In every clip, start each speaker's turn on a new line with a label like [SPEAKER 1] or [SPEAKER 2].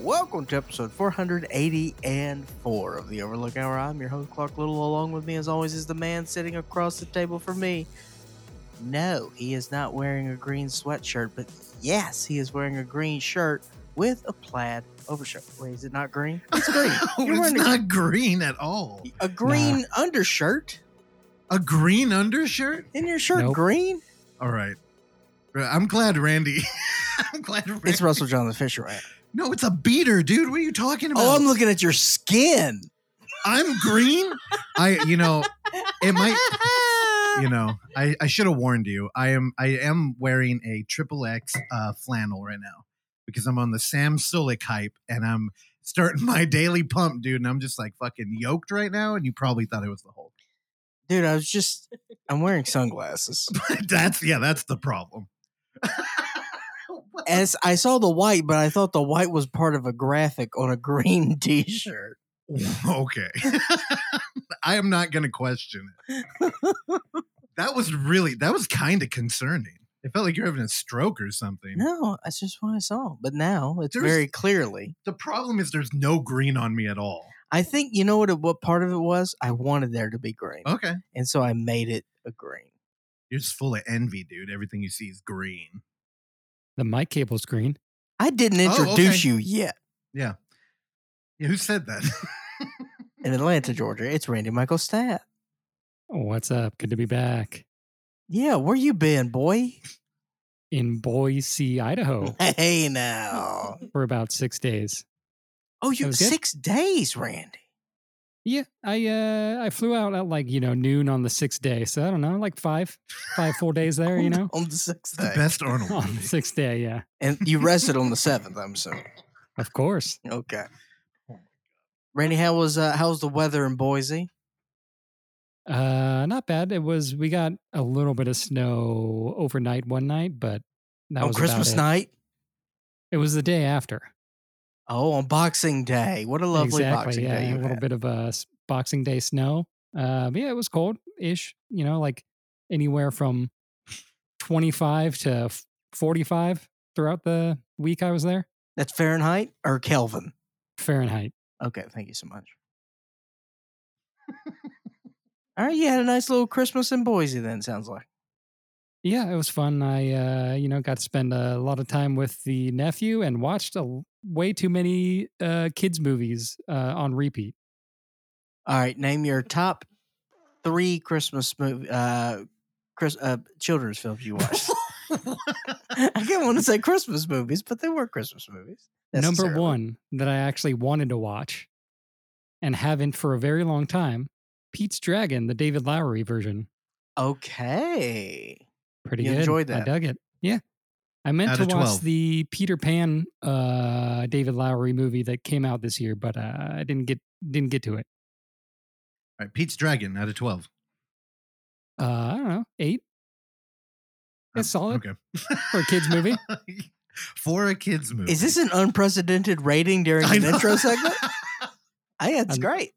[SPEAKER 1] welcome to episode 484 of the Overlook Hour. I'm your host, Clark Little. Along with me, as always, is the man sitting across the table from me. No, he is not wearing a green sweatshirt, but yes, he is wearing a green shirt with a plaid overshirt. Wait, is it not green? It's green. You're
[SPEAKER 2] Oh, it's
[SPEAKER 1] wearing a-
[SPEAKER 2] not green at all.
[SPEAKER 1] A green undershirt?
[SPEAKER 2] A green undershirt?
[SPEAKER 1] Isn't your shirt
[SPEAKER 3] Nope.
[SPEAKER 1] green?
[SPEAKER 2] All right. Right, I'm glad Randy. I'm glad Randy.
[SPEAKER 1] It's Russell John the Fisher Rat.
[SPEAKER 2] No, it's a beater, dude. What are you talking about?
[SPEAKER 1] Oh, I'm looking at your skin.
[SPEAKER 2] I'm green. I, you know, it might, you know, I, I should have warned you. I am, I am wearing a triple X uh, flannel right now because I'm on the Sam Sulik hype and I'm starting my daily pump, dude. And I'm just like fucking yoked right now. And you probably thought it was the Hulk.
[SPEAKER 1] Dude, I was just, I'm wearing sunglasses.
[SPEAKER 2] that's yeah, that's the problem. What the
[SPEAKER 1] As I saw the white, but I thought the white was part of a graphic on a green t shirt.
[SPEAKER 2] Okay. I am not going to question it. that was really, that was kind of concerning. It felt like you're having a stroke or something.
[SPEAKER 1] No, that's just what I saw. But now it's
[SPEAKER 2] There's-
[SPEAKER 1] very clearly.
[SPEAKER 2] The problem is there's no green on me at all.
[SPEAKER 1] I think, you know what, it- what part of it was? I wanted there to be green.
[SPEAKER 2] Okay.
[SPEAKER 1] And so I made it a green.
[SPEAKER 2] You're just full of envy, dude. Everything you see is green.
[SPEAKER 3] The mic cable's green.
[SPEAKER 1] I didn't
[SPEAKER 2] Oh,
[SPEAKER 1] introduce
[SPEAKER 2] okay.
[SPEAKER 1] you yet.
[SPEAKER 2] Yeah, who said that?
[SPEAKER 1] In Atlanta, Georgia, it's Randy Michael Stat.
[SPEAKER 3] What's up? Good to be back
[SPEAKER 1] Yeah, where you been, boy?
[SPEAKER 3] in Boise, Idaho
[SPEAKER 1] Hey now.
[SPEAKER 3] for about six days.
[SPEAKER 1] Oh, you
[SPEAKER 3] was good.
[SPEAKER 1] six days, Randy.
[SPEAKER 3] Yeah, I uh I flew out at like, you know, noon on the sixth day. So I don't know, like five, five full days
[SPEAKER 1] Oh,
[SPEAKER 3] there, you know?
[SPEAKER 1] on the sixth
[SPEAKER 2] the
[SPEAKER 1] day,
[SPEAKER 2] best Arnold.
[SPEAKER 3] on the
[SPEAKER 2] movie.
[SPEAKER 3] sixth day, yeah.
[SPEAKER 1] and you rested on the seventh. I'm assuming.
[SPEAKER 3] Of course.
[SPEAKER 1] Okay. Randy, how was uh, how was the weather in Boise?
[SPEAKER 3] Uh not bad. It was we got a little bit of snow overnight one night, but that
[SPEAKER 1] on
[SPEAKER 3] was about
[SPEAKER 1] Oh, Christmas
[SPEAKER 3] it.
[SPEAKER 1] night.
[SPEAKER 3] It was the day after.
[SPEAKER 1] Oh, on Boxing Day. What a lovely Boxing
[SPEAKER 3] yeah,
[SPEAKER 1] Day
[SPEAKER 3] A
[SPEAKER 1] you
[SPEAKER 3] little
[SPEAKER 1] had.
[SPEAKER 3] bit of a s- Boxing Day snow. Uh, but yeah, it was cold ish. You know, like anywhere from twenty five to f- forty five throughout the week I was there.
[SPEAKER 1] That's Fahrenheit or Kelvin.
[SPEAKER 3] Fahrenheit.
[SPEAKER 1] Okay, thank you so much. All right, you had a nice little Christmas in Boise. Then sounds like.
[SPEAKER 3] Yeah, it was fun. I uh, you know got to spend a lot of time with the nephew and watched a l- way too many uh, kids movies uh, on repeat.
[SPEAKER 1] All right, name your top three Christmas movie, uh, Chris, uh, children's films you watched. I didn't want to say Christmas movies, but they were Christmas movies.
[SPEAKER 3] Number
[SPEAKER 1] necessarily.
[SPEAKER 3] one that I actually wanted to watch and haven't for a very long time. Pete's Dragon, the David Lowery version.
[SPEAKER 1] Okay.
[SPEAKER 3] pretty
[SPEAKER 1] You
[SPEAKER 3] good.
[SPEAKER 1] enjoyed that?
[SPEAKER 3] I dug it. Yeah. I meant
[SPEAKER 2] Out
[SPEAKER 3] to
[SPEAKER 2] of
[SPEAKER 3] watch
[SPEAKER 2] 12.
[SPEAKER 3] the Peter Pan uh David Lowery movie that came out this year, but uh, I didn't get didn't get to it.
[SPEAKER 2] All right, Pete's Dragon out of 12.
[SPEAKER 3] Uh I don't know, eight That's solid
[SPEAKER 2] Okay.
[SPEAKER 3] for a kids movie.
[SPEAKER 2] For a kids movie.
[SPEAKER 1] Is this an unprecedented rating during
[SPEAKER 2] I
[SPEAKER 1] an
[SPEAKER 2] know.
[SPEAKER 1] intro segment? I think it's
[SPEAKER 3] I'm-
[SPEAKER 1] great.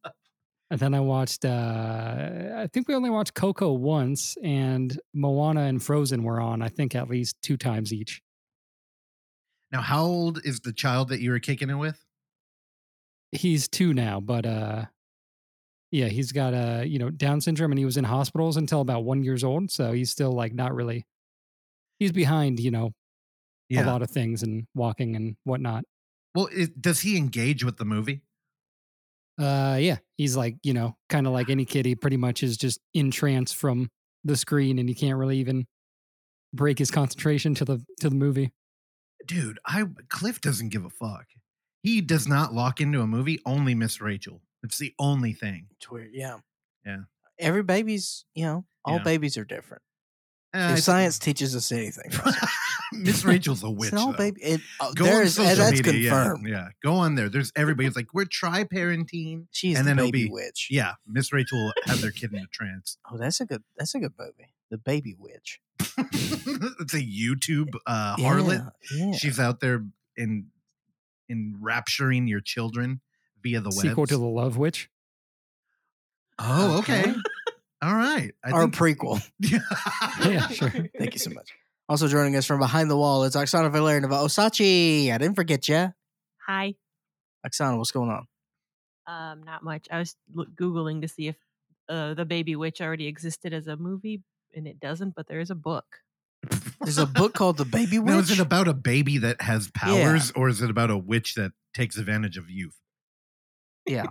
[SPEAKER 3] And then I watched uh I think we only watched Coco once and Moana and Frozen were on, I think at least two times each.
[SPEAKER 2] now, how old is the child that you were kicking it with?
[SPEAKER 3] He's two now, but uh yeah, he's got uh, you know, Down syndrome and he was in hospitals until about one years old, so he's still like not really he's behind, you know, a lot of things and walking and whatnot.
[SPEAKER 2] Well, it, does he engage with the movie?
[SPEAKER 3] Uh, yeah, he's like you know, kind of like any kid. He pretty much is just in trance from the screen, and he can't really even break his concentration to the to the movie.
[SPEAKER 2] Dude, I Cliff doesn't give a fuck. He does not lock into a movie, only Miss Rachel. It's the only thing.
[SPEAKER 1] It's weird. Yeah.
[SPEAKER 2] Yeah.
[SPEAKER 1] Every baby's, you know, all
[SPEAKER 2] Yeah.
[SPEAKER 1] babies are different. if
[SPEAKER 2] Eh, it's-
[SPEAKER 1] science teaches us anything,
[SPEAKER 2] Miss Rachel's a witch.
[SPEAKER 1] it's all
[SPEAKER 2] though.
[SPEAKER 1] baby. It, oh,
[SPEAKER 2] Go
[SPEAKER 1] there
[SPEAKER 2] on
[SPEAKER 1] is,
[SPEAKER 2] social
[SPEAKER 1] that's
[SPEAKER 2] media, yeah,
[SPEAKER 1] confirmed.
[SPEAKER 2] Yeah, Go on there. There's everybody's like, we're tri parenting.
[SPEAKER 1] She is
[SPEAKER 2] And
[SPEAKER 1] the
[SPEAKER 2] then it'll
[SPEAKER 1] baby
[SPEAKER 2] be-
[SPEAKER 1] witch.
[SPEAKER 2] Yeah. Miss Rachel will have their kid in a trance.
[SPEAKER 1] Oh, that's a good. That's a good movie. The baby witch.
[SPEAKER 2] it's a YouTube uh harlot.
[SPEAKER 1] Yeah. yeah.
[SPEAKER 2] She's out there in enrapturing your children via the web.
[SPEAKER 3] Sequel to the Love Witch.
[SPEAKER 2] Oh, okay.
[SPEAKER 1] Okay.
[SPEAKER 2] All right. I
[SPEAKER 1] Uh-huh. Or
[SPEAKER 2] think-
[SPEAKER 1] prequel.
[SPEAKER 3] Yeah, sure.
[SPEAKER 1] Thank you so much. Also joining us from behind the wall is Oksana Valerian of Osachi. I didn't forget you.
[SPEAKER 4] Hi.
[SPEAKER 1] Oksana, what's going on?
[SPEAKER 4] Um, not much. I was l- googling to see if uh, the Baby Witch already existed as a movie, and it doesn't. But there is a book.
[SPEAKER 1] There's a book called The Baby Witch.
[SPEAKER 2] Now, is it about a baby that has powers, or is it about a witch that takes advantage of youth?
[SPEAKER 1] yeah.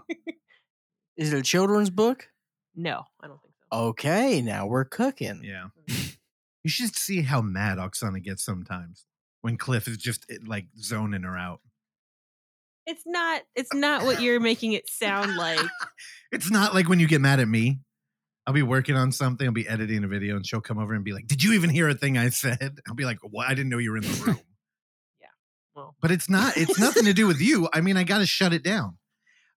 [SPEAKER 1] Is it a children's book?
[SPEAKER 4] No, I don't think so.
[SPEAKER 1] Oh. Okay, now we're cooking.
[SPEAKER 2] Yeah. You should see how mad Oksana gets sometimes when Cliff is just eh, like zoning her out.
[SPEAKER 4] It's not. It's not what you're making it sound like.
[SPEAKER 2] It's not like when you get mad at me. I'll be working on something, I'll be editing a video, and she'll come over and be like, Did you even hear a thing I said? I'll be like, Well, I didn't know you were in the room.
[SPEAKER 4] Yeah, well.
[SPEAKER 2] But it's not, it's nothing to do with you. I mean, I got to shut it down.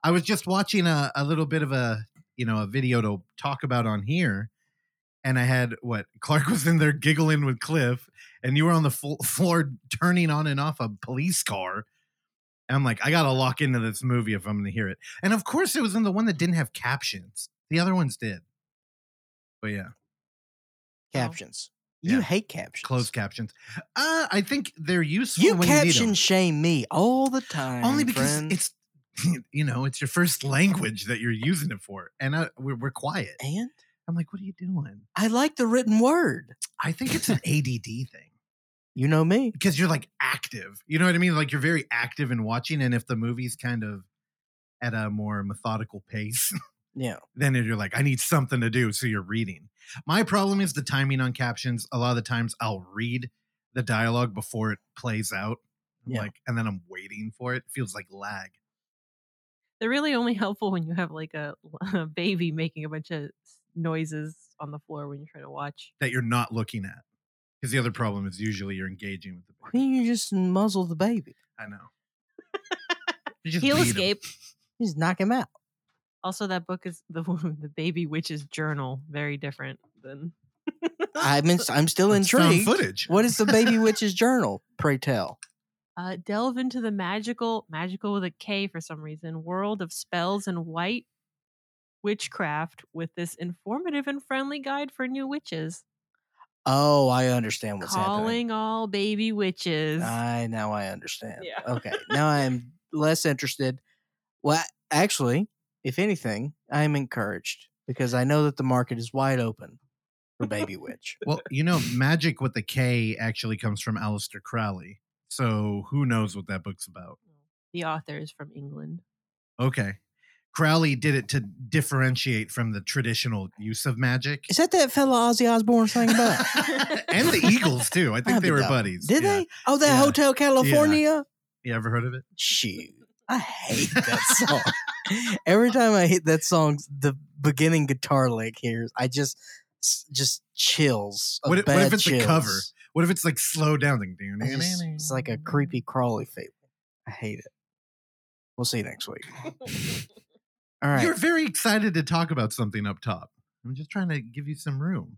[SPEAKER 2] I was just watching a, a little bit of a, you know, a video to talk about on here. And I had what Clark was in there giggling with Cliff, and you were on the fo- floor turning on and off a police car. And I'm like, I got to lock into this movie if I'm going to hear it. And of course, it was in the one that didn't have captions. The other ones did. But yeah,
[SPEAKER 1] Captions. You
[SPEAKER 2] Yeah.
[SPEAKER 1] hate captions.
[SPEAKER 2] closed captions. Uh, I think they're useful.
[SPEAKER 1] You
[SPEAKER 2] when need 'em.
[SPEAKER 1] caption shame me all the time.
[SPEAKER 2] only because
[SPEAKER 1] friend.
[SPEAKER 2] it's you know it's your first language that you're using it for, and I, we're, we're quiet.
[SPEAKER 1] and
[SPEAKER 2] I'm like, what are you doing?
[SPEAKER 1] I like the written word.
[SPEAKER 2] I think it's an ADD thing
[SPEAKER 1] You know me.
[SPEAKER 2] because you're like active. You know what I mean? Like you're very active in watching, and if the movie's kind of at a more methodical pace,
[SPEAKER 1] Yeah.
[SPEAKER 2] then you're like, I need something to do. So you're reading. My problem is the timing on captions. A lot of the times I'll read the dialogue before it plays out. I'm
[SPEAKER 1] Yeah.
[SPEAKER 2] Like, and then I'm waiting for it. Feels like lag.
[SPEAKER 4] They're really only helpful when you have like a, a baby making a bunch of s- noises on the floor when you're trying to watch.
[SPEAKER 2] that you're not looking at. Because the other problem is usually you're engaging with the
[SPEAKER 1] Why
[SPEAKER 2] baby.
[SPEAKER 1] don't you just muzzle the baby?
[SPEAKER 2] I know. You just
[SPEAKER 4] He'll
[SPEAKER 2] beat 'em.
[SPEAKER 4] escape.
[SPEAKER 1] Just knock him out.
[SPEAKER 4] Also, that book is the the Baby Witch's Journal. Very different than.
[SPEAKER 1] I'm in, I'm still
[SPEAKER 2] It's found
[SPEAKER 1] intrigued.
[SPEAKER 2] footage.
[SPEAKER 1] What is the baby witch's journal? Pray tell.
[SPEAKER 4] uh, delve into the magical, magical with a K for some reason, world of spells and white witchcraft with this informative and friendly guide for new witches.
[SPEAKER 1] Oh, I understand what's Uh happening.
[SPEAKER 4] Calling all baby witches.
[SPEAKER 1] I now I understand.
[SPEAKER 4] Yeah.
[SPEAKER 1] Okay. Now I am less interested. Well, actually, if anything, I am encouraged because I know that the market is wide open for baby witch.
[SPEAKER 2] Well, you know, magic with the K actually comes from Aleister Crowley. So who knows what that book's about?
[SPEAKER 4] the author is from England.
[SPEAKER 2] Okay. Crowley did it to differentiate from the traditional use of magic.
[SPEAKER 1] Is that that fella Ozzy Osbourne sang about?
[SPEAKER 2] and the Eagles too. I think
[SPEAKER 1] That'd
[SPEAKER 2] they
[SPEAKER 1] be
[SPEAKER 2] were
[SPEAKER 1] dope.
[SPEAKER 2] buddies.
[SPEAKER 1] Did
[SPEAKER 2] Yeah.
[SPEAKER 1] they? Oh, that
[SPEAKER 2] Yeah.
[SPEAKER 1] Hotel California.
[SPEAKER 2] You ever heard of it?
[SPEAKER 1] shoot i hate that song every time i hit that song the beginning guitar lick here i just s- just chills of
[SPEAKER 2] What if- what if
[SPEAKER 1] bad
[SPEAKER 2] it's a cover?
[SPEAKER 1] chills.
[SPEAKER 2] What if it's like slow down? Like,
[SPEAKER 1] I just- it's like a creepy crawly fable i hate it we'll see you next week all right
[SPEAKER 2] You're very excited to talk about something up top. I'm just trying to give you some room.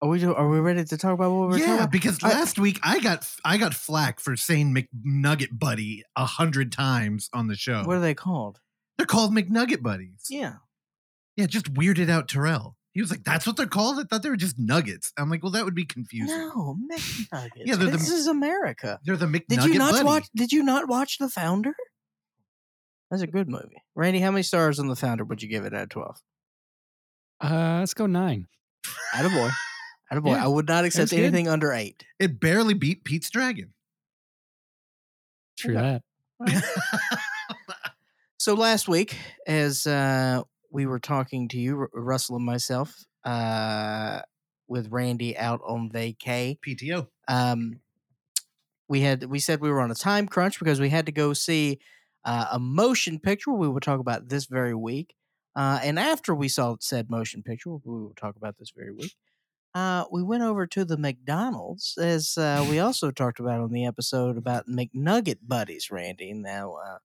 [SPEAKER 1] are we do- are we ready to talk about what we're talking
[SPEAKER 2] yeah,
[SPEAKER 1] about
[SPEAKER 2] because
[SPEAKER 1] I-
[SPEAKER 2] last week I got I got flack for saying McNugget Buddy a hundred times on the show.
[SPEAKER 1] what are they called
[SPEAKER 2] they're called McNugget Buddies.
[SPEAKER 1] yeah
[SPEAKER 2] Yeah, just weirded out Terrell. He was like, "That's what they're called." I thought they were just nuggets. I'm like, "Well, that would be confusing."
[SPEAKER 1] no McNuggets.
[SPEAKER 2] Yeah, they're the-
[SPEAKER 1] this is america
[SPEAKER 2] They're the McNugget
[SPEAKER 1] did you not
[SPEAKER 2] Buddy.
[SPEAKER 1] watch did you not watch the founder that's a good movie randy how many stars on the founder would you give it out of 12
[SPEAKER 3] Uh, let's go nine.
[SPEAKER 1] Attaboy. Attaboy.
[SPEAKER 3] Yeah,
[SPEAKER 1] I would not
[SPEAKER 3] that's
[SPEAKER 1] accept
[SPEAKER 3] good.
[SPEAKER 1] anything under eight.
[SPEAKER 2] It barely beat Pete's Dragon.
[SPEAKER 3] True
[SPEAKER 1] Okay.
[SPEAKER 3] that.
[SPEAKER 1] So last week, as uh, we were talking to you, R- Russell and myself, uh, with Randy out on vacay,
[SPEAKER 2] PTO.
[SPEAKER 1] um, we had we said we were on a time crunch because we had to go see uh, a motion picture we will talk about this very week. Uh, and after we saw said motion picture, we will talk about this very week. Uh, we went over to the McDonald's, as uh, we also talked about on the episode about McNugget buddies, Randy. Now, uh,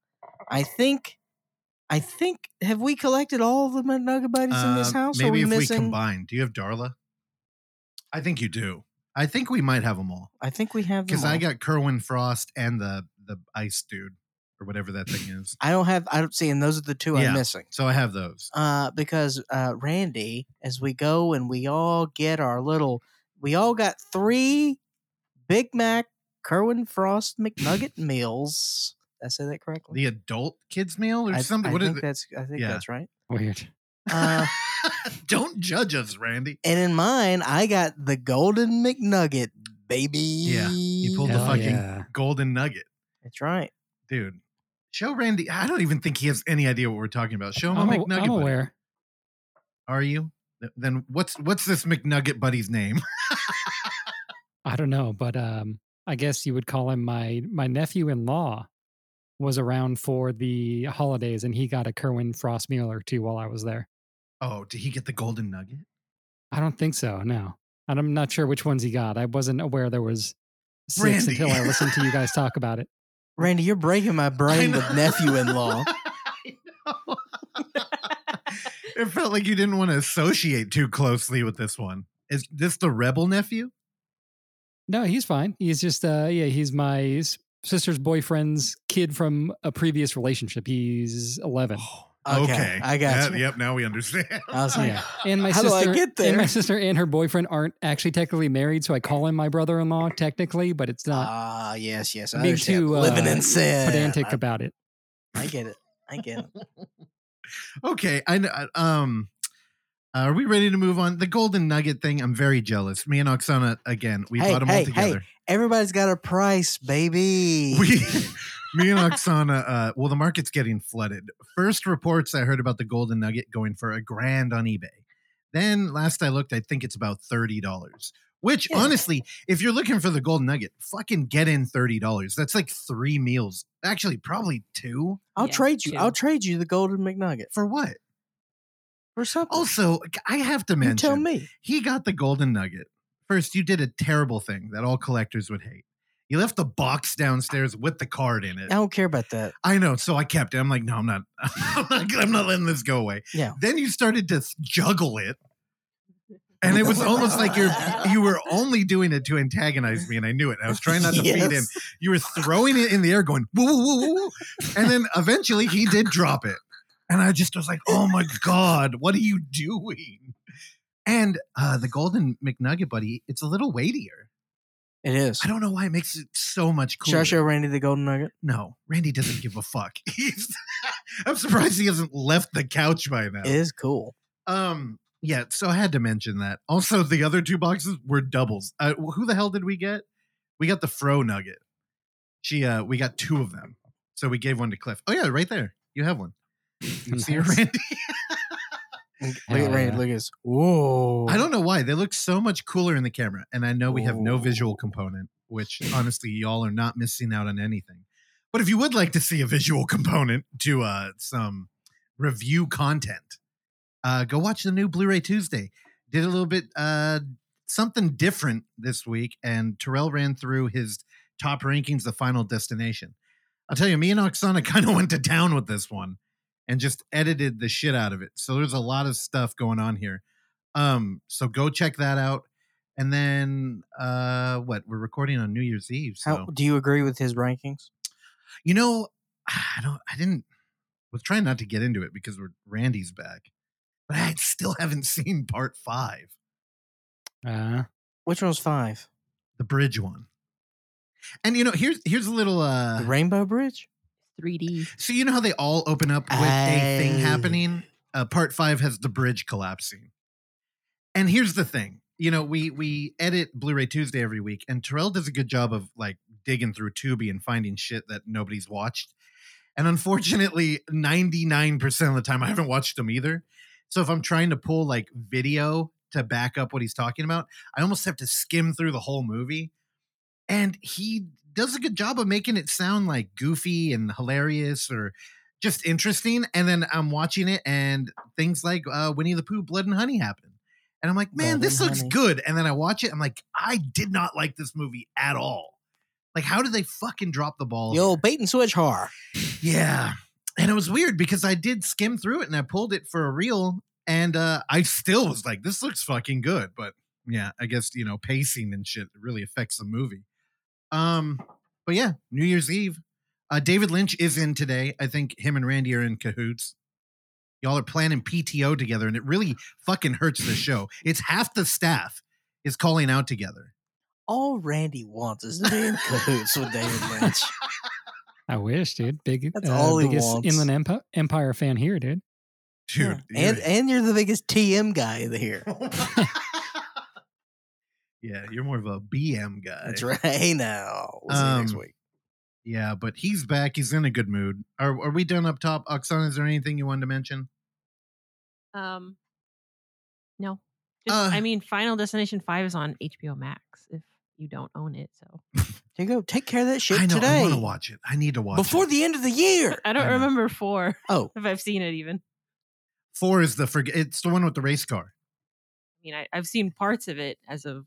[SPEAKER 1] I think, I think, have we collected all the McNugget buddies in this
[SPEAKER 2] Uh,
[SPEAKER 1] house?
[SPEAKER 2] maybe
[SPEAKER 1] Are we
[SPEAKER 2] if
[SPEAKER 1] missing?
[SPEAKER 2] we combine. Do you have Darla? I think you do. I think we might have them all.
[SPEAKER 1] I think we have them
[SPEAKER 2] Because I
[SPEAKER 1] all.
[SPEAKER 2] got Kerwin Frost and the the ice dude or whatever that thing is.
[SPEAKER 1] I don't have. I don't see, and those are the two
[SPEAKER 2] Yeah.
[SPEAKER 1] I'm missing.
[SPEAKER 2] So I have those.
[SPEAKER 1] uh, because uh, Randy, as we go and we all get our little, we all got three Big Mac Kerwin Frost McNugget meals I say that correctly?
[SPEAKER 2] the adult kids meal or
[SPEAKER 1] I,
[SPEAKER 2] something.
[SPEAKER 1] I
[SPEAKER 2] What is
[SPEAKER 1] think that's I think
[SPEAKER 2] Yeah.
[SPEAKER 1] that's right.
[SPEAKER 3] Weird.
[SPEAKER 1] Uh,
[SPEAKER 2] it? Don't judge us, Randy.
[SPEAKER 1] and in mine, I got the golden McNugget, baby.
[SPEAKER 2] Yeah, you pulled the
[SPEAKER 3] Hell
[SPEAKER 2] fucking
[SPEAKER 3] yeah.
[SPEAKER 2] golden nugget,
[SPEAKER 1] That's right.
[SPEAKER 2] dude. Show Randy. I don't even think he has any idea what we're talking about. Show him
[SPEAKER 3] I'm,
[SPEAKER 2] a
[SPEAKER 3] a,
[SPEAKER 2] McNugget.
[SPEAKER 3] I'm
[SPEAKER 2] buddy.
[SPEAKER 3] aware.
[SPEAKER 2] Are you? Th- Then what's what's this McNugget buddy's name?
[SPEAKER 3] I don't know, but um, I guess you would call him my my nephew in law. Was around for the holidays, and he got a Kerwin Frost meal or two while I was there.
[SPEAKER 2] Oh, did he get the golden nugget?
[SPEAKER 3] I don't think so. No, and I'm not sure which ones he got. I wasn't aware there was six
[SPEAKER 2] Randy.
[SPEAKER 3] until I listened to you guys talk about it.
[SPEAKER 1] Randy, you're breaking my brain with nephew in law.
[SPEAKER 2] I know. it felt like you didn't want to associate too closely with this one. Is this the rebel nephew?
[SPEAKER 3] No, he's fine. He's just uh, yeah, he's my s- sister's boyfriend's kid from a previous relationship. He's 11.
[SPEAKER 1] Oh, Okay, I got
[SPEAKER 2] Yeah,
[SPEAKER 1] you.
[SPEAKER 2] Yep, now we understand.
[SPEAKER 1] I was like,
[SPEAKER 3] Yeah. And my
[SPEAKER 1] How do I
[SPEAKER 3] sister,
[SPEAKER 1] get
[SPEAKER 3] and my
[SPEAKER 1] there?
[SPEAKER 3] sister and her boyfriend aren't actually technically married, so I call him my brother-in-law technically, but it's not
[SPEAKER 1] ah, yes, yes. I
[SPEAKER 3] being
[SPEAKER 1] understand.
[SPEAKER 3] too, uh,
[SPEAKER 1] Living in sin.
[SPEAKER 2] Ah,
[SPEAKER 3] pedantic
[SPEAKER 1] I-
[SPEAKER 3] about it.
[SPEAKER 1] I get it. I get it.
[SPEAKER 2] okay, I know. Um, are we ready to move on? The golden nugget thing. I'm very jealous. Me and Oksana again. We
[SPEAKER 1] Hey,
[SPEAKER 2] bought them
[SPEAKER 1] hey,
[SPEAKER 2] all
[SPEAKER 1] hey.
[SPEAKER 2] together.
[SPEAKER 1] Everybody's got a price, baby.
[SPEAKER 2] we me and oksana uh, well the market's getting flooded first reports i heard about the golden nugget going for a grand on ebay then last i looked i think it's about $30 which
[SPEAKER 1] Yeah.
[SPEAKER 2] honestly if you're looking for the golden nugget fucking get in $30 that's like three meals actually probably two
[SPEAKER 1] I'll
[SPEAKER 4] Yeah,
[SPEAKER 1] trade you.
[SPEAKER 4] two.
[SPEAKER 1] I'll trade you the golden McNugget
[SPEAKER 2] for what
[SPEAKER 1] for something.
[SPEAKER 2] also i have to
[SPEAKER 1] you
[SPEAKER 2] mention
[SPEAKER 1] tell me.
[SPEAKER 2] he got the golden nugget first you did a terrible thing that all collectors would hate you left the box downstairs with the card in it
[SPEAKER 1] I don't care about that.
[SPEAKER 2] I know. So I kept it. I'm like, no, I'm not. I'm not, I'm not letting this go away.
[SPEAKER 1] Yeah.
[SPEAKER 2] Then you started to juggle it. And it was almost like you're you were only doing it to antagonize me, and I knew it. I was trying not to feed in.
[SPEAKER 1] Yes.
[SPEAKER 2] You were throwing it in the air, going woo woo woo woo, woo, and then eventually he did drop it, and I just was like, "Oh my god, what are you doing?" And uh, the golden McNugget buddy, it's a little weightier.
[SPEAKER 1] It is.
[SPEAKER 2] I don't know why it makes it so much
[SPEAKER 1] Should I
[SPEAKER 2] cooler.
[SPEAKER 1] show Randy the golden nugget?
[SPEAKER 2] No, Randy doesn't give a fuck. He's, I'm surprised he hasn't left the couch by now.
[SPEAKER 1] It is cool.
[SPEAKER 2] um, yeah. So I had to mention that. Also, the other two boxes were doubles. Uh, wh- who the hell did we get? We got the Fro Nugget. She, uh, we got two of them. So we gave one to Cliff. Oh yeah, right there. You have one. You see her,
[SPEAKER 3] Nice.
[SPEAKER 2] Randy?
[SPEAKER 1] Look
[SPEAKER 3] Hell
[SPEAKER 1] at Randy.
[SPEAKER 3] yeah.
[SPEAKER 1] Look at this. Whoa.
[SPEAKER 2] I don't know why they look so much cooler in the camera, and I know we have no
[SPEAKER 1] Ooh.
[SPEAKER 2] visual component, which honestly, y'all are not missing out on anything. But if you would like to see a visual component to uh, some review content, uh, go watch the new Blu-ray Tuesday. Did a little bit uh, something different this week, and Terrell ran through his top rankings, The Final Destination. I'll tell you, me and Oksana kind of went to town with this one and just edited the shit out of it. So there's a lot of stuff going on here. Um, so go check that out. And then uh what? We're recording on New Year's Eve. So
[SPEAKER 1] How, do you agree with his rankings?
[SPEAKER 2] you know, I don't I didn't was trying not to get into it because we're Randy's back. But I still haven't seen part five,
[SPEAKER 3] Uh,
[SPEAKER 1] Which one's five?
[SPEAKER 2] the bridge one. And you know, here's here's a little uh
[SPEAKER 1] The Rainbow Bridge?
[SPEAKER 4] 3D.
[SPEAKER 2] So you know how they all open up with a thing
[SPEAKER 1] Aye.
[SPEAKER 2] happening. Uh, part five has the bridge collapsing, and here's the thing. You know, we we edit Blu-ray Tuesday every week, and Terrell does a good job of like digging through Tubi and finding shit that nobody's watched. And unfortunately, ninety nine percent of the time, I haven't watched them either. So if I'm trying to pull like video to back up what he's talking about, I almost have to skim through the whole movie. And he does a good job of making it sound like goofy and hilarious or just interesting. And then I'm watching it and things like uh, Winnie the Pooh, Blood and Honey happen. And I'm like, man,
[SPEAKER 1] Blood
[SPEAKER 2] this
[SPEAKER 1] and
[SPEAKER 2] looks
[SPEAKER 1] Honey.
[SPEAKER 2] good. And then I watch it. I'm like, I did not like this movie at all. Like, how did they fucking drop the ball?
[SPEAKER 1] The old bait and switch har.
[SPEAKER 2] Yeah. And it was weird because I did skim through it and I pulled it for a reel and uh I still was like, this looks fucking good. But yeah, I guess you know, pacing and shit really affects the movie. Um, but yeah, New Year's Eve. Uh David Lynch is in today. I think him and Randy are in cahoots. Y'all are planning PTO together, and it really fucking hurts the show. It's half the staff is calling out together.
[SPEAKER 1] All Randy wants is to be in cahoots with David Lynch.
[SPEAKER 3] I wish, dude. Big, uh,
[SPEAKER 1] That's all he
[SPEAKER 3] biggest
[SPEAKER 1] wants.
[SPEAKER 3] Inland Empire, Empire fan here, dude.
[SPEAKER 2] dude.
[SPEAKER 1] Yeah. And and you're the biggest TM guy in here.
[SPEAKER 2] and yeah, you're more of a BM guy.
[SPEAKER 1] That's right. Hey now. We'll see you next
[SPEAKER 2] Um,
[SPEAKER 1] week.
[SPEAKER 2] Yeah, but he's back. He's in a good mood. Are are we done up top, Oksana? Is there anything you wanted to mention?
[SPEAKER 4] Um, no. Just,
[SPEAKER 2] Uh,
[SPEAKER 4] I mean, Final Destination 5 is on HBO Max if you don't own it. So
[SPEAKER 1] Here you go. Take care of that shit
[SPEAKER 2] I know. I
[SPEAKER 1] today.
[SPEAKER 2] want to watch it. I need to watch
[SPEAKER 1] before
[SPEAKER 2] it.
[SPEAKER 1] the end of the year.
[SPEAKER 4] I don't
[SPEAKER 2] I know.
[SPEAKER 4] remember 4
[SPEAKER 1] Oh,
[SPEAKER 4] if I've seen it even.
[SPEAKER 2] four is the forget. It's the one with the race car.
[SPEAKER 4] I mean, I, I've seen parts of it as of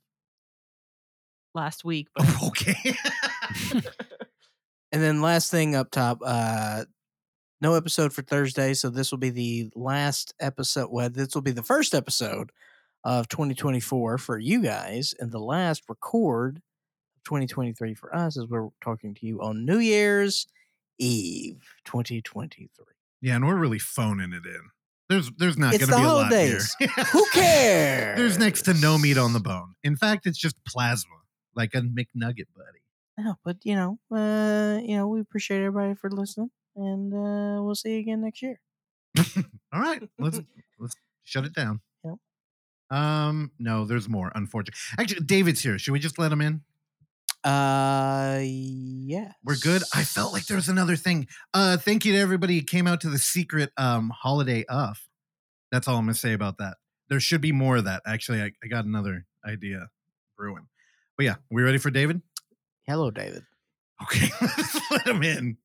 [SPEAKER 4] last week, but
[SPEAKER 2] okay.
[SPEAKER 3] Uh,
[SPEAKER 1] and then last thing up top, uh no episode for Thursday, so this will be the last episode. Well, this will be the first episode of 2024 for you guys, and the last record of 2023 for us as we're talking to you on New Year's Eve 2023.
[SPEAKER 2] yeah, and we're really phoning it in. There's there's not
[SPEAKER 1] It's
[SPEAKER 2] going to be
[SPEAKER 1] the
[SPEAKER 2] a lot here.
[SPEAKER 1] holidays. Who cares?
[SPEAKER 2] There's next to no meat on the bone. In fact, it's just plasma, like a McNugget, buddy.
[SPEAKER 1] No, but you know, uh, you know, we appreciate everybody for listening, and uh, we'll see you again next year.
[SPEAKER 2] All right, let's let's shut it down.
[SPEAKER 1] Yep.
[SPEAKER 2] Um, no, there's more. Unfortunately, actually, David's here. Should we just let him in?
[SPEAKER 1] Uh, yeah,
[SPEAKER 2] We're good. I felt like there was another thing. Uh, thank you to everybody who came out to the secret um holiday of. That's all I'm gonna say about that. There should be more of that. Actually, I, I got another idea brewing. But yeah, we ready for David?
[SPEAKER 1] Hello, David.
[SPEAKER 2] Okay, let's let him in.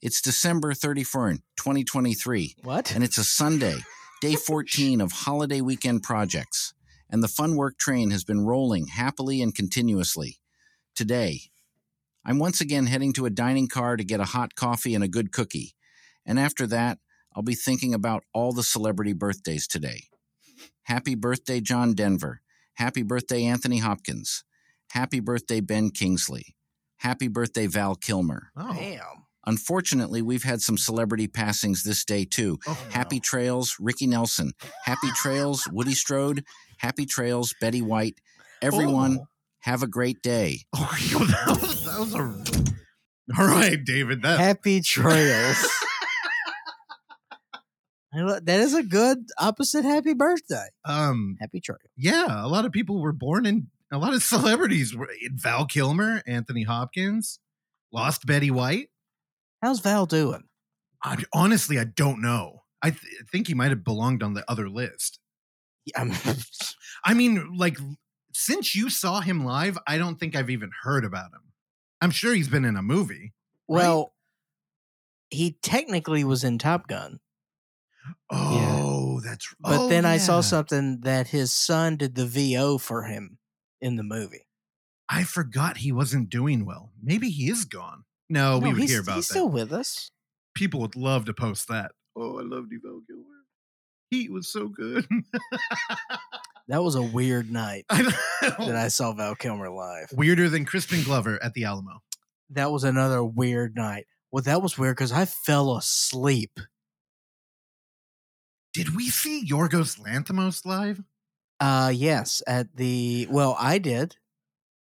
[SPEAKER 5] It's December 31st, 2023,
[SPEAKER 1] What?
[SPEAKER 5] and it's a Sunday, day 14 of holiday weekend projects. And the fun work train has been rolling happily and continuously. Today, I'm once again heading to a dining car to get a hot coffee and a good cookie. And after that, I'll be thinking about all the celebrity birthdays today. Happy birthday, John Denver. Happy birthday, Anthony Hopkins. Happy birthday, Ben Kingsley. Happy birthday, Val Kilmer.
[SPEAKER 2] Oh,
[SPEAKER 1] Damn.
[SPEAKER 5] Unfortunately, we've had some celebrity passings this day too.
[SPEAKER 2] oh,
[SPEAKER 5] Happy Trails, Ricky Nelson. Happy Trails, Woody Strode. Happy Trails, Betty White. Everyone,
[SPEAKER 1] Oh.
[SPEAKER 5] have a great day.
[SPEAKER 2] Oh, that was, that was a. All right, David. That
[SPEAKER 1] Happy trails. I lo- that is a good opposite. Happy birthday.
[SPEAKER 2] um
[SPEAKER 1] Happy trail.
[SPEAKER 2] yeah, a lot of people were born in a lot of celebrities were eh, Val Kilmer, Anthony Hopkins, lost Betty White.
[SPEAKER 1] How's Val doing?
[SPEAKER 2] I, honestly, I don't know. I th- think he might have belonged on the other list.
[SPEAKER 1] I'm,
[SPEAKER 2] I mean, like since you saw him live, I don't think I've even heard about him. I'm sure he's been in a movie.
[SPEAKER 1] well, he technically was in Top Gun.
[SPEAKER 2] Oh, that's
[SPEAKER 1] But
[SPEAKER 2] oh,
[SPEAKER 1] then I saw
[SPEAKER 2] yeah.
[SPEAKER 1] something that his son did the VO for him in the movie.
[SPEAKER 2] I forgot he wasn't doing well. Maybe he is gone. No, Oh, we
[SPEAKER 1] No,
[SPEAKER 2] would
[SPEAKER 1] he's-
[SPEAKER 2] hear about
[SPEAKER 1] He's
[SPEAKER 2] that.
[SPEAKER 1] still with us.
[SPEAKER 2] People would love to post that. Oh, I loved you, Val Kilmer. He was so good.
[SPEAKER 1] That was a weird night
[SPEAKER 2] I
[SPEAKER 1] that
[SPEAKER 2] know.
[SPEAKER 1] I saw Val Kilmer live.
[SPEAKER 2] Weirder than Crispin Glover at the Alamo.
[SPEAKER 1] That was another weird night. Well, that was weird because I fell asleep.
[SPEAKER 2] Did we see Yorgos Lanthimos live?
[SPEAKER 1] Uh yes, at the well, I did.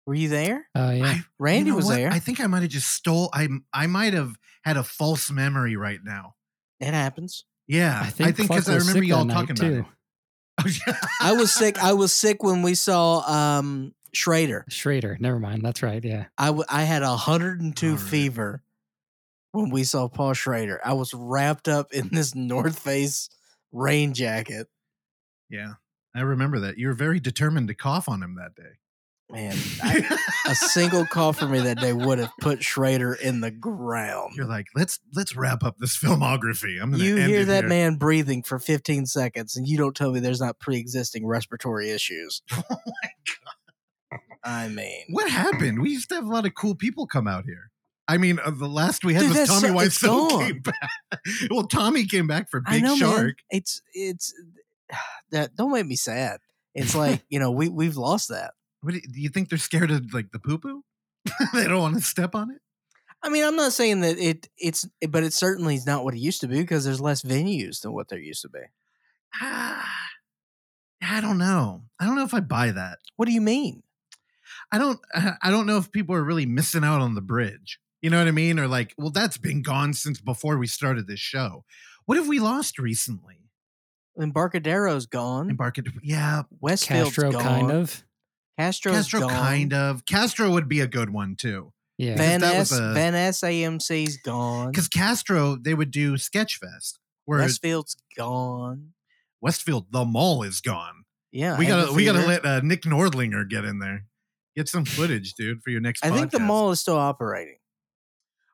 [SPEAKER 1] Were you there?
[SPEAKER 3] Uh, yeah.
[SPEAKER 2] I-
[SPEAKER 1] Randy
[SPEAKER 2] You know
[SPEAKER 1] was
[SPEAKER 2] what?
[SPEAKER 1] there.
[SPEAKER 2] I think I might have just stole. I I might have had a false memory right now.
[SPEAKER 1] it happens.
[SPEAKER 2] Yeah, I think
[SPEAKER 3] Clark
[SPEAKER 2] because I,
[SPEAKER 3] was
[SPEAKER 2] remember
[SPEAKER 3] sick
[SPEAKER 2] y'all
[SPEAKER 3] that night,
[SPEAKER 2] talking about it. Oh, yeah.
[SPEAKER 1] I was sick. I was sick when we saw um Schrader.
[SPEAKER 3] Schrader. Never mind. That's right. Yeah.
[SPEAKER 1] I w- I had a hundred and two
[SPEAKER 2] All right.
[SPEAKER 1] fever when we saw Paul Schrader. I was wrapped up in this North Face rain jacket.
[SPEAKER 2] yeah, I remember that. You were very determined to cough on him that day.
[SPEAKER 1] Man, I, a single call for me that day would have put Schrader in the ground.
[SPEAKER 2] You're like, let's let's wrap up this filmography. I'm gonna
[SPEAKER 1] you
[SPEAKER 2] end
[SPEAKER 1] hear
[SPEAKER 2] it
[SPEAKER 1] that
[SPEAKER 2] here."
[SPEAKER 1] man breathing for 15 seconds and you don't tell me there's not pre-existing respiratory issues i mean
[SPEAKER 2] Oh What happened? We used to have a lot of cool people come out here. I mean, uh, the last we had
[SPEAKER 1] Dude,
[SPEAKER 2] was
[SPEAKER 1] that's so-
[SPEAKER 2] Tommy
[SPEAKER 1] it's
[SPEAKER 2] Wiseau
[SPEAKER 1] gone.
[SPEAKER 2] came back. well, Tommy came back for Big
[SPEAKER 1] i know man
[SPEAKER 2] Shark.
[SPEAKER 1] it's it's that don't make me sad it's like you know we we've lost that
[SPEAKER 2] What do, you, do you think they're scared of like the poo poo? they don't want to step on it.
[SPEAKER 1] i mean i'm not saying that it it's but it certainly is not what it used to be because there's less venues than what there used to be
[SPEAKER 2] Ah, I don't know. I don't know if I buy that.
[SPEAKER 1] what do you mean
[SPEAKER 2] I don't I don't know if people are really missing out on the bridge. You know what I mean? Or like, well, that's been gone since before we started this show. What have we lost recently?
[SPEAKER 1] Embarcadero's gone.
[SPEAKER 2] Embarcad yeah,
[SPEAKER 1] Westfield's
[SPEAKER 3] Castro,
[SPEAKER 1] gone.
[SPEAKER 3] kind of.
[SPEAKER 1] Castro's
[SPEAKER 2] Castro
[SPEAKER 1] gone.
[SPEAKER 2] kind of. Castro would be a good one too.
[SPEAKER 3] Yeah.
[SPEAKER 1] Van
[SPEAKER 2] Thank- Because that
[SPEAKER 1] S.
[SPEAKER 2] was a-
[SPEAKER 1] Van S. AMC's gone.
[SPEAKER 2] Because Castro, they would do Sketchfest, where
[SPEAKER 1] Westfield's gone.
[SPEAKER 2] Westfield, the mall is gone.
[SPEAKER 1] Yeah,
[SPEAKER 2] we
[SPEAKER 1] and
[SPEAKER 2] gotta
[SPEAKER 1] the
[SPEAKER 2] we gotta
[SPEAKER 1] theater.
[SPEAKER 2] let uh, Nick Nordlinger get in there. Get some footage, dude, for your next.
[SPEAKER 1] I think the
[SPEAKER 2] podcast.
[SPEAKER 1] mall is still operating,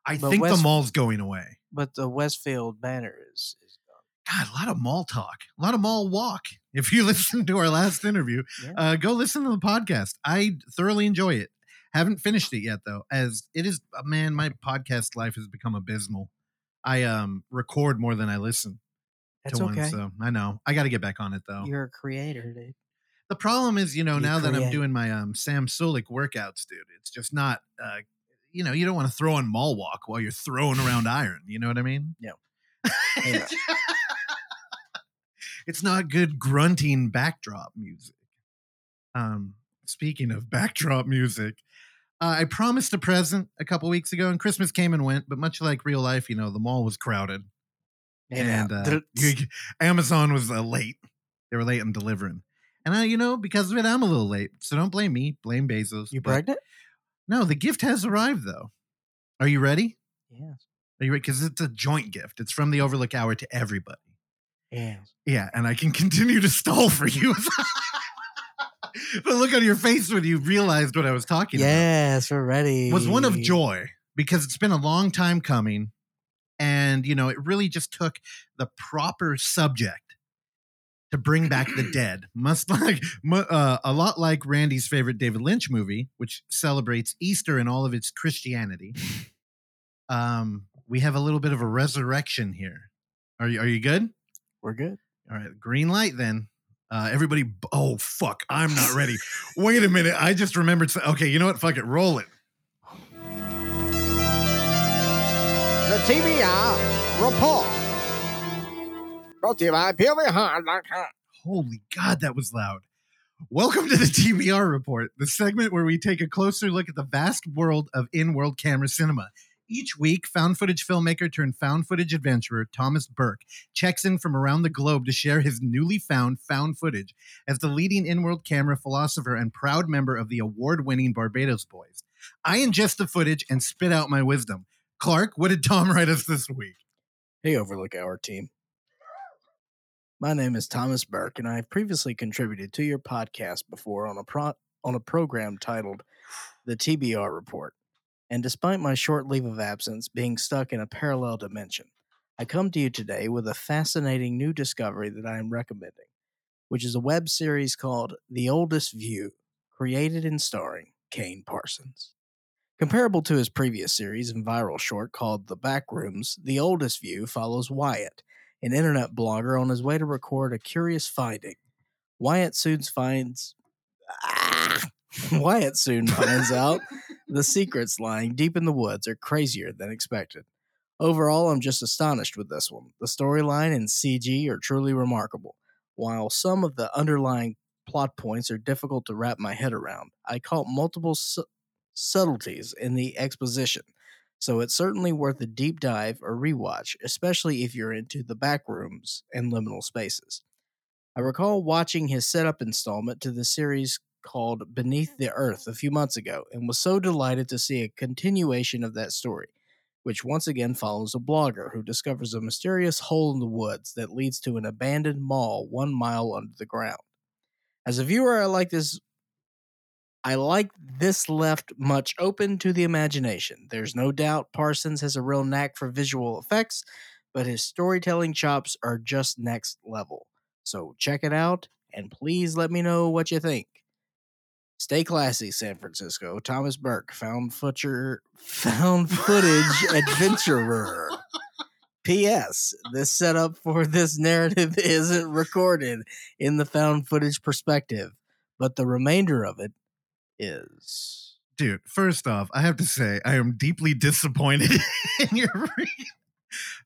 [SPEAKER 2] I
[SPEAKER 1] but
[SPEAKER 2] think
[SPEAKER 1] West-
[SPEAKER 2] the mall's going away.
[SPEAKER 1] but the Westfield banner is, is gone.
[SPEAKER 2] God, a lot of mall talk, a lot of mall walk. If you listen to our last interview,
[SPEAKER 1] Yeah.
[SPEAKER 2] uh, go listen to the podcast. I thoroughly enjoy it. Haven't finished it yet though, as it is. uh, Man, my podcast life has become abysmal. I um record more than I listen
[SPEAKER 1] That's
[SPEAKER 2] to
[SPEAKER 1] okay.
[SPEAKER 2] one, so I know I got to get back on it though.
[SPEAKER 1] You're a creator, dude.
[SPEAKER 2] the problem is, you know,
[SPEAKER 1] You
[SPEAKER 2] now that I'm
[SPEAKER 1] create.
[SPEAKER 2] doing my um Sam Sulik workouts, dude, it's just not. uh You know, you don't want to throw on mall walk while you're throwing around iron. You know what I mean?
[SPEAKER 1] No.
[SPEAKER 2] it's, it's not good grunting backdrop music. Um, speaking of backdrop music, uh, I promised a present a couple weeks ago, and Christmas came and went. But much like real life, you know, the mall was crowded and uh, you- Amazon was uh, late. They were late in delivering, and I, you know, because of it, I'm a little late. So don't blame me. Blame Bezos.
[SPEAKER 1] you
[SPEAKER 2] But-
[SPEAKER 1] pregnant?
[SPEAKER 2] No, the gift has arrived though. Are you ready?
[SPEAKER 1] Yes.
[SPEAKER 2] Are you ready? Because it's a joint gift. It's from the Overlook Hour to everybody.
[SPEAKER 1] Yes.
[SPEAKER 2] Yeah, and I can continue to stall for you. but look on your face when you realized what I was talking about.
[SPEAKER 1] Yes, we're ready.
[SPEAKER 2] was one of joy because it's been a long time coming and you know it really just took the proper subject to bring back the dead must like mu- uh, a lot like randy's favorite david lynch movie which celebrates easter and all of its christianity um we have a little bit of a resurrection here are you are you good
[SPEAKER 1] We're good.
[SPEAKER 2] all right, green light then. Uh, everybody, b- oh fuck, I'm not ready. Wait a minute, I just remembered. so- Okay, you know what? Fuck it, roll it.
[SPEAKER 6] The TBR report. Brought to you by PLVHard.com.
[SPEAKER 2] Holy God, that was loud. Welcome to the TBR Report, the segment where we take a closer look at the vast world of in world camera cinema. Each week, found footage filmmaker turned found footage adventurer Thomas Burke checks in from around the globe to share his newly found found footage as the leading in world camera philosopher and proud member of the award winning Barbados Boys. I ingest the footage and spit out my wisdom. Clark, what did Tom write us this week?
[SPEAKER 1] Hey, Overlook Hour team. My name is Thomas Burke, and I have previously contributed to your podcast before on a pro- on a program titled "The TBR Report." And despite my short leave of absence, being stuck in a parallel dimension, I come to you today with a fascinating new discovery that I am recommending, which is a web series called "The Oldest View," created and starring Kane Parsons. Comparable to his previous series and viral short called The Backrooms, The Oldest View follows Wyatt, an internet blogger on his way to record a curious finding. Wyatt soon finds Ah! Wyatt soon finds out the secrets lying deep in the woods are crazier than expected. Overall, I'm just astonished with this one. The storyline and CG are truly remarkable. While some of the underlying plot points are difficult to wrap my head around, I caught multiple su- subtleties in the exposition. So it's certainly worth a deep dive or rewatch, especially if you're into the backrooms and liminal spaces. I recall watching his setup installment to the series called Beneath the Earth a few months ago and was so delighted to see a continuation of that story, which once again follows a blogger who discovers a mysterious hole in the woods that leads to an abandoned mall one mile under the ground. As a viewer, I like this I like this left much open to the imagination. There's no doubt Parsons has a real knack for visual effects, but his storytelling chops are just next level. So check it out and please let me know what you think. Stay classy, San Francisco. Thomas Burke, found footage, found footage adventurer. P.S. This setup for this narrative isn't recorded in the found footage perspective, but the remainder of it is.
[SPEAKER 2] dude first off i have to say i am deeply disappointed in your read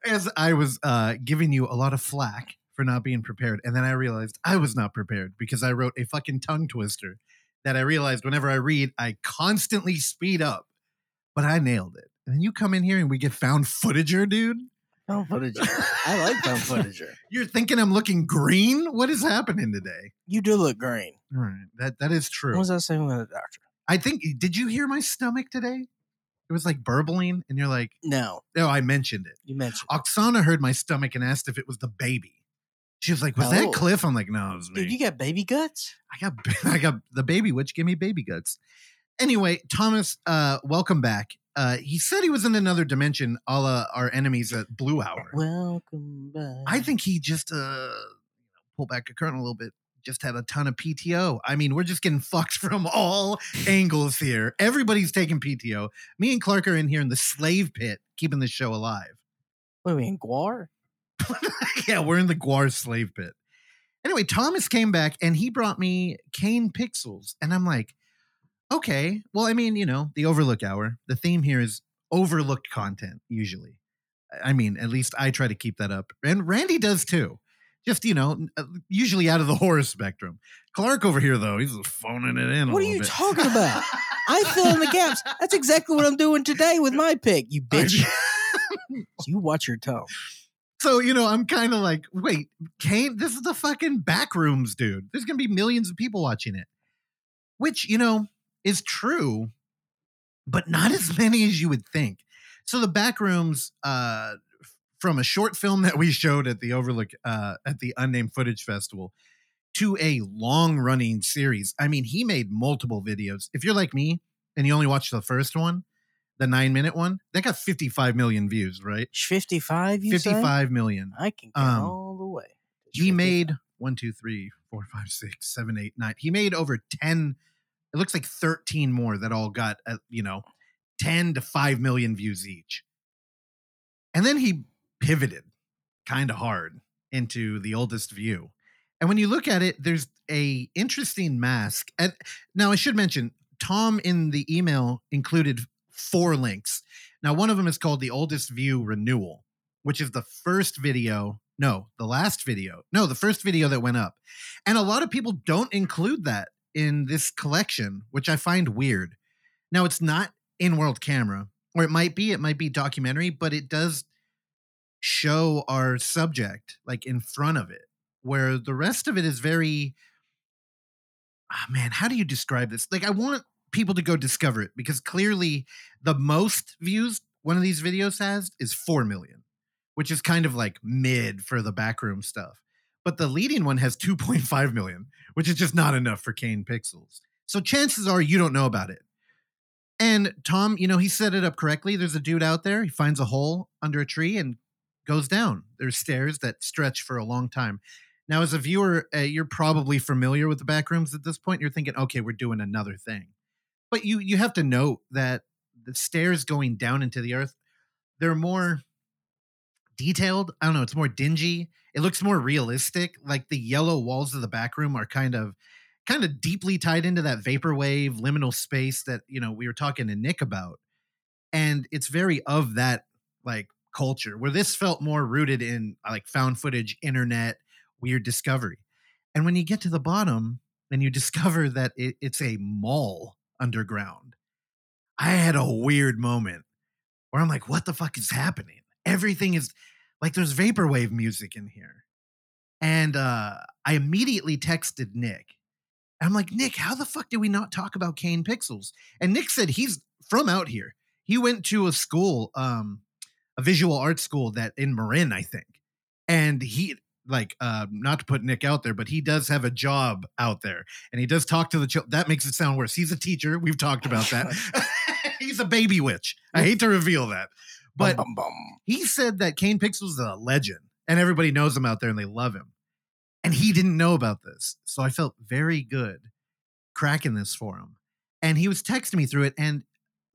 [SPEAKER 2] as i was uh giving you a lot of flack for not being prepared and then i realized i was not prepared because i wrote a fucking tongue twister that I realized whenever I read, I constantly speed up, but I nailed it. And then you come in here and we get found footager, dude.
[SPEAKER 1] Found footager. I like found footager.
[SPEAKER 2] You're thinking I'm looking green? What is happening today?
[SPEAKER 1] You do look green.
[SPEAKER 2] All right, that that is true.
[SPEAKER 1] What was I saying with the doctor?
[SPEAKER 2] I think. Did you hear my stomach today? It was like burbling, and you're like,
[SPEAKER 1] No,
[SPEAKER 2] "No, Oh, I mentioned it."
[SPEAKER 1] you mentioned.
[SPEAKER 2] Oksana heard my stomach and asked if it was the baby. She was like, "Was
[SPEAKER 1] Oh.
[SPEAKER 2] that Cliff?" I'm like, "No, it was me."
[SPEAKER 1] Dude, you got baby guts?
[SPEAKER 2] I got I got the baby witch gave me baby guts. Anyway, Thomas, uh, welcome back. Uh, he said he was in another dimension, a la our enemies at Blue Hour.
[SPEAKER 1] Welcome back.
[SPEAKER 2] I think he just uh pulled back a curtain a little bit. Just had a ton of PTO. I mean, we're just getting fucked from all angles here. Everybody's taking PTO. Me and Clark are in here in the slave pit, keeping the show alive.
[SPEAKER 1] What do we in Guar?
[SPEAKER 2] yeah, we're in the Guar slave pit. Anyway, Thomas came back and he brought me Kane Pixels. And I'm like, okay, well, I mean, you know, the overlook hour, the theme here is overlooked content usually. I- I mean, at least I try to keep that up. And Randy does too. Just, you know, n- uh, usually out of the horror spectrum. Clark over here, though, he's phoning it in. a
[SPEAKER 1] What are
[SPEAKER 2] little
[SPEAKER 1] you
[SPEAKER 2] bit.
[SPEAKER 1] talking about? I fill in the gaps. That's exactly what I'm doing today with my pick, you bitch. you watch your tone.
[SPEAKER 2] So, you know, I'm kind of like, wait, Kane, this is the fucking back rooms, dude. There's going to be millions of people watching it, which, you know, is true, but not as many as you would think. So the back rooms, uh, f- from a short film that we showed at the Overlook, uh, at the Unnamed Footage Festival to a long running series. I mean, he made multiple videos. If you're like me and you only watched the first one, the nine minute one, that got 55 million views, right?
[SPEAKER 1] 55, you say?
[SPEAKER 2] Fifty-five million.
[SPEAKER 1] I can count
[SPEAKER 2] Um,
[SPEAKER 1] all the way.
[SPEAKER 2] He made one, two, three, four, five, six, seven, eight, nine. He made over 10. It looks like 13 more that all got, uh, you know, 10 to 5 million views each. And then he pivoted kind of hard into the oldest view. And when you look at it, there's a interesting mask. And now I should mention Tom in the email included four links. Now one of them is called the oldest view renewal, which is the first video, no, the last video. No, the first video that went up. And a lot of people don't include that in this collection, which I find weird. Now it's not in-world camera, or it might be, it might be documentary, but it does show our subject like in front of it where the rest of it is very ah man how do you describe this like i want people to go discover it because clearly the most views one of these videos has is 4 million which is kind of like mid for the backroom stuff but the leading one has 2.5 million which is just not enough for kane pixels so chances are you don't know about it and tom you know he set it up correctly there's a dude out there he finds a hole under a tree and goes down there's stairs that stretch for a long time now, as a viewer, uh, you're probably familiar with the back rooms at this point. You're thinking, okay, we're doing another thing. But you you have to note that the stairs going down into the earth, they're more detailed. I don't know, it's more dingy. It looks more realistic. Like the yellow walls of the back room are kind of kind of deeply tied into that vaporwave liminal space that, you know, we were talking to Nick about. And it's very of that like culture where this felt more rooted in like found footage, internet, weird discovery. And when you get to the bottom and you discover that it, it's a mall underground, I had a weird moment where I'm like, what the fuck is happening? Everything is like there's vaporwave music in here. And uh, I immediately texted Nick. I'm like, Nick, how the fuck did we not talk about Kane Pixels? And Nick said he's from out here. He went to a school, um, a visual arts school that in Marin, I think. And he like uh not to put Nick out there, but he does have a job out there and he does talk to the children. That makes it sound worse. He's a teacher. We've talked about that. He's a baby witch. I hate to reveal that. But
[SPEAKER 1] Bum, bum,
[SPEAKER 2] he said that Kane Pixels is a legend and everybody knows him out there and they love him. And he didn't know about this. So I felt very good cracking this for him. And he was texting me through it. And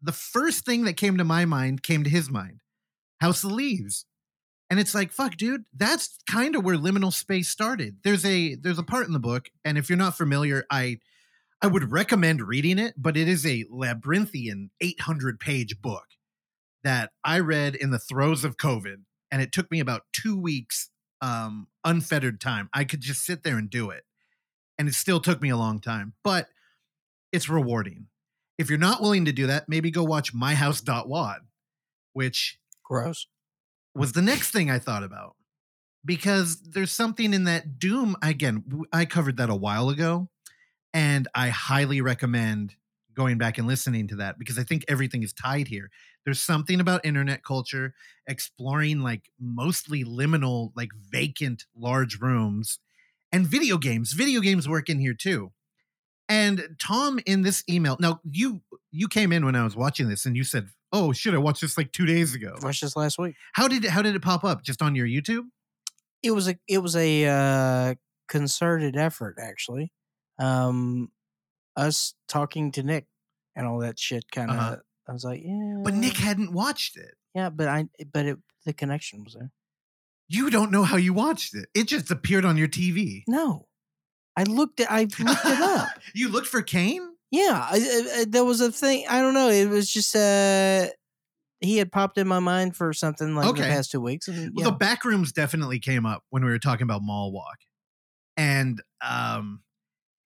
[SPEAKER 2] the first thing that came to my mind came to his mind House of Leaves. And it's like, fuck, dude, that's kind of where liminal space started. There's a there's a part in the book, and if you're not familiar, I I would recommend reading it, but it is a labyrinthian 800 page book that I read in the throes of COVID, and it took me about two weeks um, unfettered time. I could just sit there and do it, and it still took me a long time. But it's rewarding. If you're not willing to do that, maybe go watch myhouse.wad, which
[SPEAKER 1] Gross.
[SPEAKER 2] was the next thing I thought about because there's something in that Doom. Again, w- I covered that a while ago, and I highly recommend going back and listening to that because I think everything is tied here. There's something about internet culture exploring like mostly liminal, like vacant large rooms and video games. Video games work in here too. And Tom in this email. Now you you came in when I was watching this and you said, "Oh shit, I watched this like 2 days ago."
[SPEAKER 1] Watched this last week.
[SPEAKER 2] How did it how did it pop up? Just on your YouTube?
[SPEAKER 1] it was a it was a uh, concerted effort actually um us talking to nick and all that shit kind of
[SPEAKER 2] Uh-huh.
[SPEAKER 1] i was like yeah
[SPEAKER 2] But Nick hadn't watched it.
[SPEAKER 1] yeah but i but it the connection was there
[SPEAKER 2] You don't know how you watched it. It just appeared on your TV.
[SPEAKER 1] no i looked it i looked it up
[SPEAKER 2] you looked for Kane?
[SPEAKER 1] yeah I, I, I- there was a thing i don't know it was just uh he had popped in my mind for something like the
[SPEAKER 2] Okay.
[SPEAKER 1] past two weeks and
[SPEAKER 2] Well,
[SPEAKER 1] yeah.
[SPEAKER 2] the back rooms definitely came up when we were talking about Mall Walk, and um,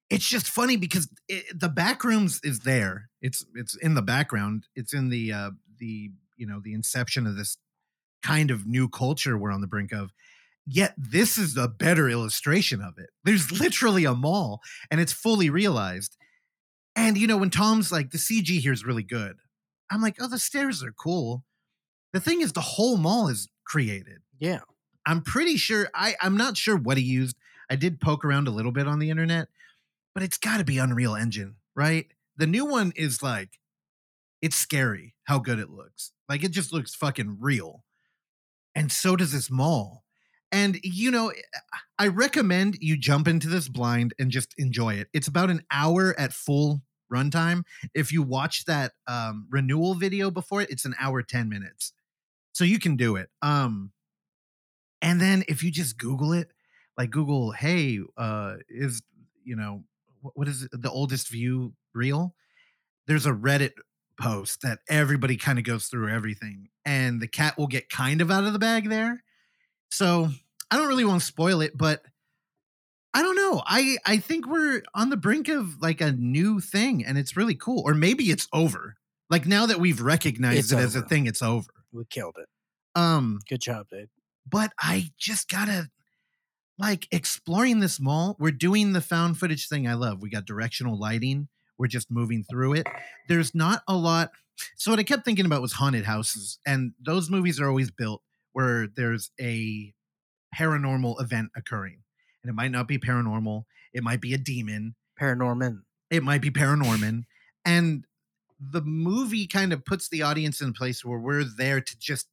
[SPEAKER 2] it's just funny because it, the back rooms is there. It's it's in the background. It's in the uh, the you know the inception of this kind of new culture we're on the brink of. Yet this is a better illustration of it. There's literally a mall, and it's fully realized. And you know when Tom's like the CG here is really good, I'm like, oh, the stairs are cool. The thing is, the whole mall is created.
[SPEAKER 1] yeah
[SPEAKER 2] I'm pretty sure I I'm not sure what he used. I did poke around a little bit on the internet, but it's got to be Unreal Engine, right? The new one is like it's scary how good it looks. Like it just looks fucking real. And so does this mall. And you know, eh, I recommend you jump into this blind and just enjoy it. It's about an hour at full runtime. If you watch that um, renewal video before it, it's an hour 10 minutes. So you can do it. Um, and then if you just Google it, like Google, hey, uh, is you know wh- what is it, the oldest view real? There's a Reddit post that everybody kind of goes through everything, and the cat will get kind of out of the bag there. So I don't really want to spoil it, but I don't know. I I think we're on the brink of like a new thing, and it's really cool. Or maybe it's over. Like now that we've recognized
[SPEAKER 1] It's
[SPEAKER 2] it as a
[SPEAKER 1] over.
[SPEAKER 2] thing, it's over.
[SPEAKER 1] we killed it
[SPEAKER 2] Um,
[SPEAKER 1] good job dude
[SPEAKER 2] but I just gotta like exploring this mall. We're doing the found footage thing I love. We got directional lighting. We're just moving through it. There's not a lot. So what I kept thinking about was haunted houses, and those movies are always built where there's a paranormal event occurring, and it might not be paranormal. It might be a demon
[SPEAKER 1] paranorman
[SPEAKER 2] it might be paranorman and the movie kind of puts the audience in a place where we're there to just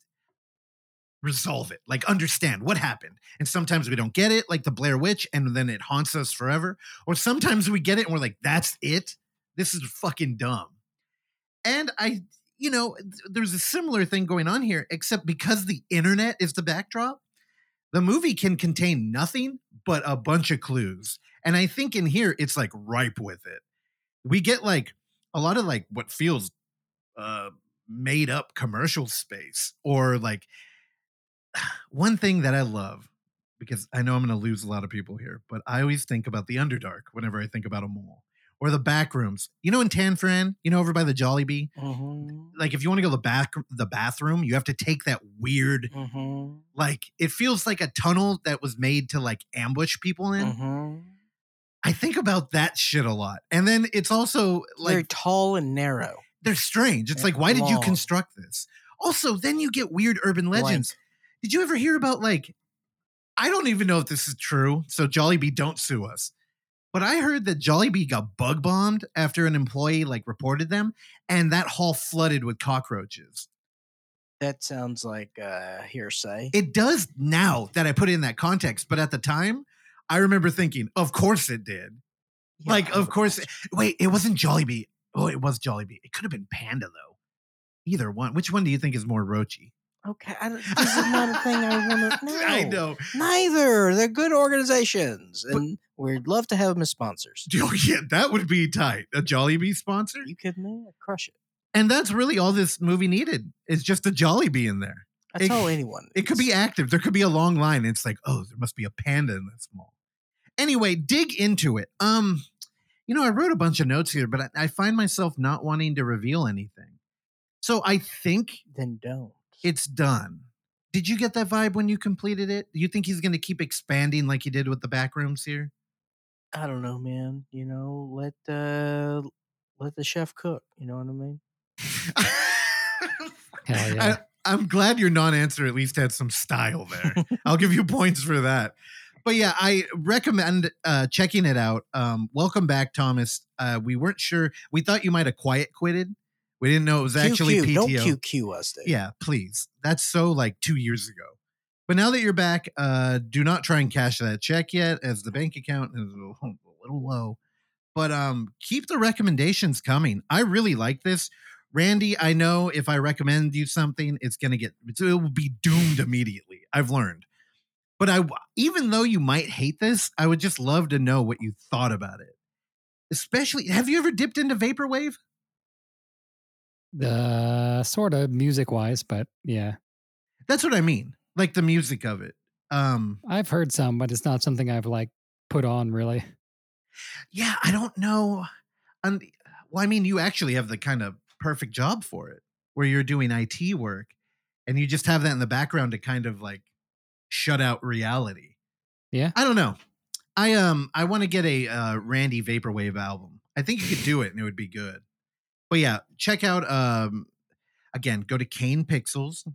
[SPEAKER 2] resolve it like understand what happened and sometimes we don't get it like the blair witch and then it haunts us forever or sometimes we get it and we're like that's it this is fucking dumb and i you know th- there's a similar thing going on here except because the internet is the backdrop the movie can contain nothing but a bunch of clues and I think in here it's like ripe with it. We get like a lot of like what feels uh made up commercial space or like one thing that I love because I know I'm going to lose a lot of people here, but I always think about the Underdark whenever I think about a mall or the back rooms. You know in Tanfran, you know over by the Jollibee,
[SPEAKER 1] mm-hmm.
[SPEAKER 2] like if you want to go to the back the bathroom, you have to take that weird
[SPEAKER 1] Mm-hmm.
[SPEAKER 2] like it feels like a tunnel that was made to like ambush people in.
[SPEAKER 1] Mm-hmm.
[SPEAKER 2] I think about that shit a lot. And then it's also like
[SPEAKER 1] they're
[SPEAKER 2] they're,
[SPEAKER 1] tall and narrow
[SPEAKER 2] strange. It's
[SPEAKER 1] They're
[SPEAKER 2] like, why did you
[SPEAKER 1] long.
[SPEAKER 2] construct this? Also, then you get weird urban
[SPEAKER 1] Like-
[SPEAKER 2] legends. Did you ever hear about like I don't even know if this is true, so Jollibee don't sue us. But I heard that Jollibee got bug bombed after an employee like reported them and that hall flooded with cockroaches.
[SPEAKER 1] That sounds like uh, hearsay.
[SPEAKER 2] It does now that I put it in that context, but at the time I remember thinking, of course it did.
[SPEAKER 1] Yeah,
[SPEAKER 2] like,
[SPEAKER 1] I
[SPEAKER 2] of
[SPEAKER 1] would
[SPEAKER 2] course.
[SPEAKER 1] imagine.
[SPEAKER 2] Wait, it wasn't Jollibee. Oh, it was Jollibee. It could have been Panda though. Either one. Which one do you think is more roachy?
[SPEAKER 1] Okay, I, don't- this is not a thing I want to know.
[SPEAKER 2] I know.
[SPEAKER 1] Neither. They're good organizations, and we'd love to have them as sponsors.
[SPEAKER 2] Oh, yeah, that would be tight. A Jollibee sponsor,
[SPEAKER 1] You kidding me? I'd crush it.
[SPEAKER 2] and that's really all this movie needed. Is just a Jollibee in there.
[SPEAKER 1] That's
[SPEAKER 2] It-
[SPEAKER 1] all anyone.
[SPEAKER 2] It could
[SPEAKER 1] needs.
[SPEAKER 2] be active. There could be a long line. it's like, oh, there must be a panda in this mall. Anyway, dig into it. Um, you know, I wrote a bunch of notes here, but I, I find myself not wanting to reveal anything. So I think
[SPEAKER 1] Then don't.
[SPEAKER 2] it's done. Did you get that vibe when you completed it? You think he's going to keep expanding like he did with the back rooms here?
[SPEAKER 1] I don't know, man. You know, let uh let the chef cook. You know what I mean?
[SPEAKER 3] Hell yeah.
[SPEAKER 2] I, I'm glad your non-answer at least had some style there. I'll give you points for that. But yeah, I recommend uh, checking it out. Um, welcome back, Thomas. Uh, we weren't sure. We thought you might have quiet quitted. We didn't know it was actually
[SPEAKER 1] QQ, Don't
[SPEAKER 2] PTO.
[SPEAKER 1] QQ us, dude.
[SPEAKER 2] Yeah, please. That's so like two years ago. But now that you're back, uh, do not try and cash that check yet, as the bank account is a little- a little low. But um, keep the recommendations coming. I really like this, Randy. I know if I recommend you something, it's gonna get it's- it will be doomed immediately. I've learned. But I, even though you might hate this, I would just love to know what you thought about it. Especially, have you ever dipped into vaporwave?
[SPEAKER 3] uh, sort of music wise, but yeah,
[SPEAKER 2] That's what I mean. Like the music of it. Um,
[SPEAKER 3] I've heard some, but it's not something I've like put on really.
[SPEAKER 2] yeah, I don't know. Um, well, I mean, you actually have the kind of perfect job for it, where you're doing IT work, and you just have that in the background to kind of like shut out reality.
[SPEAKER 3] Yeah.
[SPEAKER 2] I don't know. I um, I want to get a uh, Randy Vaporwave album. I think you could do it, and it would be good. But yeah, check out um, again, go to Kane Pixels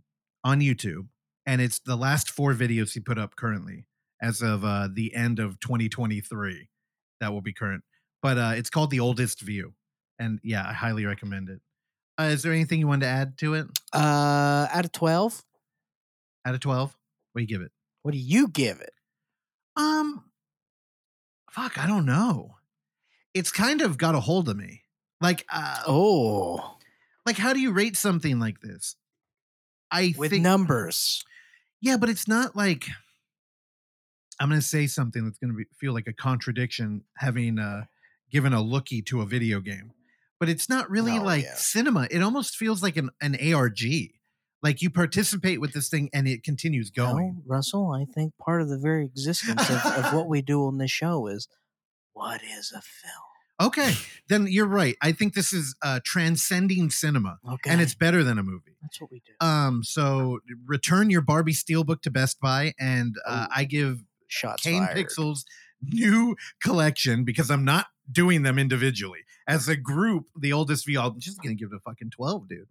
[SPEAKER 2] on YouTube, and it's the last four videos he put up currently as of uh, the end of 2023 that will be current. But uh, it's called The Oldest View. And yeah, I highly recommend it. Uh, is there anything you wanted to add to it?
[SPEAKER 1] Uh, out of twelve,
[SPEAKER 2] Out of 12? What do you give it?
[SPEAKER 1] what do you give it?
[SPEAKER 2] Um, fuck, I don't know. It's kind of got a hold of me. Like, uh,
[SPEAKER 1] Oh,
[SPEAKER 2] like how do you rate something like this? I
[SPEAKER 1] with
[SPEAKER 2] think,
[SPEAKER 1] numbers.
[SPEAKER 2] yeah, but it's not like I'm going to say something that's going to feel like a contradiction, having uh, given a lookie to a video game. But it's not really
[SPEAKER 1] No,
[SPEAKER 2] like
[SPEAKER 1] yeah.
[SPEAKER 2] cinema. It almost feels like an, an ARG. Like you participate with this thing and it continues
[SPEAKER 1] No,
[SPEAKER 2] going.
[SPEAKER 1] Russell, I think part of the very existence of, of what we do on this show is what is a film?
[SPEAKER 2] Okay, then you're right. I think this is uh, transcending cinema,
[SPEAKER 1] Okay,
[SPEAKER 2] and it's better than a movie.
[SPEAKER 1] that's what we do.
[SPEAKER 2] Um, so return your Barbie steelbook to Best Buy, and uh,
[SPEAKER 1] Ooh.
[SPEAKER 2] I give
[SPEAKER 1] Shots
[SPEAKER 2] Kane
[SPEAKER 1] fired.
[SPEAKER 2] Pixels new collection because I'm not doing them individually. As a group, the oldest V, I'm just gonna give it a fucking twelve, dude.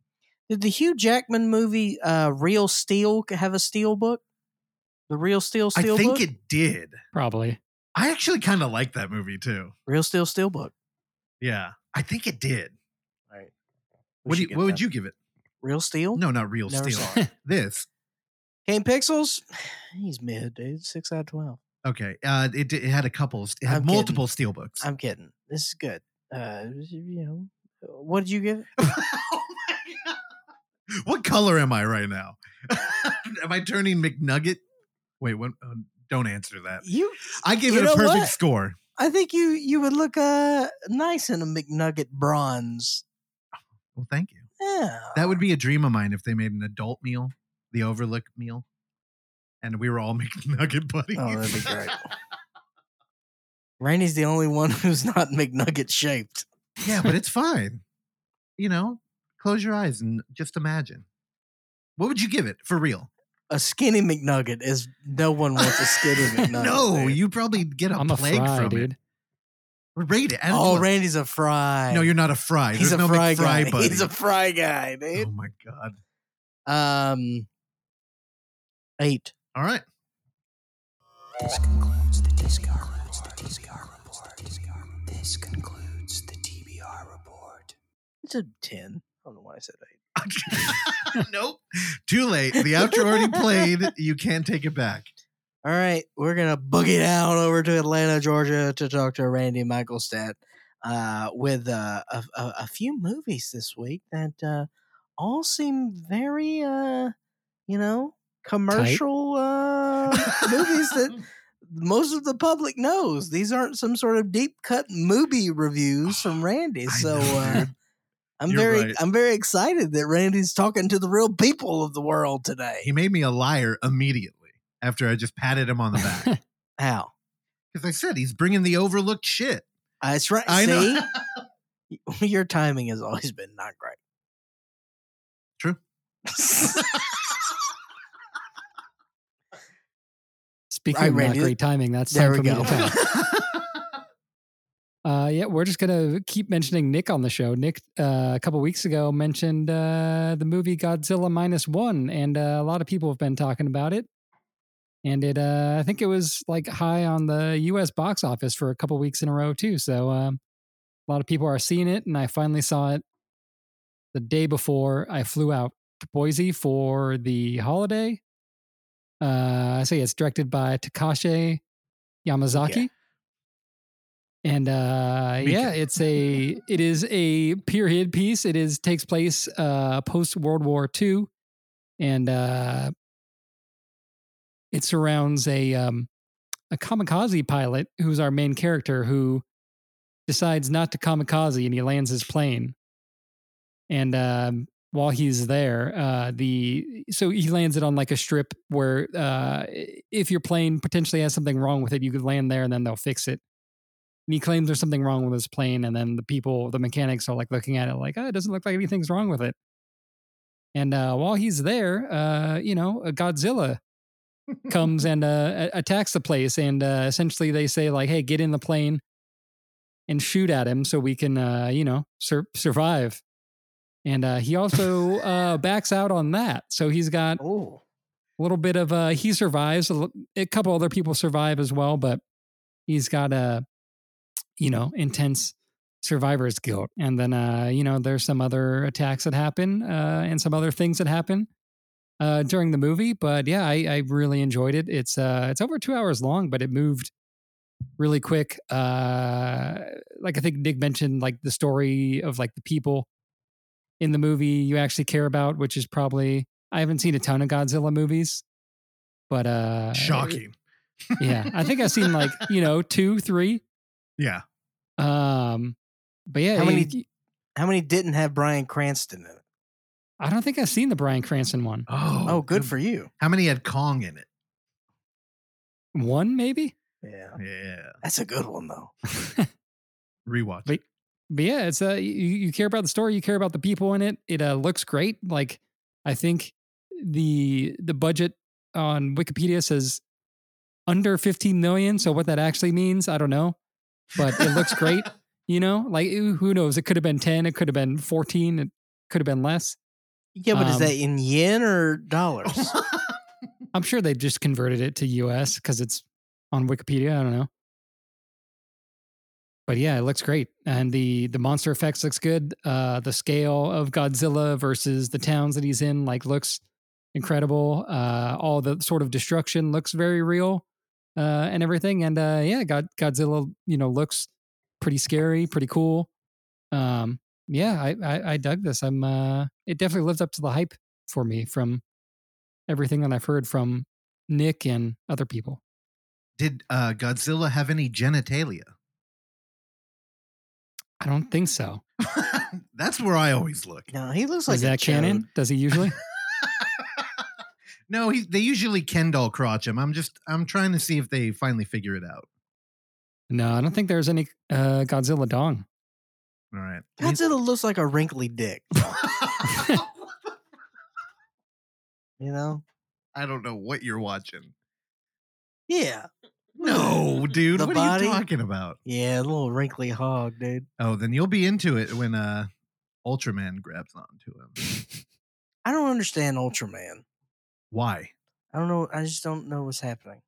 [SPEAKER 1] Did the Hugh Jackman movie uh, Real Steel have a steel book? The Real Steel steel
[SPEAKER 2] I think
[SPEAKER 1] book?
[SPEAKER 2] it did.
[SPEAKER 3] Probably.
[SPEAKER 2] I actually kind of like that movie too.
[SPEAKER 1] Real Steel steel book.
[SPEAKER 2] Yeah, I think it did.
[SPEAKER 1] Right.
[SPEAKER 2] What do you, what would you give it?
[SPEAKER 1] Real Steel?
[SPEAKER 2] No, not real
[SPEAKER 1] Never
[SPEAKER 2] steel.
[SPEAKER 1] saw it.
[SPEAKER 2] This
[SPEAKER 1] Kane Pixels? He's mid, dude. Six out of twelve.
[SPEAKER 2] okay. Uh, it did- it had a couple. It had
[SPEAKER 1] I'm kidding.
[SPEAKER 2] multiple steel books.
[SPEAKER 1] I'm kidding. This is good. Uh, you know, what did you give? it?
[SPEAKER 2] oh my god! What color am I right now? am I turning McNugget? Wait, what? Uh, don't answer that.
[SPEAKER 1] You,
[SPEAKER 2] I gave
[SPEAKER 1] You
[SPEAKER 2] it a
[SPEAKER 1] know
[SPEAKER 2] perfect
[SPEAKER 1] what?
[SPEAKER 2] score.
[SPEAKER 1] I think you you would look uh nice in a McNugget bronze.
[SPEAKER 2] Well, thank you.
[SPEAKER 1] Yeah,
[SPEAKER 2] That would be a dream of mine if they made an adult meal, the Overlook meal, and we were all McNugget buddies.
[SPEAKER 1] Oh, that'd be great. Randy's the only one who's not McNugget shaped.
[SPEAKER 2] yeah, but it's fine. You know, close your eyes and just imagine. What would you give it for real?
[SPEAKER 1] A skinny McNugget is no one wants a skinny McNugget.
[SPEAKER 2] no,
[SPEAKER 1] dude.
[SPEAKER 2] you probably get a
[SPEAKER 3] I'm a
[SPEAKER 2] plague
[SPEAKER 3] fry,
[SPEAKER 2] from
[SPEAKER 3] dude.
[SPEAKER 2] it. Rate it. out of
[SPEAKER 1] Oh,
[SPEAKER 2] 12.
[SPEAKER 1] Randy's a fry.
[SPEAKER 2] No, you're not a fry.
[SPEAKER 1] He's
[SPEAKER 2] There's
[SPEAKER 1] a
[SPEAKER 2] no
[SPEAKER 1] fry
[SPEAKER 2] McFry
[SPEAKER 1] guy.
[SPEAKER 2] buddy.
[SPEAKER 1] He's a fry guy, dude.
[SPEAKER 2] Oh my god.
[SPEAKER 1] Um, eight.
[SPEAKER 2] All right.
[SPEAKER 7] This concludes the TBR report. This concludes the TBR report.
[SPEAKER 1] It's a ten. I don't know why I said eight.
[SPEAKER 2] nope. Too late. The outro already played. You can't take it back.
[SPEAKER 1] All right, we're gonna boogie down over to Atlanta, Georgia, to talk to Randy Michaelstadt uh, with uh, a, a, a few movies this week that uh, all seem very, uh, you know, commercial uh, movies that most of the public knows. These aren't some sort of deep cut movie reviews from Randy.
[SPEAKER 2] I
[SPEAKER 1] So
[SPEAKER 2] know,
[SPEAKER 1] uh,
[SPEAKER 2] dude.
[SPEAKER 1] I'm
[SPEAKER 2] You're
[SPEAKER 1] very
[SPEAKER 2] right.
[SPEAKER 1] I'm very excited that Randy's talking to the real people of the world today.
[SPEAKER 2] He made me a liar immediately after I just patted him on the back
[SPEAKER 1] How?
[SPEAKER 2] because I said he's bringing the overlooked shit.
[SPEAKER 1] Uh, that's right.
[SPEAKER 2] I
[SPEAKER 1] See,
[SPEAKER 2] know.
[SPEAKER 1] your timing has always been not great.
[SPEAKER 2] True.
[SPEAKER 3] Speaking
[SPEAKER 1] Right,
[SPEAKER 3] of not
[SPEAKER 1] Randy.
[SPEAKER 3] great timing, that's
[SPEAKER 1] There
[SPEAKER 3] time
[SPEAKER 1] we
[SPEAKER 3] for
[SPEAKER 1] go.
[SPEAKER 3] me to tell. Uh, yeah, we're just gonna keep mentioning Nick on the show. Nick, uh, a couple weeks ago, mentioned uh, the movie Godzilla minus one, and uh, a lot of people have been talking about it. And it, uh, I think it was like high on the U.S. box office for a couple weeks in a row too. So um, a lot of people are seeing it, and I finally saw it the day before I flew out to Boise for the holiday. Uh, so yeah, it's directed by Takashi Yamazaki and uh
[SPEAKER 2] Me
[SPEAKER 3] yeah it's a it is a period piece it is takes place uh post world war ii and uh it surrounds a um a kamikaze pilot who's our main character who decides not to kamikaze and he lands his plane and um while he's there uh the so he lands it on like a strip where uh i- if your plane potentially has something wrong with it you could land there and then they'll fix it and he claims there's something wrong with his plane and then the people the mechanics are like looking at it like oh, it doesn't look like anything's wrong with it and uh, while he's there uh, you know a godzilla comes and uh, a- attacks the place and uh, essentially they say like hey get in the plane and shoot at him so we can uh, you know sur- survive and uh, he also uh, backs out on that so he's got
[SPEAKER 1] Oh,
[SPEAKER 3] a little bit of uh he survives a, l- a couple other people survive as well but he's got a you know intense survivor's guilt and then uh you know there's some other attacks that happen uh and some other things that happen uh during the movie but yeah i i really enjoyed it it's uh it's over two hours long but it moved really quick uh like i think nick mentioned like the story of like the people in the movie you actually care about which is probably I haven't seen a ton of Godzilla movies, but uh
[SPEAKER 2] Shocking.
[SPEAKER 3] Yeah, I think I've seen like you know two, three.
[SPEAKER 2] Yeah.
[SPEAKER 3] Um, but yeah,
[SPEAKER 1] How many-
[SPEAKER 3] it-
[SPEAKER 1] how many didn't have Brian Cranston in it?
[SPEAKER 3] I don't think I've seen the Brian Cranston one.
[SPEAKER 2] Oh,
[SPEAKER 1] Oh, good for you.
[SPEAKER 2] How many had Kong in it?
[SPEAKER 3] One maybe.
[SPEAKER 1] Yeah,
[SPEAKER 2] Yeah.
[SPEAKER 1] that's a good one though.
[SPEAKER 2] Rewatch.
[SPEAKER 3] But- But yeah, it's uh you, you care about the story, you care about the people in it. It uh, looks great. Like I think the the budget on Wikipedia says under 15 million. So what that actually means, I don't know, but it looks great. You know, like who who knows? It could have been 10, it could have been 14, it could have been less.
[SPEAKER 1] Yeah, but is
[SPEAKER 3] Um,
[SPEAKER 1] that in yen or dollars?
[SPEAKER 3] I'm sure they just converted it to US because it's on Wikipedia. I don't know. But yeah, it looks great. And the the monster effects looks good. Uh the scale of Godzilla versus the towns that he's in like looks incredible. Uh all the sort of destruction looks very real uh and everything. And uh yeah, God, Godzilla, you know, looks pretty scary, pretty cool. Um yeah, I, I I dug this. I'm uh it definitely lived up to the hype for me from everything that I've heard from Nick and other people.
[SPEAKER 2] Did uh, Godzilla have any genitalia?
[SPEAKER 3] I
[SPEAKER 1] Mm.
[SPEAKER 3] don't think so.
[SPEAKER 2] That's where I always look.
[SPEAKER 1] no, he looks like
[SPEAKER 3] Is
[SPEAKER 1] a
[SPEAKER 3] that canon?
[SPEAKER 1] chode.
[SPEAKER 3] Does he usually?
[SPEAKER 2] no, he, they usually Ken doll crotch him. I'm just I'm trying to see if they finally figure it out.
[SPEAKER 3] no, I don't think there's any uh, Godzilla dong.
[SPEAKER 2] All right.
[SPEAKER 1] Godzilla looks like a wrinkly dick. You know?
[SPEAKER 2] I don't know what you're watching.
[SPEAKER 1] Yeah,
[SPEAKER 2] No, dude,
[SPEAKER 1] The
[SPEAKER 2] what
[SPEAKER 1] body?
[SPEAKER 2] are you talking about?
[SPEAKER 1] yeah, a little wrinkly hog, dude.
[SPEAKER 2] Oh, then you'll be into it when uh Ultraman grabs onto him.
[SPEAKER 1] I don't understand Ultraman.
[SPEAKER 2] Why?
[SPEAKER 1] I don't know. I just don't know what's happening.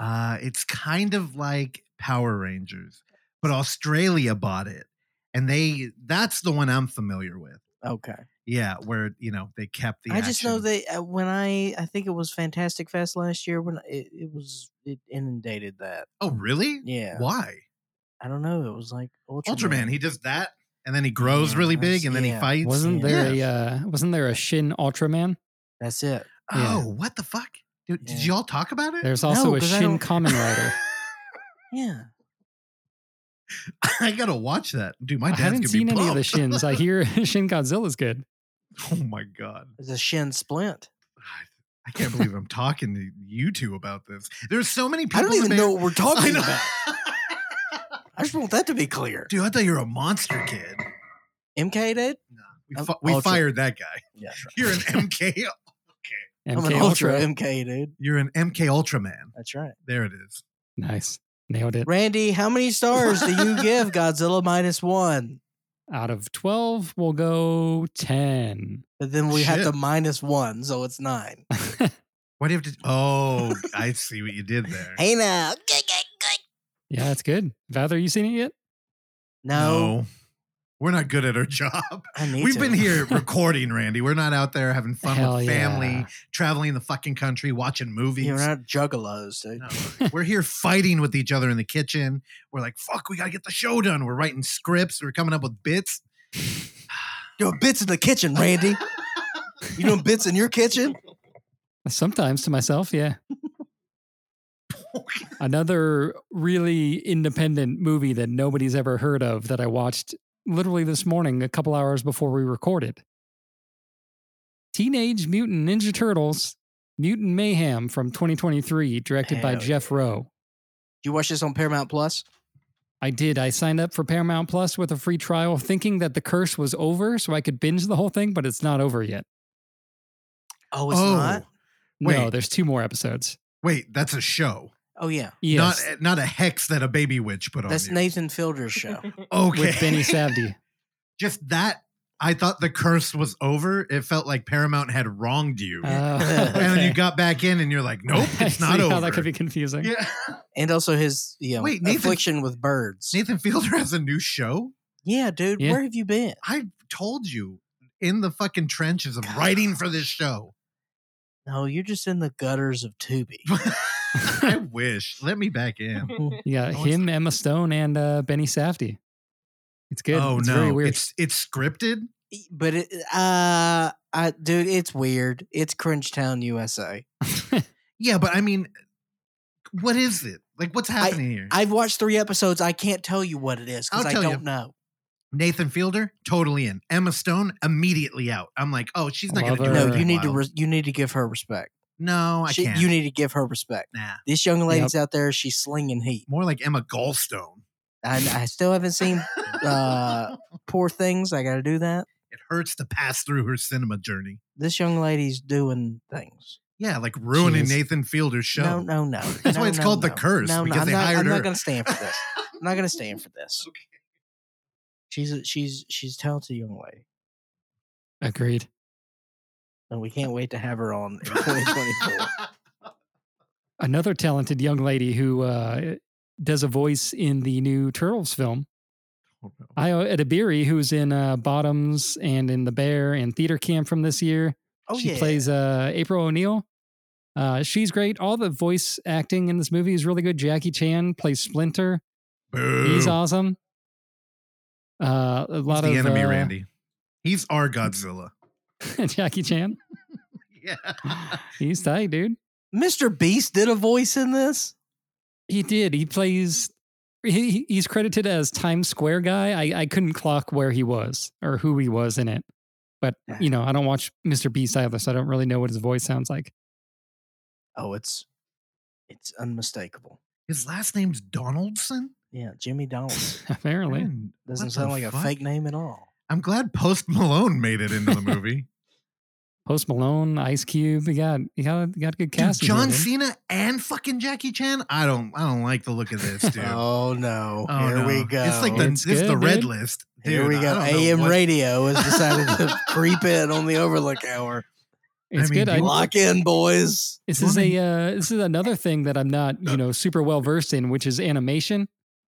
[SPEAKER 2] Uh it's kind of like Power Rangers, but Australia bought it. And they that's the one I'm familiar with.
[SPEAKER 1] Okay.
[SPEAKER 2] Yeah, where you know they kept the
[SPEAKER 1] I just know
[SPEAKER 2] action.
[SPEAKER 1] they uh, when I I think it was Fantastic Fest last year when it, it was it inundated that.
[SPEAKER 2] Oh, really?
[SPEAKER 1] Yeah.
[SPEAKER 2] Why?
[SPEAKER 1] I don't know. It was like Ultraman.
[SPEAKER 2] Ultraman, he does that and then he grows
[SPEAKER 1] Yeah,
[SPEAKER 2] really
[SPEAKER 1] that's-
[SPEAKER 2] big and then
[SPEAKER 1] yeah.
[SPEAKER 2] he fights.
[SPEAKER 3] Wasn't
[SPEAKER 1] yeah.
[SPEAKER 3] there a uh, wasn't there a Shin Ultraman?
[SPEAKER 1] That's it.
[SPEAKER 3] yeah.
[SPEAKER 2] Oh, what the fuck? Dude,
[SPEAKER 1] Yeah.
[SPEAKER 2] did y'all talk about it?
[SPEAKER 3] There's
[SPEAKER 1] No,
[SPEAKER 3] also a
[SPEAKER 1] 'cause I
[SPEAKER 3] Shin
[SPEAKER 1] don't-
[SPEAKER 3] Common Rider.
[SPEAKER 1] Yeah.
[SPEAKER 2] I gotta watch that. Dude, my
[SPEAKER 3] I
[SPEAKER 2] dad's
[SPEAKER 3] haven't
[SPEAKER 2] gonna
[SPEAKER 3] seen
[SPEAKER 2] be
[SPEAKER 3] any of the
[SPEAKER 2] pumped.
[SPEAKER 3] Shins. I hear Shin Godzilla's good.
[SPEAKER 2] Oh my god.
[SPEAKER 1] It's a shin splint.
[SPEAKER 2] I can't believe I'm talking to you two about this. There's so many people.
[SPEAKER 1] I don't
[SPEAKER 2] in
[SPEAKER 1] even
[SPEAKER 2] the
[SPEAKER 1] know
[SPEAKER 2] band-
[SPEAKER 1] what we're
[SPEAKER 2] I
[SPEAKER 1] talking
[SPEAKER 2] know.
[SPEAKER 1] about. I just want that to be clear.
[SPEAKER 2] Dude, I thought you were a monster kid.
[SPEAKER 1] MK did?
[SPEAKER 2] We,
[SPEAKER 1] I'm
[SPEAKER 2] fi- we
[SPEAKER 1] Ultra.
[SPEAKER 2] fired that guy.
[SPEAKER 1] Yeah,
[SPEAKER 2] You're an MK.
[SPEAKER 1] I'm
[SPEAKER 3] MK
[SPEAKER 1] an ultra,
[SPEAKER 3] Ultra.
[SPEAKER 1] MK dude.
[SPEAKER 2] You're an MK Ultra man.
[SPEAKER 1] That's right.
[SPEAKER 2] There it is.
[SPEAKER 3] Nice. Nailed it.
[SPEAKER 1] Randy, how many stars do you give Godzilla minus one?
[SPEAKER 3] Out of 12, we'll go 10.
[SPEAKER 1] But then we have
[SPEAKER 2] Shit.
[SPEAKER 1] to minus one, so it's nine.
[SPEAKER 2] Why do you have to? Oh, I see what you did there.
[SPEAKER 1] Hey now.
[SPEAKER 3] Yeah, that's good. Vather, you seen it yet?
[SPEAKER 1] No,
[SPEAKER 2] we're not good at our job.
[SPEAKER 1] I need
[SPEAKER 2] We've
[SPEAKER 1] to.
[SPEAKER 2] been here recording, Randy. We're not out there having fun
[SPEAKER 3] Hell
[SPEAKER 2] with family,
[SPEAKER 3] yeah.
[SPEAKER 2] traveling the fucking country, watching movies.
[SPEAKER 1] You're not juggalos, dude.
[SPEAKER 2] No. We're here fighting with each other in the kitchen. We're like, fuck, we gotta get the show done. We're writing scripts. We're coming up with bits.
[SPEAKER 1] Doing bits in the kitchen, Randy. you doing bits in your kitchen?
[SPEAKER 3] Sometimes to myself, yeah. Another really independent movie that nobody's ever heard of that I watched literally this morning, a couple hours before we recorded. Teenage Mutant Ninja Turtles Mutant Mayhem from 2023, directed by
[SPEAKER 1] Hell
[SPEAKER 3] Jeff Rowe.
[SPEAKER 1] You watch this on Paramount Plus?
[SPEAKER 3] I did. I signed up for Paramount Plus with a free trial, thinking that the curse was over, so I could binge the whole thing, but it's not over yet.
[SPEAKER 1] Oh, it's
[SPEAKER 2] Oh.
[SPEAKER 1] not?
[SPEAKER 3] No,
[SPEAKER 2] Wait.
[SPEAKER 3] there's two more episodes.
[SPEAKER 2] Wait, that's a show,
[SPEAKER 1] Oh, yeah.
[SPEAKER 3] Yes,
[SPEAKER 2] not eh, not a hex that a baby witch put
[SPEAKER 1] That's
[SPEAKER 2] on. you.
[SPEAKER 1] Nathan Fielder's show.
[SPEAKER 2] okay.
[SPEAKER 3] with Benny Savdi.
[SPEAKER 2] Just that. I thought the curse was over. It felt like Paramount had wronged you,
[SPEAKER 3] Oh,
[SPEAKER 2] and then
[SPEAKER 3] okay.
[SPEAKER 2] you got back in, and you're like, nope,
[SPEAKER 3] I
[SPEAKER 2] it's not
[SPEAKER 3] see
[SPEAKER 2] over.
[SPEAKER 3] How that could be confusing.
[SPEAKER 2] yeah.
[SPEAKER 1] And also his you know,
[SPEAKER 2] Wait, Nathan-
[SPEAKER 1] affliction with birds.
[SPEAKER 2] Nathan Fielder has a new show.
[SPEAKER 1] Yeah, dude.
[SPEAKER 3] Yeah.
[SPEAKER 1] Where have you been?
[SPEAKER 2] I told you in the fucking trenches of writing for this show.
[SPEAKER 1] No, you're just in the gutters of Tubi.
[SPEAKER 2] I wish. Let me back in. Oh,
[SPEAKER 3] Yeah,
[SPEAKER 2] it's-
[SPEAKER 3] him, Emma Stone, and uh, Benny Safdie. It's good.
[SPEAKER 2] Oh
[SPEAKER 3] it's
[SPEAKER 2] no,
[SPEAKER 3] very weird.
[SPEAKER 2] it's it's scripted.
[SPEAKER 1] E, But it, uh, I, dude, it's weird. It's Cringetown,
[SPEAKER 2] Mm.
[SPEAKER 1] USA.
[SPEAKER 2] Yeah, but I mean, what is it? Like, what's happening here?
[SPEAKER 1] I've watched three episodes. I can't tell you what it is because
[SPEAKER 2] I'll
[SPEAKER 1] I
[SPEAKER 2] tell you.
[SPEAKER 1] don't know.
[SPEAKER 2] Nathan Fielder totally in. Emma Stone immediately out. I'm like, oh, she's not going
[SPEAKER 3] Love
[SPEAKER 2] to do
[SPEAKER 3] her.
[SPEAKER 2] it.
[SPEAKER 1] No,
[SPEAKER 2] for
[SPEAKER 1] you
[SPEAKER 2] a
[SPEAKER 1] need to
[SPEAKER 2] while.
[SPEAKER 1] re- you need to give her respect.
[SPEAKER 2] no, I
[SPEAKER 1] She-
[SPEAKER 2] can't.
[SPEAKER 1] you need to give her respect.
[SPEAKER 2] nah.
[SPEAKER 1] This young lady's out there. She's slinging heat.
[SPEAKER 2] More like Emma Goldstone.
[SPEAKER 1] I, I still haven't seen uh, poor things. I got to do that.
[SPEAKER 2] It hurts to pass through her cinema journey.
[SPEAKER 1] This young lady's doing things.
[SPEAKER 2] Yeah, like ruining
[SPEAKER 3] Jeez.
[SPEAKER 2] Nathan Fielder's show.
[SPEAKER 1] No, no, no.
[SPEAKER 2] That's
[SPEAKER 1] no,
[SPEAKER 2] why it's
[SPEAKER 1] no,
[SPEAKER 2] called The
[SPEAKER 1] no.
[SPEAKER 2] Curse,
[SPEAKER 1] No, no,
[SPEAKER 2] because
[SPEAKER 1] I'm
[SPEAKER 2] they
[SPEAKER 1] not,
[SPEAKER 2] hired
[SPEAKER 1] I'm
[SPEAKER 2] her.
[SPEAKER 1] not going to stand for this. I'm not going to stand for this. She's a, she's she's a talented young lady,
[SPEAKER 3] Agreed.
[SPEAKER 1] and we can't wait to have her on in 2024.
[SPEAKER 3] Another talented young lady who uh, does a voice in the new Turtles film, Io Edabiri, who's in uh, Bottoms and in The Bear and Theater Camp from this year.
[SPEAKER 1] Oh
[SPEAKER 3] she
[SPEAKER 1] yeah,
[SPEAKER 3] plays uh, April O'Neil. Uh, she's great. All the voice acting in this movie is really good. Jackie Chan plays Splinter.
[SPEAKER 2] Boo.
[SPEAKER 3] He's awesome. Uh, a
[SPEAKER 2] He's
[SPEAKER 3] lot
[SPEAKER 2] the
[SPEAKER 3] of
[SPEAKER 2] enemy,
[SPEAKER 3] uh,
[SPEAKER 2] Randy. He's our Godzilla.
[SPEAKER 3] Jackie Chan.
[SPEAKER 2] Yeah.
[SPEAKER 3] He's tight, dude.
[SPEAKER 1] Mr. Beast did a voice in this.
[SPEAKER 3] He did. He plays. He, he- he's credited as Times Square guy. I, I couldn't clock where he was or who he was in it, but you know I don't watch Mr. Beast either, so I don't really know what his voice sounds like.
[SPEAKER 1] Oh, it's it's unmistakable.
[SPEAKER 2] His last name's Donaldson.
[SPEAKER 1] Yeah, Jimmy Donaldson
[SPEAKER 3] Apparently,
[SPEAKER 2] Man,
[SPEAKER 1] doesn't
[SPEAKER 2] what the
[SPEAKER 1] sound like a
[SPEAKER 2] fuck?
[SPEAKER 1] fake name at all.
[SPEAKER 2] I'm glad Post Malone made it into the movie.
[SPEAKER 3] Post Malone, Ice Cube. He got he got, he got a good
[SPEAKER 2] dude,
[SPEAKER 3] cast. in
[SPEAKER 2] John
[SPEAKER 3] there, dude.
[SPEAKER 2] Cena and fucking Jackie Chan. I don't. I don't like the look of this, dude.
[SPEAKER 1] Oh no!
[SPEAKER 2] Oh,
[SPEAKER 1] Here
[SPEAKER 2] no.
[SPEAKER 1] we go.
[SPEAKER 2] It's like the,
[SPEAKER 3] It's
[SPEAKER 2] this is the
[SPEAKER 3] good,
[SPEAKER 2] red
[SPEAKER 3] dude.
[SPEAKER 2] list.
[SPEAKER 1] Here
[SPEAKER 2] Dude,
[SPEAKER 1] we
[SPEAKER 2] I
[SPEAKER 1] go.
[SPEAKER 2] don't know
[SPEAKER 1] AM
[SPEAKER 2] what-
[SPEAKER 1] radio has decided to creep in on the Overlook Hour.
[SPEAKER 2] I
[SPEAKER 3] It's
[SPEAKER 2] mean,
[SPEAKER 3] good.
[SPEAKER 2] do
[SPEAKER 3] I,
[SPEAKER 2] you want-
[SPEAKER 1] Lock in, boys.
[SPEAKER 3] this
[SPEAKER 2] do you
[SPEAKER 3] is
[SPEAKER 2] wanna-
[SPEAKER 3] a uh, this is another thing that I'm not you know super well versed in, which is animation.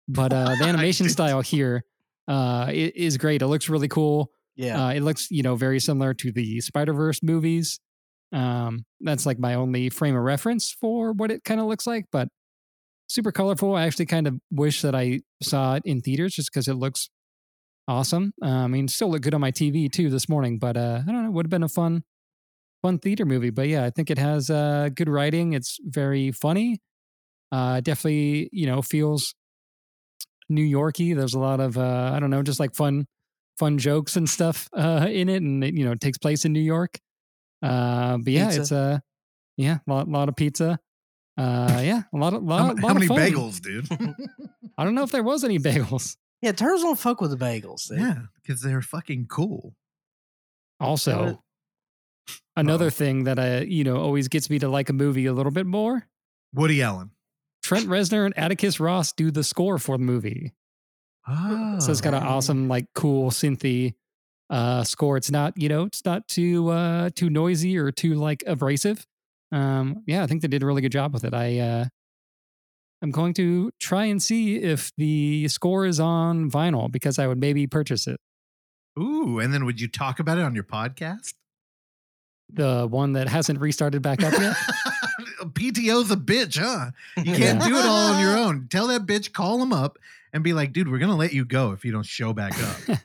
[SPEAKER 3] But uh, the
[SPEAKER 2] I
[SPEAKER 3] animation
[SPEAKER 2] did-
[SPEAKER 3] style here uh, i- is great. It looks really cool.
[SPEAKER 1] Yeah,
[SPEAKER 3] Uh, it looks, you know, very similar to the Spider Verse movies. Um, that's like my only frame of reference for what it kind of looks like, but super colorful. I actually kind of wish that I saw it in theaters just because it looks awesome. Uh, I mean, it still looked good on my TV too this morning, but uh, I don't know, would have been a fun, fun theater movie. But yeah, I think it has uh, good writing. It's very funny. Uh, definitely, you know, feels New Yorky. There's a lot of uh, I don't know, just like fun fun jokes and stuff uh, in it, and it, you know, it takes place in New York. Uh, but yeah,
[SPEAKER 1] Pizza.
[SPEAKER 3] it's a yeah, lot lot of pizza. Uh, yeah, a lot of lot,
[SPEAKER 2] How,
[SPEAKER 3] lot
[SPEAKER 2] how many
[SPEAKER 3] of fun.
[SPEAKER 2] bagels, dude?
[SPEAKER 3] I don't know if there was any bagels.
[SPEAKER 1] Yeah, turtles don't fuck with the bagels. dude.
[SPEAKER 2] Yeah, because they're fucking cool.
[SPEAKER 1] was-
[SPEAKER 3] Also, another thing that I, you know, always gets me to like a movie a little bit more.
[SPEAKER 2] Woody Allen.
[SPEAKER 3] Trent Reznor and Atticus Ross do the score for the movie.
[SPEAKER 2] Oh,
[SPEAKER 3] So it's got an awesome, like, cool synthy uh, score. It's not, you know, it's not too uh, too noisy or too like abrasive. Um, yeah, I think they did a really good job with it. I uh, I'm going to try and see if the score is on vinyl because I would maybe purchase it.
[SPEAKER 2] Ooh, and then would you talk about it on your podcast?
[SPEAKER 3] The one that hasn't restarted back up yet.
[SPEAKER 2] PTO's a bitch, huh? You can't do it all on your own. Tell that bitch, call him up and be like, dude, we're gonna let you go if you don't show back up.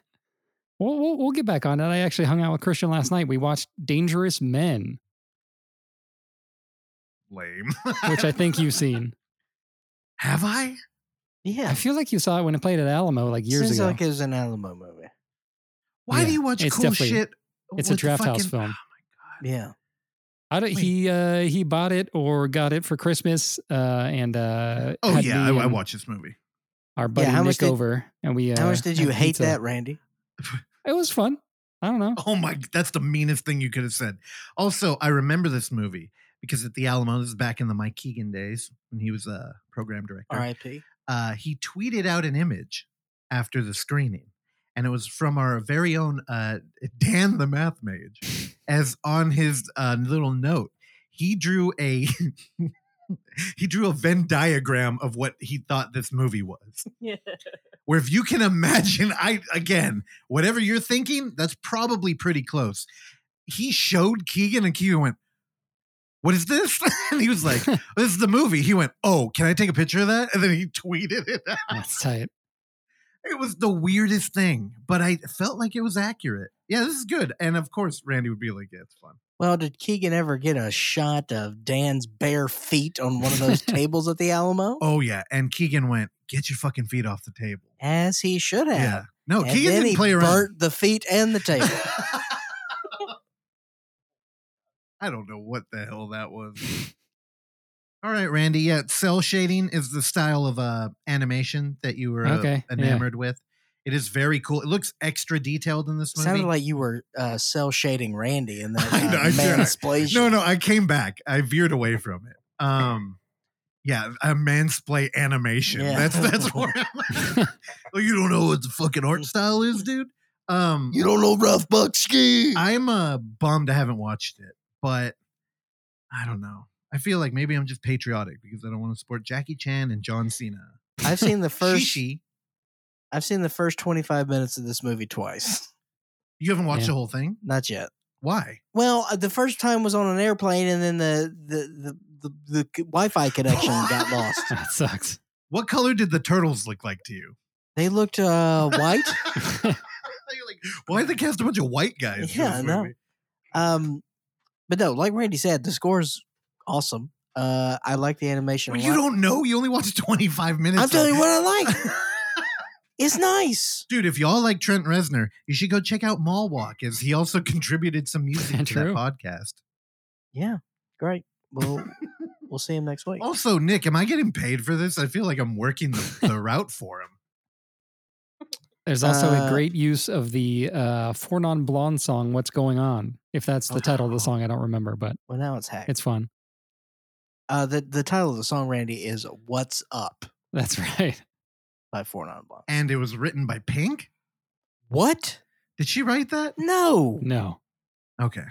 [SPEAKER 3] we'll, we'll we'll get back on it. I actually hung out with Christian last night. We watched Dangerous Men,
[SPEAKER 2] Lame.
[SPEAKER 3] which I think you've seen.
[SPEAKER 2] have I?
[SPEAKER 1] Yeah.
[SPEAKER 3] I feel like you saw it when it played at Alamo like years
[SPEAKER 1] Seems
[SPEAKER 3] ago.
[SPEAKER 1] like it was an Alamo movie.
[SPEAKER 2] Why do
[SPEAKER 3] Yeah,
[SPEAKER 2] you watch
[SPEAKER 3] it's
[SPEAKER 2] cool
[SPEAKER 3] definitely-
[SPEAKER 2] shit?
[SPEAKER 3] it's a
[SPEAKER 2] with the
[SPEAKER 3] draft house
[SPEAKER 2] fucking-
[SPEAKER 3] film.
[SPEAKER 1] Yeah.
[SPEAKER 3] I don't,
[SPEAKER 2] Wait.
[SPEAKER 3] he uh, he bought it or got it for Christmas, uh, and uh,
[SPEAKER 2] Oh
[SPEAKER 3] had
[SPEAKER 2] yeah, I,
[SPEAKER 3] me
[SPEAKER 2] I
[SPEAKER 3] and
[SPEAKER 2] watched this movie.
[SPEAKER 3] our buddy
[SPEAKER 1] how
[SPEAKER 3] Nick
[SPEAKER 1] much did-
[SPEAKER 3] over, and we. Uh,
[SPEAKER 1] How much did you
[SPEAKER 3] had
[SPEAKER 1] hate
[SPEAKER 3] pizza.
[SPEAKER 1] that, Randy?
[SPEAKER 3] It was fun. I don't know.
[SPEAKER 2] Oh my, that's the meanest thing you could have said. Also, I remember this movie because at the Alamo, this is back in the Mike Keegan days when he was a program director.
[SPEAKER 1] R.I.P.
[SPEAKER 2] uh, he tweeted out an image after the screening, and it was from our very own uh, Dan the Math Mage. As on his uh, little note, he drew a he drew a Venn diagram of what he thought this movie was.
[SPEAKER 4] Yeah.
[SPEAKER 2] Where if you can imagine, I again, whatever you're thinking, that's probably pretty close. He showed Keegan, and Keegan went. What is this? And he was like, "Oh, this is the movie. He went, Oh, can I take a picture of that? And then he tweeted it. out.
[SPEAKER 3] That's Oh, tight.
[SPEAKER 2] It was the weirdest thing, but I felt like it was accurate. Yeah, this is good. And of course, Randy would be like, Yeah, it's fun.
[SPEAKER 1] Well, did Keegan ever get a shot of Dan's bare feet on one of those tables at the Alamo?
[SPEAKER 2] Oh, yeah. And Keegan went, Get your fucking feet off the table.
[SPEAKER 1] As he should
[SPEAKER 2] Yeah.
[SPEAKER 1] have.
[SPEAKER 2] No,
[SPEAKER 1] And
[SPEAKER 2] Keegan
[SPEAKER 1] then
[SPEAKER 2] didn't
[SPEAKER 1] he
[SPEAKER 2] play around.
[SPEAKER 1] burnt the feet and the table.
[SPEAKER 2] I don't know what the hell that was. All right, Randy. Yeah, cell shading is the style of uh, animation that you were uh,
[SPEAKER 3] Okay, yeah.
[SPEAKER 2] enamored with. It is very cool. It looks extra detailed in this movie.
[SPEAKER 1] Sounded like you were uh, cell shading Randy and then
[SPEAKER 2] I know,
[SPEAKER 1] uh,
[SPEAKER 2] I did.
[SPEAKER 1] mansplaining.
[SPEAKER 2] No, no, I came back. I veered away from it. Um, yeah, a mansplay animation.
[SPEAKER 1] Yeah.
[SPEAKER 2] That's that's where I'm Oh, you don't know what the fucking art style is, dude. Um,
[SPEAKER 1] Mm. You don't know Ralph Bucksky.
[SPEAKER 2] I'm uh, bummed I haven't watched it, but I don't know. I feel like maybe I'm just patriotic because I don't want to support Jackie Chan and John Cena.
[SPEAKER 1] I've seen the first.
[SPEAKER 2] Shishi,
[SPEAKER 1] I've seen the first 25 minutes of this movie twice.
[SPEAKER 2] you haven't watched
[SPEAKER 3] Yeah.
[SPEAKER 2] the whole thing.
[SPEAKER 1] Not yet.
[SPEAKER 2] Why?
[SPEAKER 1] Well, uh, the first time was on an airplane, and then the the the, the, the Wi-Fi connection got lost.
[SPEAKER 3] That Oh, sucks.
[SPEAKER 2] What color did the turtles look like to you?
[SPEAKER 1] They looked uh, white.
[SPEAKER 2] You're like, why did they cast a bunch of white guys? in
[SPEAKER 1] Yeah,
[SPEAKER 2] this
[SPEAKER 1] I know.
[SPEAKER 2] movie?
[SPEAKER 1] Um, but no, like Randy said, the score's awesome. Uh, I like the animation.
[SPEAKER 2] Well,
[SPEAKER 1] a
[SPEAKER 2] you
[SPEAKER 1] lot.
[SPEAKER 2] don't know. You only watched 25 minutes.
[SPEAKER 1] I'm telling
[SPEAKER 2] of
[SPEAKER 1] you
[SPEAKER 2] it.
[SPEAKER 1] what I like. It's nice.
[SPEAKER 2] Dude, if y'all like Trent Reznor, you should go check out Mall Walk, as he also contributed some music to that
[SPEAKER 3] True.
[SPEAKER 2] podcast.
[SPEAKER 1] Yeah, great. We'll we'll see him next week.
[SPEAKER 2] Also, Nick, am I getting paid for this? I feel like I'm working the, the route for him.
[SPEAKER 3] There's also
[SPEAKER 1] Uh,
[SPEAKER 3] a great use of the uh, Four Non Blonde song, What's Going On? If that's the title of
[SPEAKER 1] Oh.
[SPEAKER 3] the song, I don't remember, but
[SPEAKER 1] Well, now it's hacked.
[SPEAKER 3] it's fun.
[SPEAKER 1] uh, the the title of the song, Randy, is "What's Up"
[SPEAKER 3] That's right.
[SPEAKER 1] by Four Non Blondes.
[SPEAKER 2] And it was written by Pink.
[SPEAKER 1] What?
[SPEAKER 2] Did she write that?
[SPEAKER 1] No,
[SPEAKER 3] No.
[SPEAKER 2] Okay.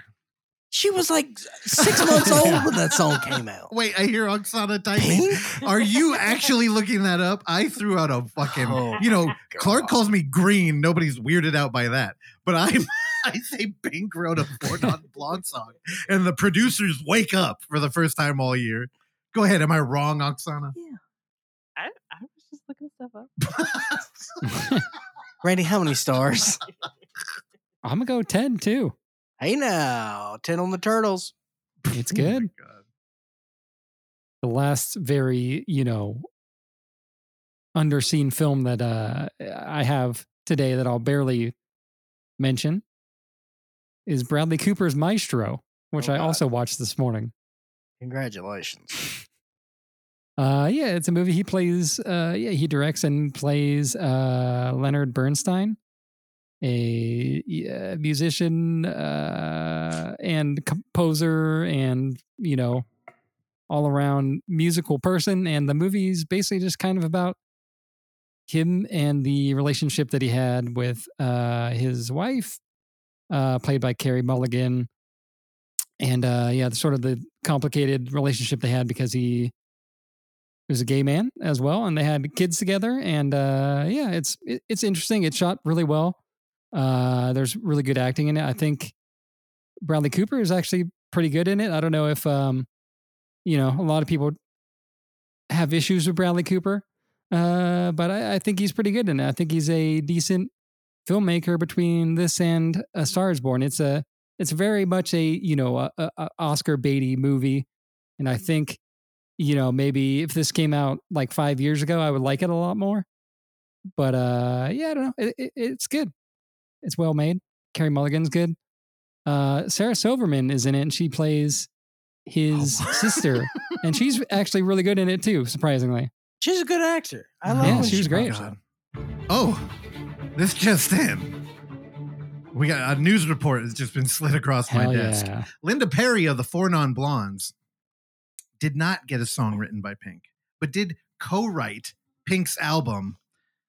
[SPEAKER 1] she was like six months old when that song came out.
[SPEAKER 2] Wait, I hear Oksana typing.
[SPEAKER 1] Pink?
[SPEAKER 2] Are you actually looking that up? I threw out a fucking.
[SPEAKER 1] Oh,
[SPEAKER 2] you know,
[SPEAKER 1] God.
[SPEAKER 2] Clark calls me green. Nobody's weirded out by that. But I, I say Pink wrote a Four Non Blonde song, and the producers wake up for the first time all year. Go ahead. Am I wrong, Oksana?
[SPEAKER 4] I, I was just looking stuff up.
[SPEAKER 1] Randy, how many stars?
[SPEAKER 3] I'm going to go 10 too.
[SPEAKER 1] hey now, ten on the turtles.
[SPEAKER 3] It's
[SPEAKER 2] Oh my
[SPEAKER 3] good.
[SPEAKER 2] God.
[SPEAKER 3] the last very you know underseen film that uh i have today that i'll barely mention is bradley cooper's maestro which
[SPEAKER 1] Oh,
[SPEAKER 3] i
[SPEAKER 1] God.
[SPEAKER 3] also watched this morning
[SPEAKER 1] Congratulations.
[SPEAKER 3] Uh, yeah, it's a movie he plays. Uh, yeah, he directs and plays uh, Leonard Bernstein, a yeah, musician uh, and composer, and you know, all around musical person. And the movie's basically just kind of about him and the relationship that he had with uh, his wife, uh, played by Carrie Mulligan, and uh, yeah, the- sort of the complicated relationship they had because he was a gay man as well, and they had kids together. And uh, yeah, it's it, it's interesting. It's shot really well. Uh, there's really good acting in it. I think Bradley Cooper is actually pretty good in it. I don't know if um, you know a lot of people have issues with Bradley Cooper. Uh, but I, I think he's pretty good, and I think he's a decent filmmaker between this and A Star Is Born. It's a it's very much a you know a, a, a Oscar Beatty movie, and I
[SPEAKER 2] Mm-hmm.
[SPEAKER 3] think you know maybe if this came out like five years ago, I would like it a lot more. But uh, yeah, I don't know. It, it, it's good. It's well made. Carrie Mulligan's good. Uh, Sarah Silverman is in it, and she plays
[SPEAKER 2] Oh,
[SPEAKER 3] his sister, and she's actually really good in it too, surprisingly.
[SPEAKER 1] She's a good actor. I love
[SPEAKER 3] Yeah,
[SPEAKER 1] when
[SPEAKER 3] she was great.
[SPEAKER 1] pops up.
[SPEAKER 2] Oh, this just in. We got a news report has just been slid across my desk.
[SPEAKER 3] Yeah.
[SPEAKER 2] Linda Perry of the Four Non Blondes did not get a song written by Pink, but did co write Pink's album,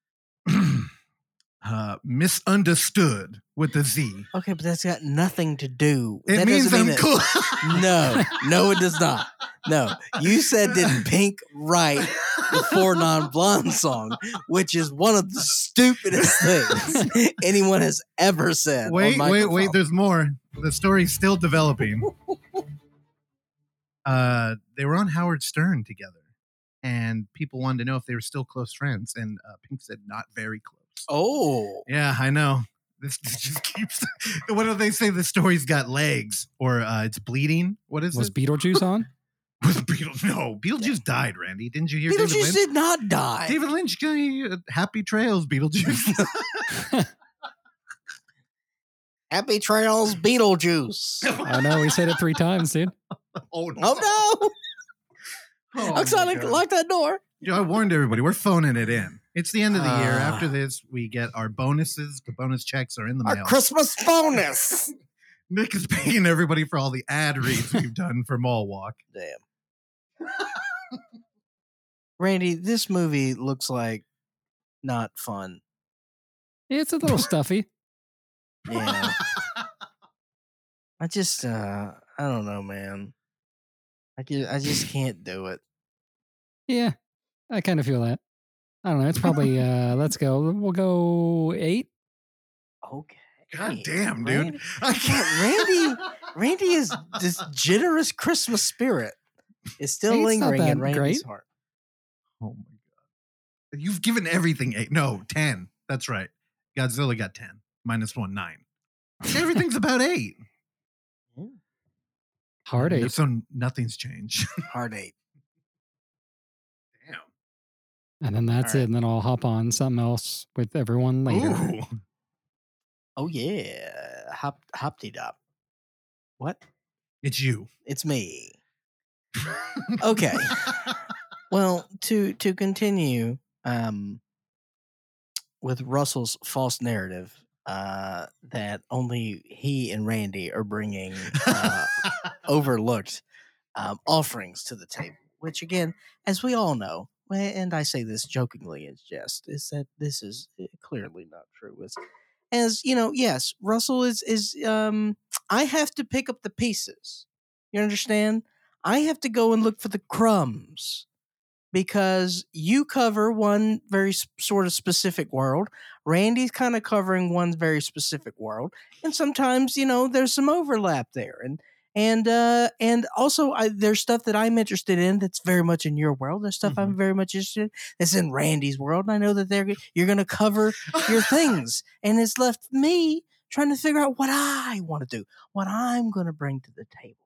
[SPEAKER 2] uh, Misunderstood with the Z.
[SPEAKER 1] Okay, but that's got nothing to do.
[SPEAKER 2] It
[SPEAKER 1] that
[SPEAKER 2] means
[SPEAKER 1] doesn't mean
[SPEAKER 2] I'm
[SPEAKER 1] that-
[SPEAKER 2] cool.
[SPEAKER 1] No, no, it does not. No, you said did Pink write the Four Non Blonde song, which is one of the stupidest things anyone has ever said.
[SPEAKER 2] Wait,
[SPEAKER 1] on
[SPEAKER 2] wait,
[SPEAKER 1] microphone.
[SPEAKER 2] wait. There's more. The story's still developing. uh, they were on Howard Stern together, and people wanted to know if they were still close friends. And uh, Pink said, not very close.
[SPEAKER 1] Oh,
[SPEAKER 2] Yeah, I know. This, this just keeps. what do they say? The story's got legs, or uh, it's bleeding. What is this?
[SPEAKER 3] Was Beetlejuice on?
[SPEAKER 2] Was Beetle? No, Beetlejuice died. Randy, didn't you hear? David
[SPEAKER 1] Beetlejuice
[SPEAKER 2] Lynch?
[SPEAKER 1] did not die.
[SPEAKER 2] David Lynch, uh, happy trails, Beetlejuice.
[SPEAKER 6] Happy trails, Beetlejuice.
[SPEAKER 3] I know. We said it three times, dude.
[SPEAKER 2] oh no!
[SPEAKER 1] oh no!
[SPEAKER 2] Oh, my
[SPEAKER 1] Oksana,
[SPEAKER 2] God.
[SPEAKER 1] lock that door.
[SPEAKER 2] Yeah, I warned everybody. We're phoning it in. It's the end of the year.
[SPEAKER 1] Ah.
[SPEAKER 2] After this, we get our bonuses. The bonus checks are in the
[SPEAKER 6] Our
[SPEAKER 2] mail.
[SPEAKER 6] Christmas bonus.
[SPEAKER 2] Nick is paying everybody for all the ad reads we've done for Mall Walk.
[SPEAKER 1] Damn. Randy, this movie looks like not fun.
[SPEAKER 3] It's a little stuffy.
[SPEAKER 1] Yeah. I just, uh, I don't know, man. I, ju- I just can't do it.
[SPEAKER 3] Yeah, I kind of feel that. I don't know. It's probably uh let's go. We'll go eight.
[SPEAKER 1] Okay.
[SPEAKER 2] God damn, dude.
[SPEAKER 1] Randy,
[SPEAKER 2] I
[SPEAKER 1] Randy- Randy is this generous Christmas spirit is still
[SPEAKER 3] Eight's not
[SPEAKER 1] lingering in
[SPEAKER 3] that
[SPEAKER 1] Randy's
[SPEAKER 3] great.
[SPEAKER 1] heart.
[SPEAKER 2] Oh my god. You've given everything eight. No, ten. That's right. Godzilla got ten. Minus one, nine. Everything's about eight.
[SPEAKER 3] Hard eight.
[SPEAKER 2] So nothing's changed.
[SPEAKER 1] Heart eight.
[SPEAKER 2] Damn.
[SPEAKER 3] And then that's
[SPEAKER 1] Alright.
[SPEAKER 3] it. And then I'll hop on something else with everyone later.
[SPEAKER 2] Ooh.
[SPEAKER 1] Oh yeah. Hop hopty dop. What?
[SPEAKER 2] It's you.
[SPEAKER 1] It's me. Okay. Well, to to continue um, with Russell's false narrative uh, that only he and Randy are bringing uh, overlooked um, offerings to the table, which again, as we all know, well, and I say this jokingly as jest, is that this is uh, clearly not true. It's, as you know, yes, Russell is is um, I have to pick up the pieces. You understand? I have to go and look for the crumbs because you cover one very s- sort of specific world. Randy's kind of covering one very specific world, and sometimes you know there's some overlap there, and and uh, and also I, there's stuff that I'm interested in that's very much in your world. There's stuff I'm very much interested in that's in Randy's world, and I know that they're g- you're going to cover your things, and it's left me trying to figure out what I want to do, what I'm going to bring to the table.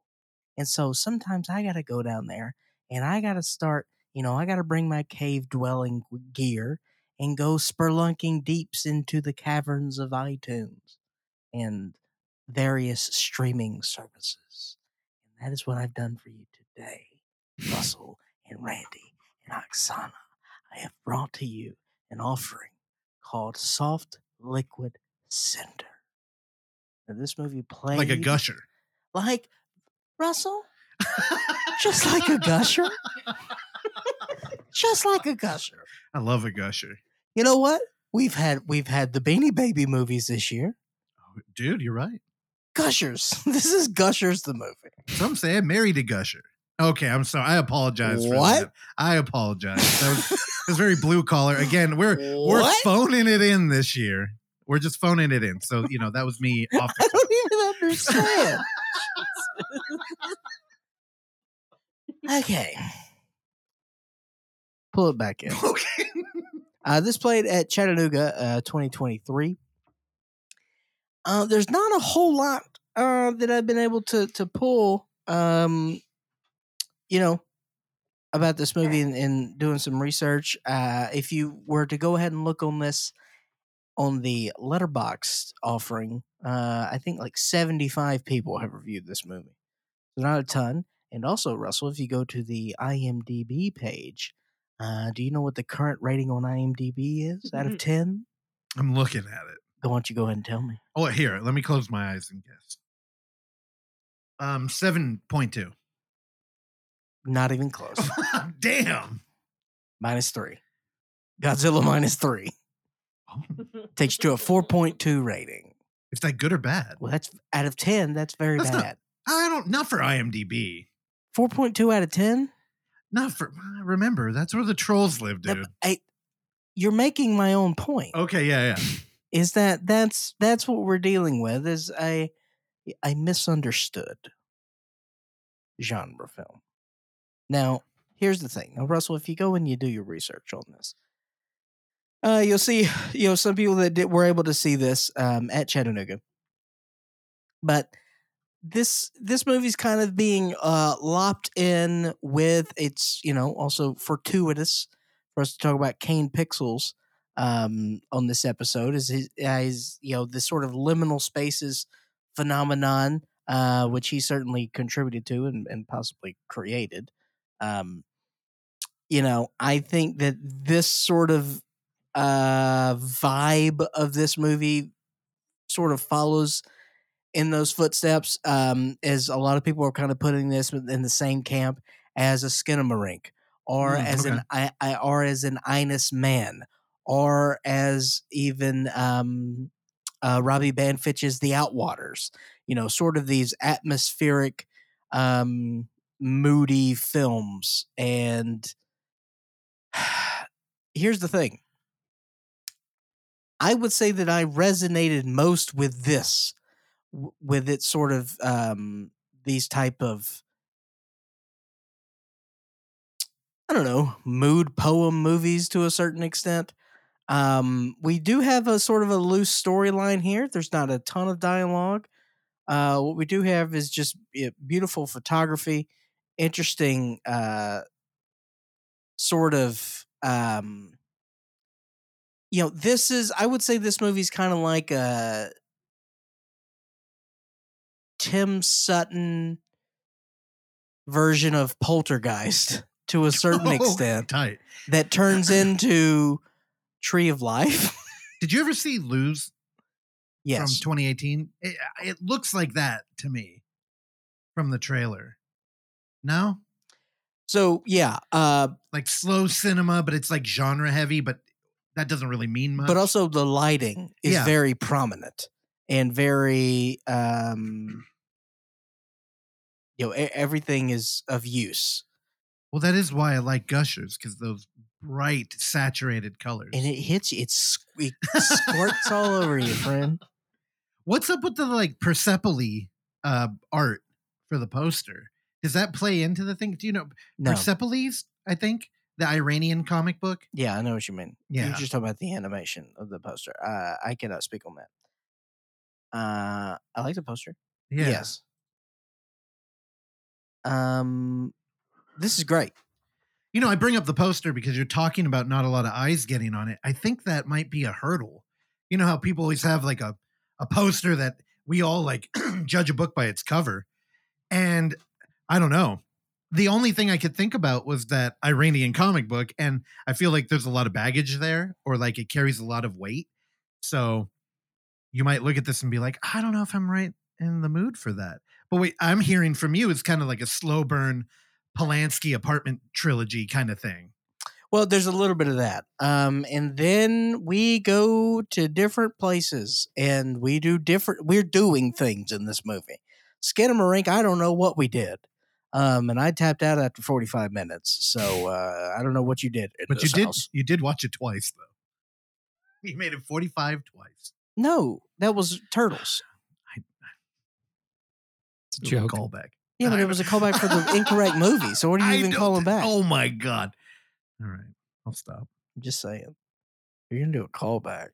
[SPEAKER 1] And so sometimes I got to go down there and I got to start, you know, I got to bring my cave dwelling g- gear and go spelunking deeps into the caverns of iTunes and various streaming services. And that is what I've done for you today, Russell and Randy. and Oksana, I have brought to you an offering called Soft Liquid Cinder. Now, this movie played
[SPEAKER 2] like a gusher.
[SPEAKER 1] Like Russell, just like a gusher, just like a gusher.
[SPEAKER 2] I love a gusher.
[SPEAKER 1] You know what? We've had we've had the Beanie Baby movies this year.
[SPEAKER 2] Oh, Dude, you're right.
[SPEAKER 1] Gushers. This is Gushers the movie.
[SPEAKER 2] Some say I married a gusher. Okay, I'm sorry. I apologize. For
[SPEAKER 1] What?
[SPEAKER 2] that. I apologize. That was, it was very blue collar. Again, we're we're
[SPEAKER 1] What?
[SPEAKER 2] phoning it in this year. We're just phoning it in. So you know that was me off
[SPEAKER 1] I
[SPEAKER 2] the cuff.
[SPEAKER 1] don't even understand. okay. Pull it back in.
[SPEAKER 2] Okay.
[SPEAKER 1] Uh, this played at Chattanooga uh, 2023. Uh, there's not a whole lot uh, that I've been able to to pull, um, you know, about this movie and, and doing some research. Uh, if you were to go ahead and look on this on the letterbox offering, uh, I think like 75 people have reviewed this movie. So not a ton. And also, Russell, if you go to the IMDb page, uh, do you know what the current rating on IMDb is
[SPEAKER 2] Mm-hmm.
[SPEAKER 1] out of 10?
[SPEAKER 2] I'm looking at it.
[SPEAKER 1] Why don't you go ahead and tell me?
[SPEAKER 2] Oh, here. Let me close my eyes and guess. Um, seven point two.
[SPEAKER 1] Not even close.
[SPEAKER 2] Damn.
[SPEAKER 1] minus three. Godzilla minus three.
[SPEAKER 2] Oh,
[SPEAKER 1] Takes you to a 4.2 rating.
[SPEAKER 2] is that good or bad?
[SPEAKER 1] Well, that's out of 10. That's very
[SPEAKER 2] That's not-
[SPEAKER 1] bad.
[SPEAKER 2] I don't. Not for IMDb.
[SPEAKER 1] 4.2 out of 10?
[SPEAKER 2] Not for. I Remember, that's where the trolls live,
[SPEAKER 1] That-
[SPEAKER 2] dude.
[SPEAKER 1] I, you're making my own point.
[SPEAKER 2] Okay. Yeah. Yeah.
[SPEAKER 1] Is that that's that's what we're dealing with is a a misunderstood genre film. Now, here's the thing. Now, Russell, if you go and you do your research on this, uh, you'll see, you know, some people that did, were able to see this um, at Chattanooga, but this this movie's kind of being uh, lopped in with its, you know, also fortuitous for us to talk about Kane Pixels um, on this episode is his, uh, his, you know, this sort of liminal spaces phenomenon uh, which he certainly contributed to and, and possibly created. Um, you know, I think that this sort of uh, vibe of this movie sort of follows in those footsteps, um, as a lot of people are kind of putting this in the same camp as a Skinamarink, or
[SPEAKER 2] Mm,
[SPEAKER 1] as an I, I, or as an Inus Man, or as even um, uh, Robbie Banfitch's The Outwaters you know, sort of these atmospheric, um, moody films. And here's the thing I would say that I resonated most with this, w- with its sort of um, these type of. I don't know, mood poem movies to a certain extent. Um, we do have a sort of a loose storyline here. There's not a ton of dialogue. Uh, what we do have is just yeah, beautiful photography, interesting uh, sort of. Um, you know, this is, I would say this movie's kind of like a Tim Sutton version of Poltergeist to a certain
[SPEAKER 2] Oh,
[SPEAKER 1] extent
[SPEAKER 2] Tight.
[SPEAKER 1] that turns into Tree of Life.
[SPEAKER 2] Did you ever see Lose
[SPEAKER 1] yes.
[SPEAKER 2] from 2018? It, uh, it looks like that to me from the trailer. No?
[SPEAKER 1] so, yeah. Uh,
[SPEAKER 2] Like slow cinema, but it's like genre heavy, but that doesn't really mean much.
[SPEAKER 1] but also the lighting is
[SPEAKER 2] Yeah.
[SPEAKER 1] very prominent and very um you know e- everything is of use
[SPEAKER 2] well, that is why I like Gushers because those bright, saturated colors.
[SPEAKER 1] and it hits you it's it squirts all over you friend
[SPEAKER 2] What's up with the like Persepolis uh, art for the poster? Does that play into the thing? Do you know
[SPEAKER 1] no
[SPEAKER 2] Persepolis? I think the Iranian comic book.
[SPEAKER 1] yeah i know what you mean
[SPEAKER 2] Yeah.
[SPEAKER 1] you're just talking about the animation of the poster uh i cannot speak on that uh i like the poster
[SPEAKER 2] Yeah.
[SPEAKER 1] Yes. Um, this is great.
[SPEAKER 2] You know, I bring up the poster because you're talking about not a lot of eyes getting on it. I think that might be a hurdle. You know how people always have like a, a poster that we all like judge a book by its cover. And I don't know. the only thing I could think about was that Iranian comic book, and I feel like there's a lot of baggage there, or like it carries a lot of weight. So you might look at this and be like, I don't know if I'm right in the mood for that. But wait, I'm hearing from you, it's kind of like a slow burn Polanski apartment trilogy kind of thing.
[SPEAKER 1] Well, there's a little bit of that. Um, and then we go to different places and we do different, we're doing things in this movie. Skinamarink, I don't know what we did. Um, and I tapped out after 45 minutes. So uh, I don't know what you did. in
[SPEAKER 2] But you
[SPEAKER 1] this
[SPEAKER 2] did
[SPEAKER 1] house.
[SPEAKER 2] you did watch it twice though. You made it 45 twice.
[SPEAKER 1] No, that was Turtles.
[SPEAKER 3] It's a
[SPEAKER 2] It was
[SPEAKER 3] joke.
[SPEAKER 2] a Callback.
[SPEAKER 1] Yeah, but it was a callback for the incorrect movie. So what are
[SPEAKER 2] I
[SPEAKER 1] you even
[SPEAKER 2] don't-
[SPEAKER 1] calling back?
[SPEAKER 2] Oh my god. All right. I'll stop.
[SPEAKER 1] I'm just saying. You're gonna do a callback.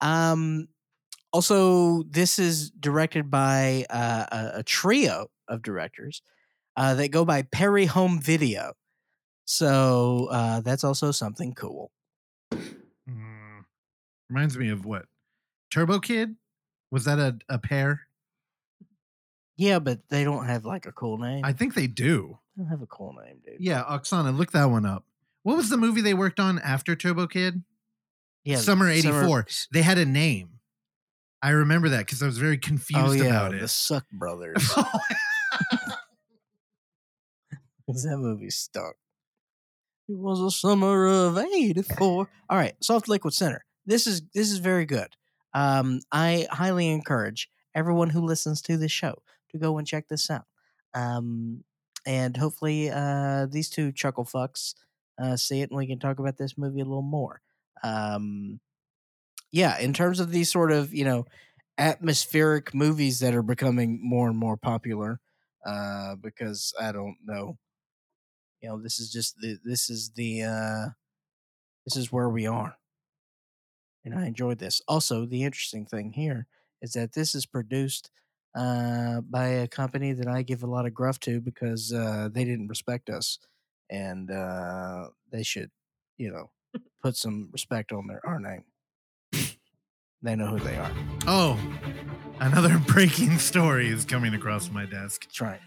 [SPEAKER 1] um also this is directed by uh, a, a trio of directors uh, that go by Perry Home Video. So uh, that's also something cool.
[SPEAKER 2] Mm. Reminds me of what? Turbo Kid? Was that a, a pair?
[SPEAKER 1] Yeah, but they don't have like a cool name.
[SPEAKER 2] I think they do.
[SPEAKER 1] they don't have a cool name, dude.
[SPEAKER 2] Yeah, Oksana, look that one up. What was the movie they worked on after Turbo Kid?
[SPEAKER 1] yeah
[SPEAKER 2] Summer 84. They had a name. I remember that because I was very confused
[SPEAKER 1] oh yeah,
[SPEAKER 2] about
[SPEAKER 1] the
[SPEAKER 2] it.
[SPEAKER 1] Suck Brothers. that movie stuck. It was a summer of '84. All right, Soft Liquid Center. This is this is very good. Um, I highly encourage everyone who listens to this show to go and check this out. Um, and hopefully, uh, these two chuckle fucks uh, see it, and we can talk about this movie a little more. Um, yeah, in terms of these sort of you know atmospheric movies that are becoming more and more popular, uh, because I don't know. You know, this is just the this is the uh this is where we are. And I enjoyed this. Also, the interesting thing here is that this is produced uh by a company that I give a lot of gruff to because uh they didn't respect us and uh they should, you know, put some respect on their our name. they know who they are.
[SPEAKER 2] oh, another breaking story is coming across my desk.
[SPEAKER 1] That's right.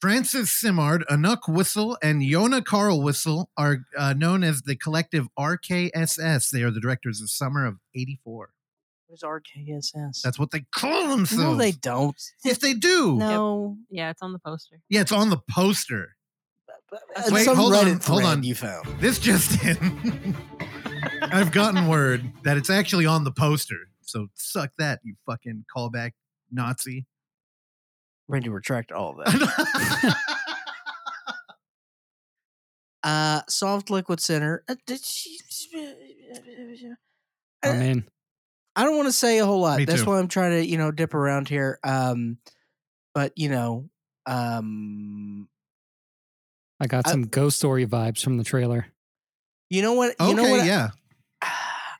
[SPEAKER 2] Francis Simard, Anuk Whistle, and Yona Carl Whistle are uh, known as the collective RKSS. They are the directors of Summer of 84.
[SPEAKER 1] Where's RKSS?
[SPEAKER 2] That's what they call
[SPEAKER 1] no,
[SPEAKER 2] themselves.
[SPEAKER 1] they don't.
[SPEAKER 2] yes, they do.
[SPEAKER 1] No.
[SPEAKER 4] Yeah, it's on the poster.
[SPEAKER 2] Yeah, it's on the poster.
[SPEAKER 1] Uh,
[SPEAKER 2] Wait,
[SPEAKER 1] some
[SPEAKER 2] hold on,
[SPEAKER 1] Reddit
[SPEAKER 2] hold
[SPEAKER 1] thread
[SPEAKER 2] on.
[SPEAKER 1] You found.
[SPEAKER 2] This just in. I've gotten word that it's actually on the poster. So suck that, you fucking callback Nazi.
[SPEAKER 1] Randy, retract all of that. uh, soft liquid center. Uh, did she- uh,
[SPEAKER 3] Oh man,
[SPEAKER 1] I don't want to say a whole lot.
[SPEAKER 2] Me
[SPEAKER 1] That's
[SPEAKER 2] too.
[SPEAKER 1] why I'm trying to, you know, dip around here. Um, but you know, um,
[SPEAKER 3] I got
[SPEAKER 1] I-
[SPEAKER 3] some ghost story vibes from the trailer.
[SPEAKER 1] you know what? You
[SPEAKER 2] okay,
[SPEAKER 1] know what? I-
[SPEAKER 2] yeah.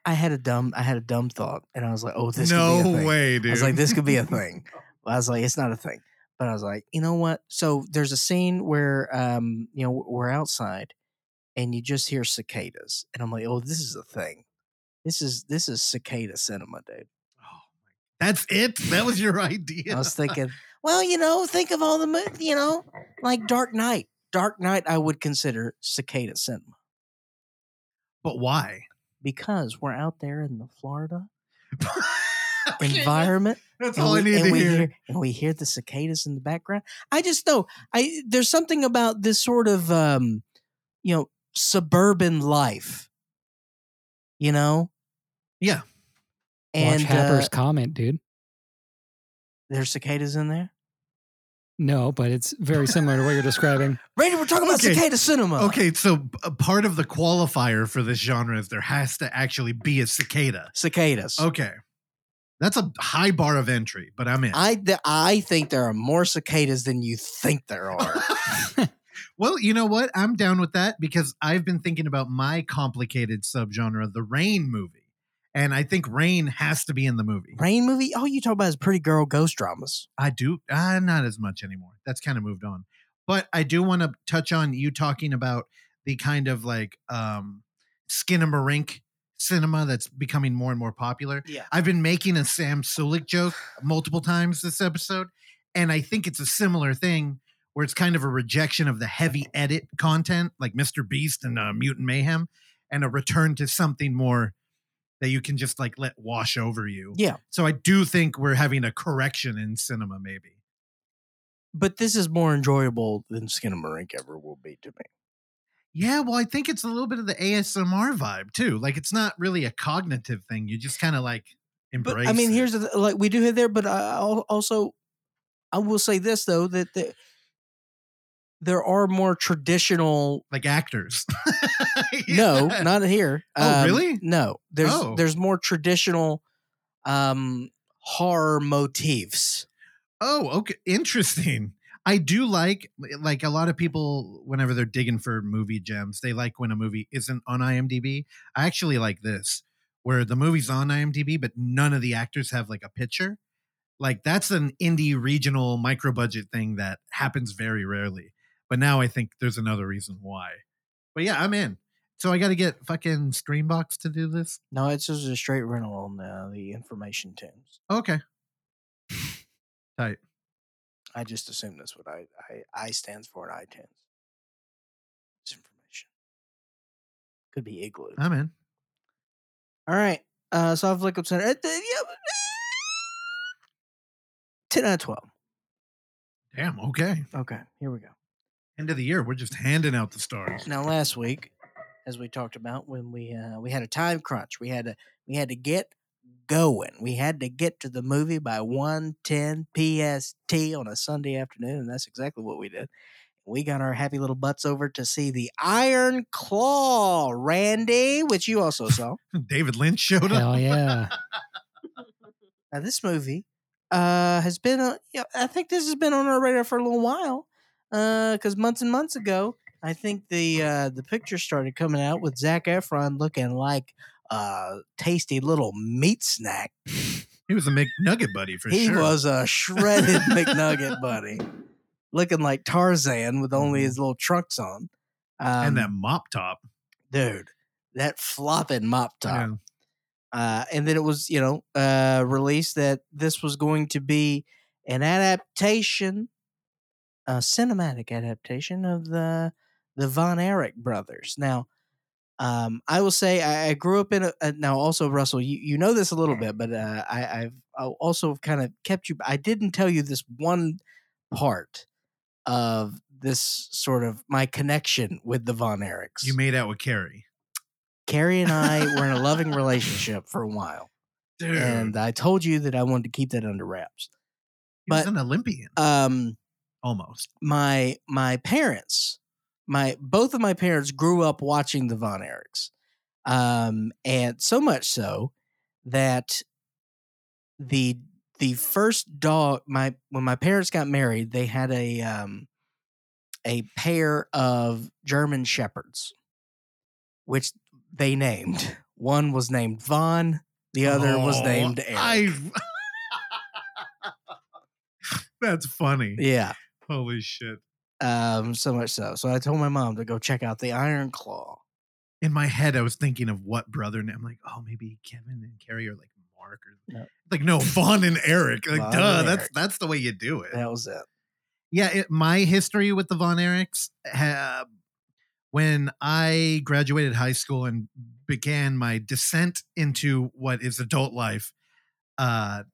[SPEAKER 1] I had a dumb, I had a dumb thought, and I was like, "Oh, this could be a
[SPEAKER 2] no
[SPEAKER 1] thing.
[SPEAKER 2] way, dude.
[SPEAKER 1] I was like, this could be a thing. I was like, it's not a thing. But I was like, you know what? So there's a scene where um, you know, we're outside and you just hear cicadas. And I'm like, oh, this is a thing. This is this is cicada cinema, dude.
[SPEAKER 2] That's it? That was your
[SPEAKER 1] I
[SPEAKER 2] idea.
[SPEAKER 1] was thinking, well, you know, think of all the mo- you know, like Dark Knight. Dark Knight I would consider cicada cinema
[SPEAKER 2] but why?
[SPEAKER 1] because we're out there in the Florida
[SPEAKER 2] Okay,
[SPEAKER 1] environment.
[SPEAKER 2] That's
[SPEAKER 1] and
[SPEAKER 2] all
[SPEAKER 1] we,
[SPEAKER 2] I need
[SPEAKER 1] and
[SPEAKER 2] to
[SPEAKER 1] we
[SPEAKER 2] hear.
[SPEAKER 1] and we hear the cicadas in the background. I just know I there's something about this sort of um, you know suburban life, you know.
[SPEAKER 2] Yeah.
[SPEAKER 3] Watch
[SPEAKER 1] and
[SPEAKER 3] Happer's
[SPEAKER 1] uh,
[SPEAKER 3] comment, dude.
[SPEAKER 1] there's cicadas in there.
[SPEAKER 3] No, but it's very similar to what you're describing.
[SPEAKER 1] Randy, we're talking about
[SPEAKER 2] Okay.
[SPEAKER 1] cicada cinema.
[SPEAKER 2] Okay, so b- a part of the qualifier for this genre is there has to actually be a cicada.
[SPEAKER 1] cicadas.
[SPEAKER 2] Okay. That's a high bar of entry, but I'm in.
[SPEAKER 1] I th- I think there are more cicadas than you think there are.
[SPEAKER 2] well, you know what? I'm down with that because I've been thinking about my complicated subgenre, the rain movie. And I think rain has to be in the movie.
[SPEAKER 1] Rain movie? All you talk about is pretty girl ghost dramas.
[SPEAKER 2] I do uh, not as much anymore. That's kind of moved on. But I do want to touch on you talking about the kind of like um skinamarink cinema that's becoming more and more popular.
[SPEAKER 1] Yeah.
[SPEAKER 2] I've been making a Sam Sulik joke multiple times this episode, And I think it's a similar thing where it's kind of a rejection of the heavy edit content like Mr. Beast and uh, Mutant Mayhem and a return to something more that you can just like let wash over you.
[SPEAKER 1] Yeah.
[SPEAKER 2] So I do think we're having a correction in cinema, maybe.
[SPEAKER 1] But this is more enjoyable than Skinamarink ever will be to me.
[SPEAKER 2] Yeah, well, I think it's a little bit of the ASMR vibe too. Like it's not really a cognitive thing. You just kind of like
[SPEAKER 1] But
[SPEAKER 2] embrace.
[SPEAKER 1] I mean,
[SPEAKER 2] it.
[SPEAKER 1] here's the th- like we do have there, but I I'll- also I will say this though that the, there are more traditional.
[SPEAKER 2] like actors.
[SPEAKER 1] No,
[SPEAKER 2] Yeah.
[SPEAKER 1] not here. um,
[SPEAKER 2] Oh, really?
[SPEAKER 1] No, there's
[SPEAKER 2] Oh.
[SPEAKER 1] there's more traditional um horror motifs.
[SPEAKER 2] Oh, okay. Interesting. I do like like a lot of people whenever they're digging for movie gems, they like when a movie isn't on IMDb. I actually like this where the movie's on IMDb but none of the actors have like a picture. Like that's an indie regional micro budget thing that happens very rarely. But now I think there's another reason why. But yeah, I'm in. So I got to get fucking Streambox to do this.
[SPEAKER 1] No, it's just a straight rental on uh, the information tombs.
[SPEAKER 2] Okay.
[SPEAKER 1] I just assume that's what I I, I stands for in iTunes. It's information. Could be igloo.
[SPEAKER 2] I'm in.
[SPEAKER 1] All right. Uh, soft liquid center. Uh, th- yeah. Ten out of twelve.
[SPEAKER 2] Damn, okay.
[SPEAKER 1] Okay, here we go.
[SPEAKER 2] End of the year, we're just handing out the stars.
[SPEAKER 1] Now, last week, as we talked about, when we uh, we had a time crunch, we had to we had to get going. We had to get to the movie by 1.10 PST on a Sunday afternoon, and that's exactly what we did. We got our happy little butts over to see the Iron Claw, Randy, which you also saw.
[SPEAKER 2] David Lynch showed up.
[SPEAKER 3] Hell yeah.
[SPEAKER 1] Now, this movie uh, has been, uh, yeah, I think this has been on our radar for a little while because months and months ago, I think the uh, the pictures started coming out with Zach Efron looking like a tasty little meat snack.
[SPEAKER 2] He was a McNugget buddy for
[SPEAKER 1] he
[SPEAKER 2] sure.
[SPEAKER 1] was a shredded McNugget buddy, looking like Tarzan with only his little trunks on. Um,
[SPEAKER 2] Mm-hmm. and that mop top.
[SPEAKER 1] dude, that flopping mop top.
[SPEAKER 2] Yeah.
[SPEAKER 1] uh, and then it was you know uh, released that this was going to be an adaptation, a cinematic adaptation of the the Von Erich brothers. Now, um, I will say I, I grew up in a, a now also Russell, you, you know this a little bit, but uh, I, I've I also kind of kept you. I didn't tell you this one part of this sort of my connection with the Von Erichs.
[SPEAKER 2] You made out with Carrie.
[SPEAKER 1] Carrie and I were in a loving relationship for a while
[SPEAKER 2] Dude,
[SPEAKER 1] and uh, I told you that I wanted to keep that under wraps.
[SPEAKER 2] he was
[SPEAKER 1] but-
[SPEAKER 2] an Olympian
[SPEAKER 1] Um,
[SPEAKER 2] almost.
[SPEAKER 1] my my parents, my both of my parents grew up watching the Von Erichs, um, and so much so that the the first dog my when my parents got married, they had a um, a pair of German shepherds, which they named. One was named Von, the other was
[SPEAKER 2] Oh,
[SPEAKER 1] named Eric.
[SPEAKER 2] I- That's funny.
[SPEAKER 1] yeah.
[SPEAKER 2] Holy shit.
[SPEAKER 1] Um, so much so. So I told my mom to go check out the Iron Claw.
[SPEAKER 2] In my head, I was thinking of what brother name. I'm like, oh, maybe Kevin and Carrie are like Mark or
[SPEAKER 1] No.
[SPEAKER 2] like no, Vaughn and Eric. Like,
[SPEAKER 1] Vaughn
[SPEAKER 2] duh,
[SPEAKER 1] and
[SPEAKER 2] that's
[SPEAKER 1] Eric.
[SPEAKER 2] that's the way you do it.
[SPEAKER 1] That was it.
[SPEAKER 2] yeah it, my history with the von erichs uh, when i graduated high school and began my descent into what is adult life uh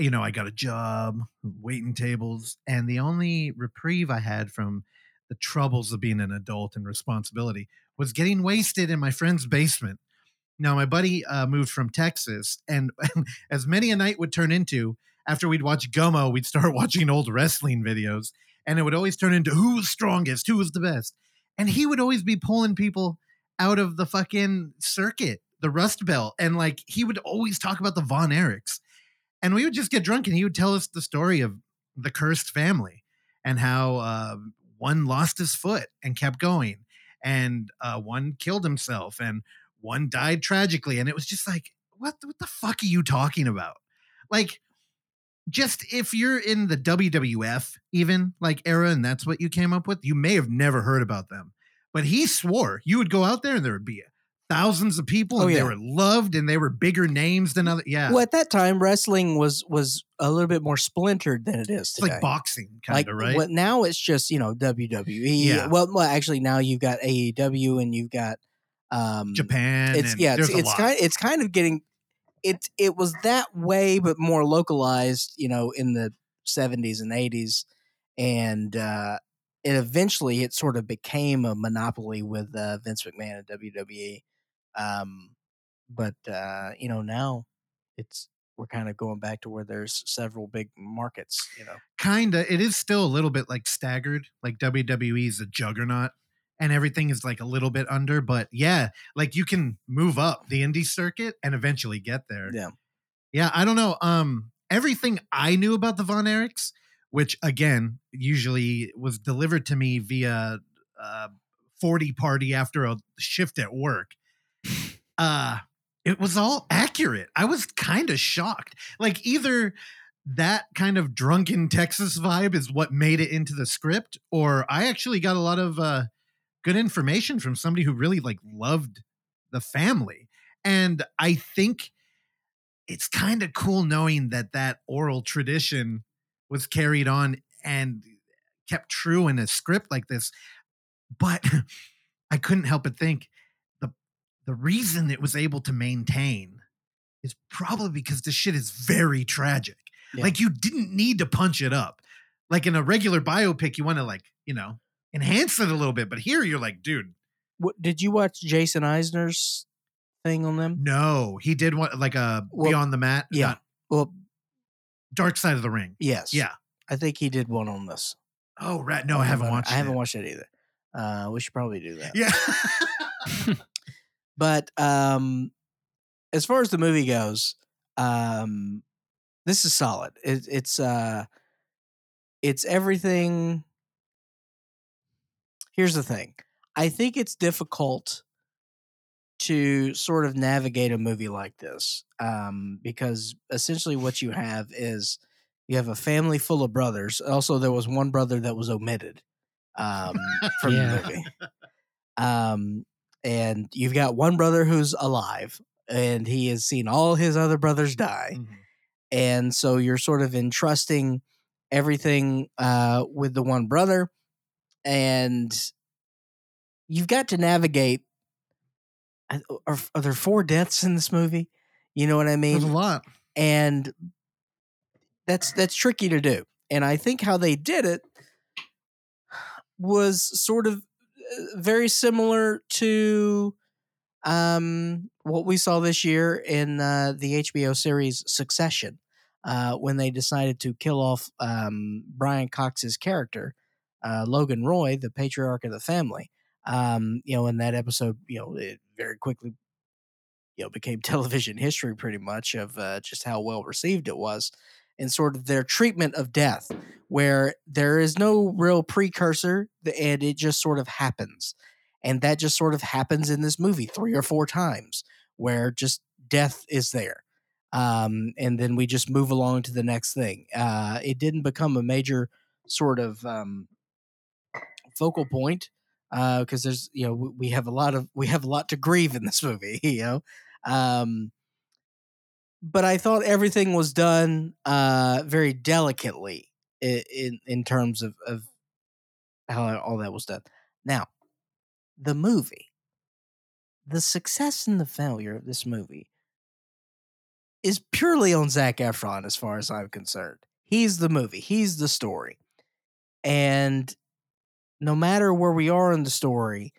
[SPEAKER 2] you know i got a job waiting tables and the only reprieve i had from the troubles of being an adult and responsibility was getting wasted in my friend's basement now my buddy uh, moved from texas and as many a night would turn into after we'd watch gummo we'd start watching old wrestling videos and it would always turn into who was strongest, who was the best. And he would always be pulling people out of the fucking circuit, the Rust Belt. And like he would always talk about the Von Erichs. And we would just get drunk and he would tell us the story of the cursed family and how uh, one lost his foot and kept going, and uh, one killed himself, and one died tragically. And it was just like, what, what the fuck are you talking about? Like, just if you're in the WWF even like era and that's what you came up with, you may have never heard about them. But he swore you would go out there and there would be thousands of people
[SPEAKER 1] Oh,
[SPEAKER 2] and
[SPEAKER 1] yeah.
[SPEAKER 2] they were loved and they were bigger names than other yeah
[SPEAKER 1] Well, at that time, wrestling was was a little bit more splintered than it is
[SPEAKER 2] it's
[SPEAKER 1] today.
[SPEAKER 2] like boxing kind of right
[SPEAKER 1] what- now it's just you know WWE.
[SPEAKER 2] Yeah.
[SPEAKER 1] Well, well, actually, now you've got AEW and you've got um,
[SPEAKER 2] japan
[SPEAKER 1] It's
[SPEAKER 2] and
[SPEAKER 1] yeah, it's,
[SPEAKER 2] there's a
[SPEAKER 1] it's
[SPEAKER 2] lot.
[SPEAKER 1] kind it's kind of getting it. It was that way, but more localized. You know, in the seventies and eighties, and uh, it eventually it sort of became a monopoly with uh, Vince McMahon and WWE. Um, but uh, you know now it's we're kind of going back to where there's several big markets. You know.
[SPEAKER 2] kinda it is still a little bit like staggered like wwe is a juggernaut and everything is like a little bit under but yeah like you can move up the indie circuit and eventually get there
[SPEAKER 1] Yeah.
[SPEAKER 2] yeah i don't know um everything i knew about the von erichs which again usually was delivered to me via uh 40 party after a shift at work uh it was all accurate i was kind of shocked like either that kind of drunken Texas vibe is what made it into the script, or I actually got a lot of uh, good information from somebody who really like loved the family, and I think it's kind of cool knowing that that oral tradition was carried on and kept true in a script like this. But I couldn't help but think the the reason it was able to maintain is probably because this shit is very tragic.
[SPEAKER 1] Yeah.
[SPEAKER 2] Like you didn't need to punch it up. Like in a regular biopic, you want to like, you know, enhance it a little bit. But here you're like, dude,
[SPEAKER 1] What, did you watch Jason Eisner's thing on them?
[SPEAKER 2] no. He did want like a
[SPEAKER 1] Mm-hmm. Well,
[SPEAKER 2] Beyond the Mat.
[SPEAKER 1] yeah.
[SPEAKER 2] not-
[SPEAKER 1] Well,
[SPEAKER 2] Dark Side of the Ring.
[SPEAKER 1] yes.
[SPEAKER 2] Yeah.
[SPEAKER 1] I think he did one on this.
[SPEAKER 2] Oh, right. No, I haven't watched
[SPEAKER 1] I haven't
[SPEAKER 2] it.
[SPEAKER 1] watched it either. Uh, we should probably do that.
[SPEAKER 2] Yeah.
[SPEAKER 1] But um, as far as the movie goes, um, this is solid. It, it's uh, it's everything. Here's the thing: I think it's difficult to sort of navigate a movie like this um, because essentially what you have is you have a family full of brothers. Also, there was one brother that was omitted um, from
[SPEAKER 3] Yeah.
[SPEAKER 1] the movie. Um, and you've got one brother who's alive, and he has seen all his other brothers die
[SPEAKER 2] Mhm.
[SPEAKER 1] and so you're sort of entrusting everything uh, with the one brother and you've got to navigate I- are, are there four deaths in this movie you know what i
[SPEAKER 2] There's a
[SPEAKER 1] mean
[SPEAKER 2] lot.
[SPEAKER 1] and that's that's tricky to do and i think how they did it was sort of uh, very similar to um, what we saw this year in uh, the HBO series Succession, uh, when they decided to kill off um, Brian Cox's character, uh, Logan Roy, the patriarch of the family. Um, you know, in that episode, you know, it very quickly, you know, became television history pretty much of uh, just how well received it was, and sort of their treatment of death, where there is no real precursor, th- and it just sort of happens and that just sort of happens in this movie three or four times where just death is there um, and then we just move along to the next thing uh, it didn't become a major sort of um, focal point because there's you know we- we have a lot of we have a lot to grieve in this movie you know um, but i thought everything was done uh, very delicately in, in, in terms of, of how all that was done now the movie, the success and the failure of this movie is purely on Zach Efron, as far as I'm concerned. He's the movie, he's the story. And no matter where we are in the story,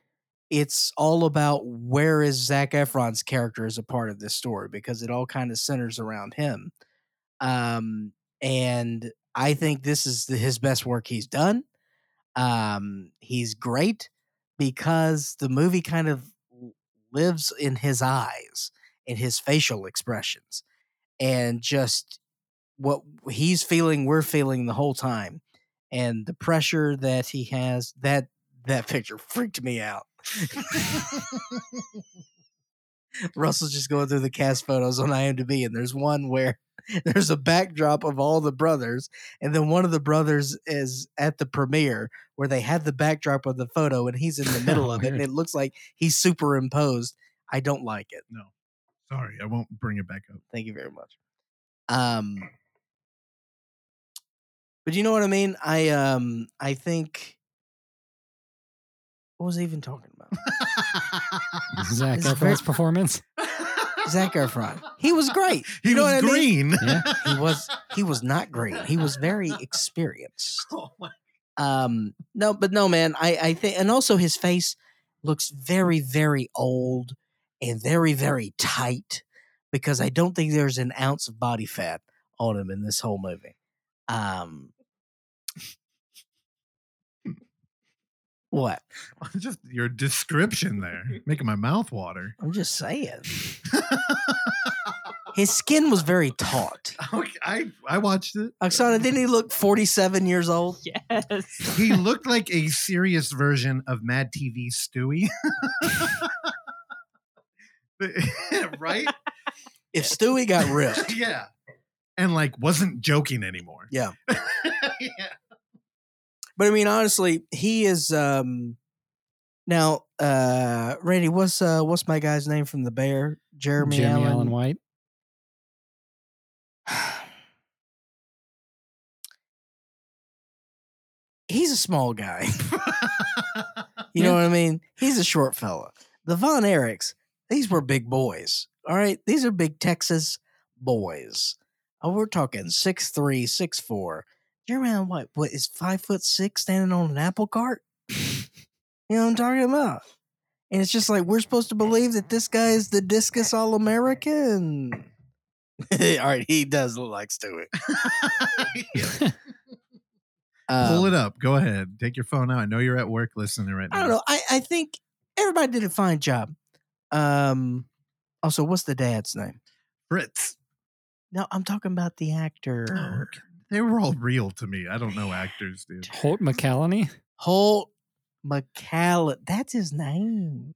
[SPEAKER 1] it's all about where is Zach Efron's character as a part of this story because it all kind of centers around him. Um, and I think this is the, his best work he's done. Um, he's great because the movie kind of lives in his eyes in his facial expressions and just what he's feeling we're feeling the whole time and the pressure that he has that that picture freaked me out russell's just going through the cast photos on imdb and there's one where there's a backdrop of all the brothers and then one of the brothers is at the premiere where they have the backdrop of the photo and he's in the middle of it and it looks like he's superimposed I don't like it.
[SPEAKER 2] No. Sorry, I won't bring it back up.
[SPEAKER 1] Thank you very much. Um, but you know what I mean. I um, I think. What was I even talking about?
[SPEAKER 3] Zach
[SPEAKER 1] It's very-
[SPEAKER 3] Efron's performance.
[SPEAKER 1] Zac Efron. He was great.
[SPEAKER 2] He
[SPEAKER 1] You know
[SPEAKER 2] was
[SPEAKER 1] what I mean?
[SPEAKER 2] green.
[SPEAKER 3] Yeah.
[SPEAKER 1] He was he was not green. He was very experienced. Um, no, but no, man. I I think, and also his face looks very very old and very very tight because I don't think there's an ounce of body fat on him in this whole movie. Um, what?
[SPEAKER 2] Just your description there, making my mouth water.
[SPEAKER 1] I'm just saying. His skin was very taut.
[SPEAKER 2] Okay, I I watched it.
[SPEAKER 1] Oksana, didn't he look 47 years old?
[SPEAKER 4] Yes.
[SPEAKER 2] He looked like a serious version of Mad TV Stewie. right?
[SPEAKER 1] If Stewie got ripped,
[SPEAKER 2] Yeah. And like wasn't joking anymore.
[SPEAKER 1] Yeah.
[SPEAKER 2] yeah.
[SPEAKER 1] but I mean, honestly, he is. um Now, uh Randy, what's uh what's my guy's name from the Bear? Jeremy,
[SPEAKER 3] Jeremy
[SPEAKER 1] Allen.
[SPEAKER 3] Allen. White.
[SPEAKER 1] He's a small guy. You know what I mean? He's a short fella. The Von Erichs, these were big boys. All right. These are big Texas boys. Oh, we're talking six three, six four. Jeremy Allen White, what is five foot six standing on an apple cart? you know what I'm talking about? And it's just like we're supposed to believe that this guy is the discus all American. all right, he does look like Stewart.
[SPEAKER 2] Pull
[SPEAKER 1] Um,
[SPEAKER 2] it up. Go ahead. Take your phone out. I know you're at work listening right now.
[SPEAKER 1] I don't know. I, I think everybody did a fine job. Um also what's the dad's name?
[SPEAKER 2] Fritz.
[SPEAKER 1] No, I'm talking about the
[SPEAKER 2] Oh,
[SPEAKER 1] actor.
[SPEAKER 2] okay. They were all real to me. I don't know actors, dude.
[SPEAKER 3] Holt McCallany.
[SPEAKER 1] Holt McCall. That's his name.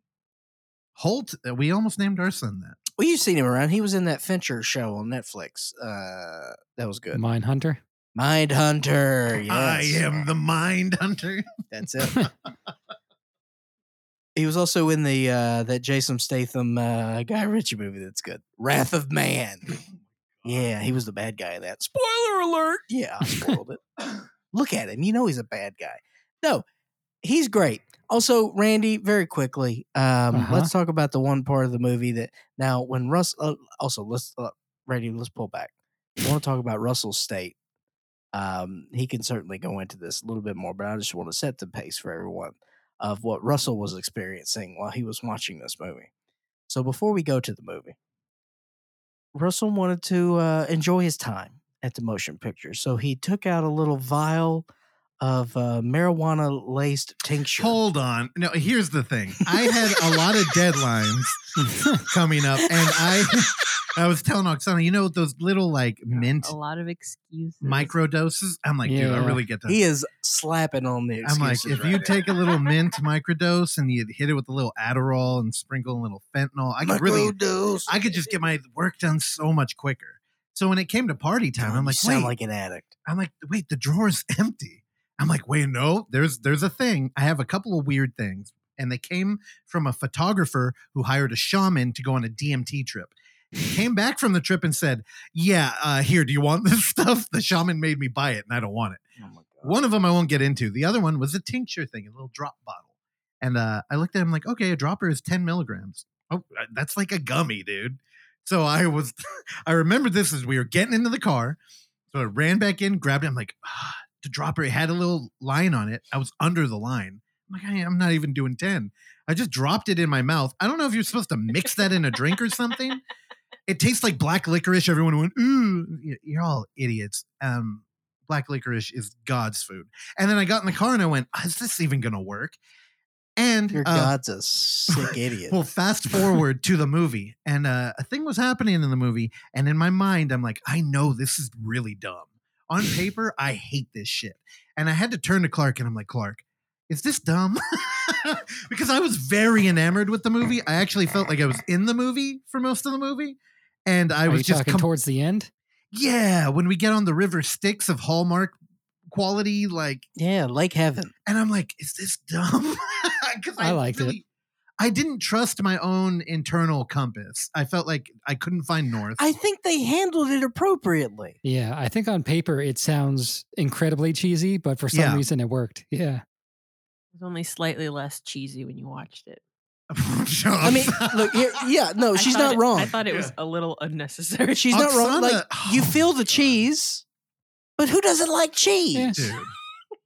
[SPEAKER 2] Holt, uh, we almost named our son that.
[SPEAKER 1] Well, you've seen him around. He was in that Fincher show on Netflix. Uh that was good.
[SPEAKER 3] Mine Hunter.
[SPEAKER 1] Mind Hunter. Yes.
[SPEAKER 2] I am the mind hunter.
[SPEAKER 1] That's it. he was also in the uh that Jason Statham uh Guy Ritchie movie that's good. Wrath of Man. Yeah, he was the bad guy in that. Spoiler alert. Yeah, I spoiled it. Look at him. You know he's a bad guy. No, he's great. Also, Randy, very quickly, um,
[SPEAKER 3] Uh-huh.
[SPEAKER 1] let's talk about the one part of the movie that now when Russ. Uh, also, let's uh, Randy, let's pull back. I want to talk about Russell's state. Um, he can certainly go into this a little bit more, but I just want to set the pace for everyone of what Russell was experiencing while he was watching this movie. So before we go to the movie, Russell wanted to uh, enjoy his time at the motion picture, so he took out a little vial of uh, marijuana laced tincture.
[SPEAKER 2] Hold on. No, here's the thing. I had a lot of deadlines coming up, and I I was telling Oksana, you know those little like mint
[SPEAKER 1] oh,
[SPEAKER 4] A lot of excuses.
[SPEAKER 2] micro doses? I'm like, dude, I
[SPEAKER 3] Yeah.
[SPEAKER 2] really get that.
[SPEAKER 1] he is slapping on the.
[SPEAKER 2] I'm like,
[SPEAKER 1] excuses
[SPEAKER 2] if
[SPEAKER 1] right
[SPEAKER 2] you
[SPEAKER 1] now.
[SPEAKER 2] take a little mint microdose and you hit it with a little Adderall and sprinkle a little fentanyl, I could really, I could just get my work done so much quicker. So when it came to party time,
[SPEAKER 1] You
[SPEAKER 2] I'm like,
[SPEAKER 1] sound
[SPEAKER 2] wait,
[SPEAKER 1] like an addict.
[SPEAKER 2] I'm like, wait, the drawer's empty. I'm like, wait, no, there's there's a thing. I have a couple of weird things, and they came from a photographer who hired a shaman to go on a DMT trip. He came back from the trip and said, "Yeah, uh, here, do you want this stuff?" The shaman made me buy it, and I don't want it.
[SPEAKER 1] Oh my God.
[SPEAKER 2] One of them I won't get into. The other one was a tincture thing, a little drop bottle. And uh, I looked at him like, okay, a dropper is 10 milligrams. Oh, that's like a gummy, dude. So I was, I remember this as we were getting into the car. So I ran back in, grabbed it. I'm like, ah, the dropper it had a little line on it. I was under the line. I'm like, I- I'm not even doing 10. I just dropped it in my mouth. I don't know if you're supposed to mix that in a drink or something. It tastes like black licorice. Everyone went, ooh, Y- you're all idiots. Um, black licorice is God's food. And then I got in the car and I went, is this even going to work? And
[SPEAKER 1] Your
[SPEAKER 2] uh,
[SPEAKER 1] God's a sick idiot.
[SPEAKER 2] well, fast forward to the movie, and uh, a thing was happening in the movie, and in my mind, I'm like, I know this is really dumb. On paper, I hate this shit, and I had to turn to Clark, and I'm like, Clark, is this dumb? because I was very enamored with the movie. I actually felt like I was in the movie for most of the movie, and I
[SPEAKER 3] Are
[SPEAKER 2] was
[SPEAKER 3] you
[SPEAKER 2] just
[SPEAKER 3] talking
[SPEAKER 2] com-
[SPEAKER 3] towards the end?
[SPEAKER 2] yeah. When we get on the river Styx of Hallmark quality, like
[SPEAKER 1] yeah, like heaven.
[SPEAKER 2] and I'm like, is this dumb? 'Cause
[SPEAKER 3] I liked it.
[SPEAKER 2] really- I didn't trust my own internal compass. I felt like I couldn't find north.
[SPEAKER 1] I think they handled it appropriately.
[SPEAKER 3] Yeah, I think on paper it sounds incredibly cheesy, but for some
[SPEAKER 2] Yeah.
[SPEAKER 3] reason it worked. Yeah.
[SPEAKER 4] It was only slightly less cheesy when you watched it.
[SPEAKER 1] I mean, look, here, yeah,
[SPEAKER 2] Oh,
[SPEAKER 1] no,
[SPEAKER 4] I
[SPEAKER 1] she's
[SPEAKER 4] thought
[SPEAKER 1] not
[SPEAKER 4] it-
[SPEAKER 1] wrong.
[SPEAKER 4] I thought it was a little unnecessary.
[SPEAKER 1] she's not wrong.
[SPEAKER 2] Oksana-
[SPEAKER 1] Like you feel the cheese, but who doesn't like cheese?
[SPEAKER 3] Yeah.
[SPEAKER 2] dude.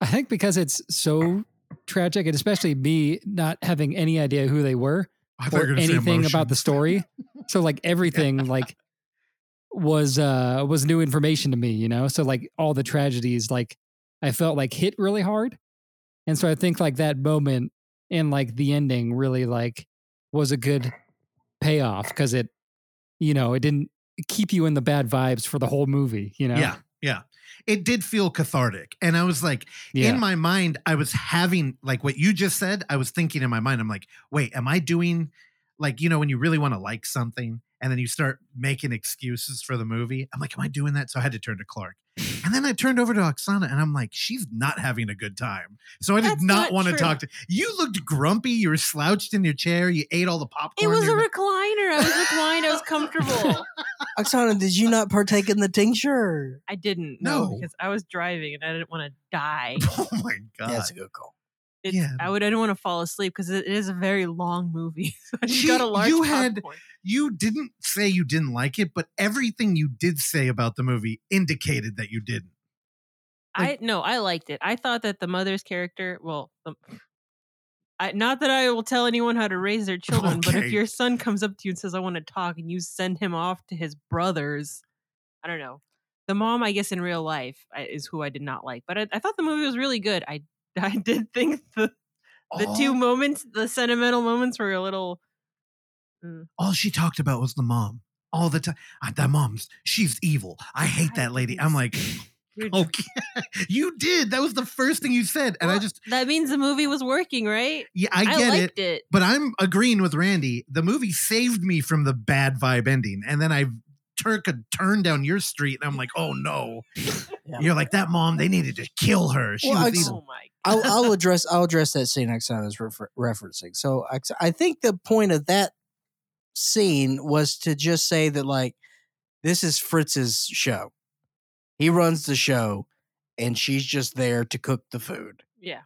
[SPEAKER 3] I think because it's so tragic, and especially me not having any idea who they were
[SPEAKER 2] I thought you were
[SPEAKER 3] or
[SPEAKER 2] gonna say
[SPEAKER 3] anything
[SPEAKER 2] emotion.
[SPEAKER 3] about the story. So like everything like was uh was new information to me, you know? So like all the tragedies, like I felt like hit really hard. And so I think like that moment and like the ending really like was a good payoff because it, you know, it didn't keep you in the bad vibes for the whole movie, you know?
[SPEAKER 2] Yeah, yeah. It did feel cathartic, and I was like,
[SPEAKER 3] Yeah.
[SPEAKER 2] in my mind, I was having like what you just said. I was thinking in my mind, I'm like, wait, am I doing like you know when you really want to like something, and then you start making excuses for the movie? I'm like, am I doing that? So I had to turn to Clark, and then I turned over to Oksana, and I'm like, she's not having a good time. So I did
[SPEAKER 4] That's
[SPEAKER 2] not
[SPEAKER 4] not
[SPEAKER 2] want to
[SPEAKER 4] true.
[SPEAKER 2] talk to you. Looked grumpy. You were slouched in your chair. You ate all the
[SPEAKER 4] it
[SPEAKER 2] popcorn.
[SPEAKER 4] was
[SPEAKER 2] you
[SPEAKER 4] a
[SPEAKER 2] were-
[SPEAKER 4] recliner. I was reclined. I was comfortable.
[SPEAKER 1] Oksana, did you not partake in the tincture?
[SPEAKER 4] I didn't know
[SPEAKER 2] No.
[SPEAKER 4] because I was driving and I didn't want to die.
[SPEAKER 2] oh my god.
[SPEAKER 1] That's a good call.
[SPEAKER 4] It's,
[SPEAKER 2] Yeah.
[SPEAKER 4] I would. I didn't want to fall asleep because it is a very long movie. So I just
[SPEAKER 2] She-
[SPEAKER 4] got a large
[SPEAKER 2] you had-
[SPEAKER 4] popcorn.
[SPEAKER 2] you didn't say you didn't like it, but everything you did say about the movie indicated that you didn't.
[SPEAKER 4] I no, I liked it. I thought that the mother's character, well, the, I, not that I will tell anyone how to raise their children, but
[SPEAKER 2] Okay.
[SPEAKER 4] if your son comes up to you and says, "I want to talk," and you send him off to his brothers, I don't know. The mom, I guess, in real life I, is who I did not like, but I, I thought the movie was really good. I I did think the the two moments, the sentimental moments, were a little.
[SPEAKER 2] All she talked about was the mom all the time. That mom's, she's evil. I hate that lady. I'm like,
[SPEAKER 4] You're-
[SPEAKER 2] okay, you did. That was the first thing you said, and I
[SPEAKER 4] Well,
[SPEAKER 2] just,
[SPEAKER 4] that means the movie was working, right?
[SPEAKER 2] yeah, I get it.
[SPEAKER 4] liked it.
[SPEAKER 2] But I'm agreeing with Randy. The movie saved me from the bad vibe ending, and then I took a turn down your street, and I'm like, oh no.
[SPEAKER 1] Yeah.
[SPEAKER 2] You're like that mom. They needed to kill her. She
[SPEAKER 1] Well,
[SPEAKER 2] was
[SPEAKER 1] Ox-
[SPEAKER 2] evil.
[SPEAKER 4] Oh my!
[SPEAKER 1] I'll, I'll address I'll address that scene Oksana's refer- referencing. So Ox- I think the point of that scene was to just say that like this is Fritz's show. He runs the show, and she's just there to cook the food.
[SPEAKER 4] Yeah,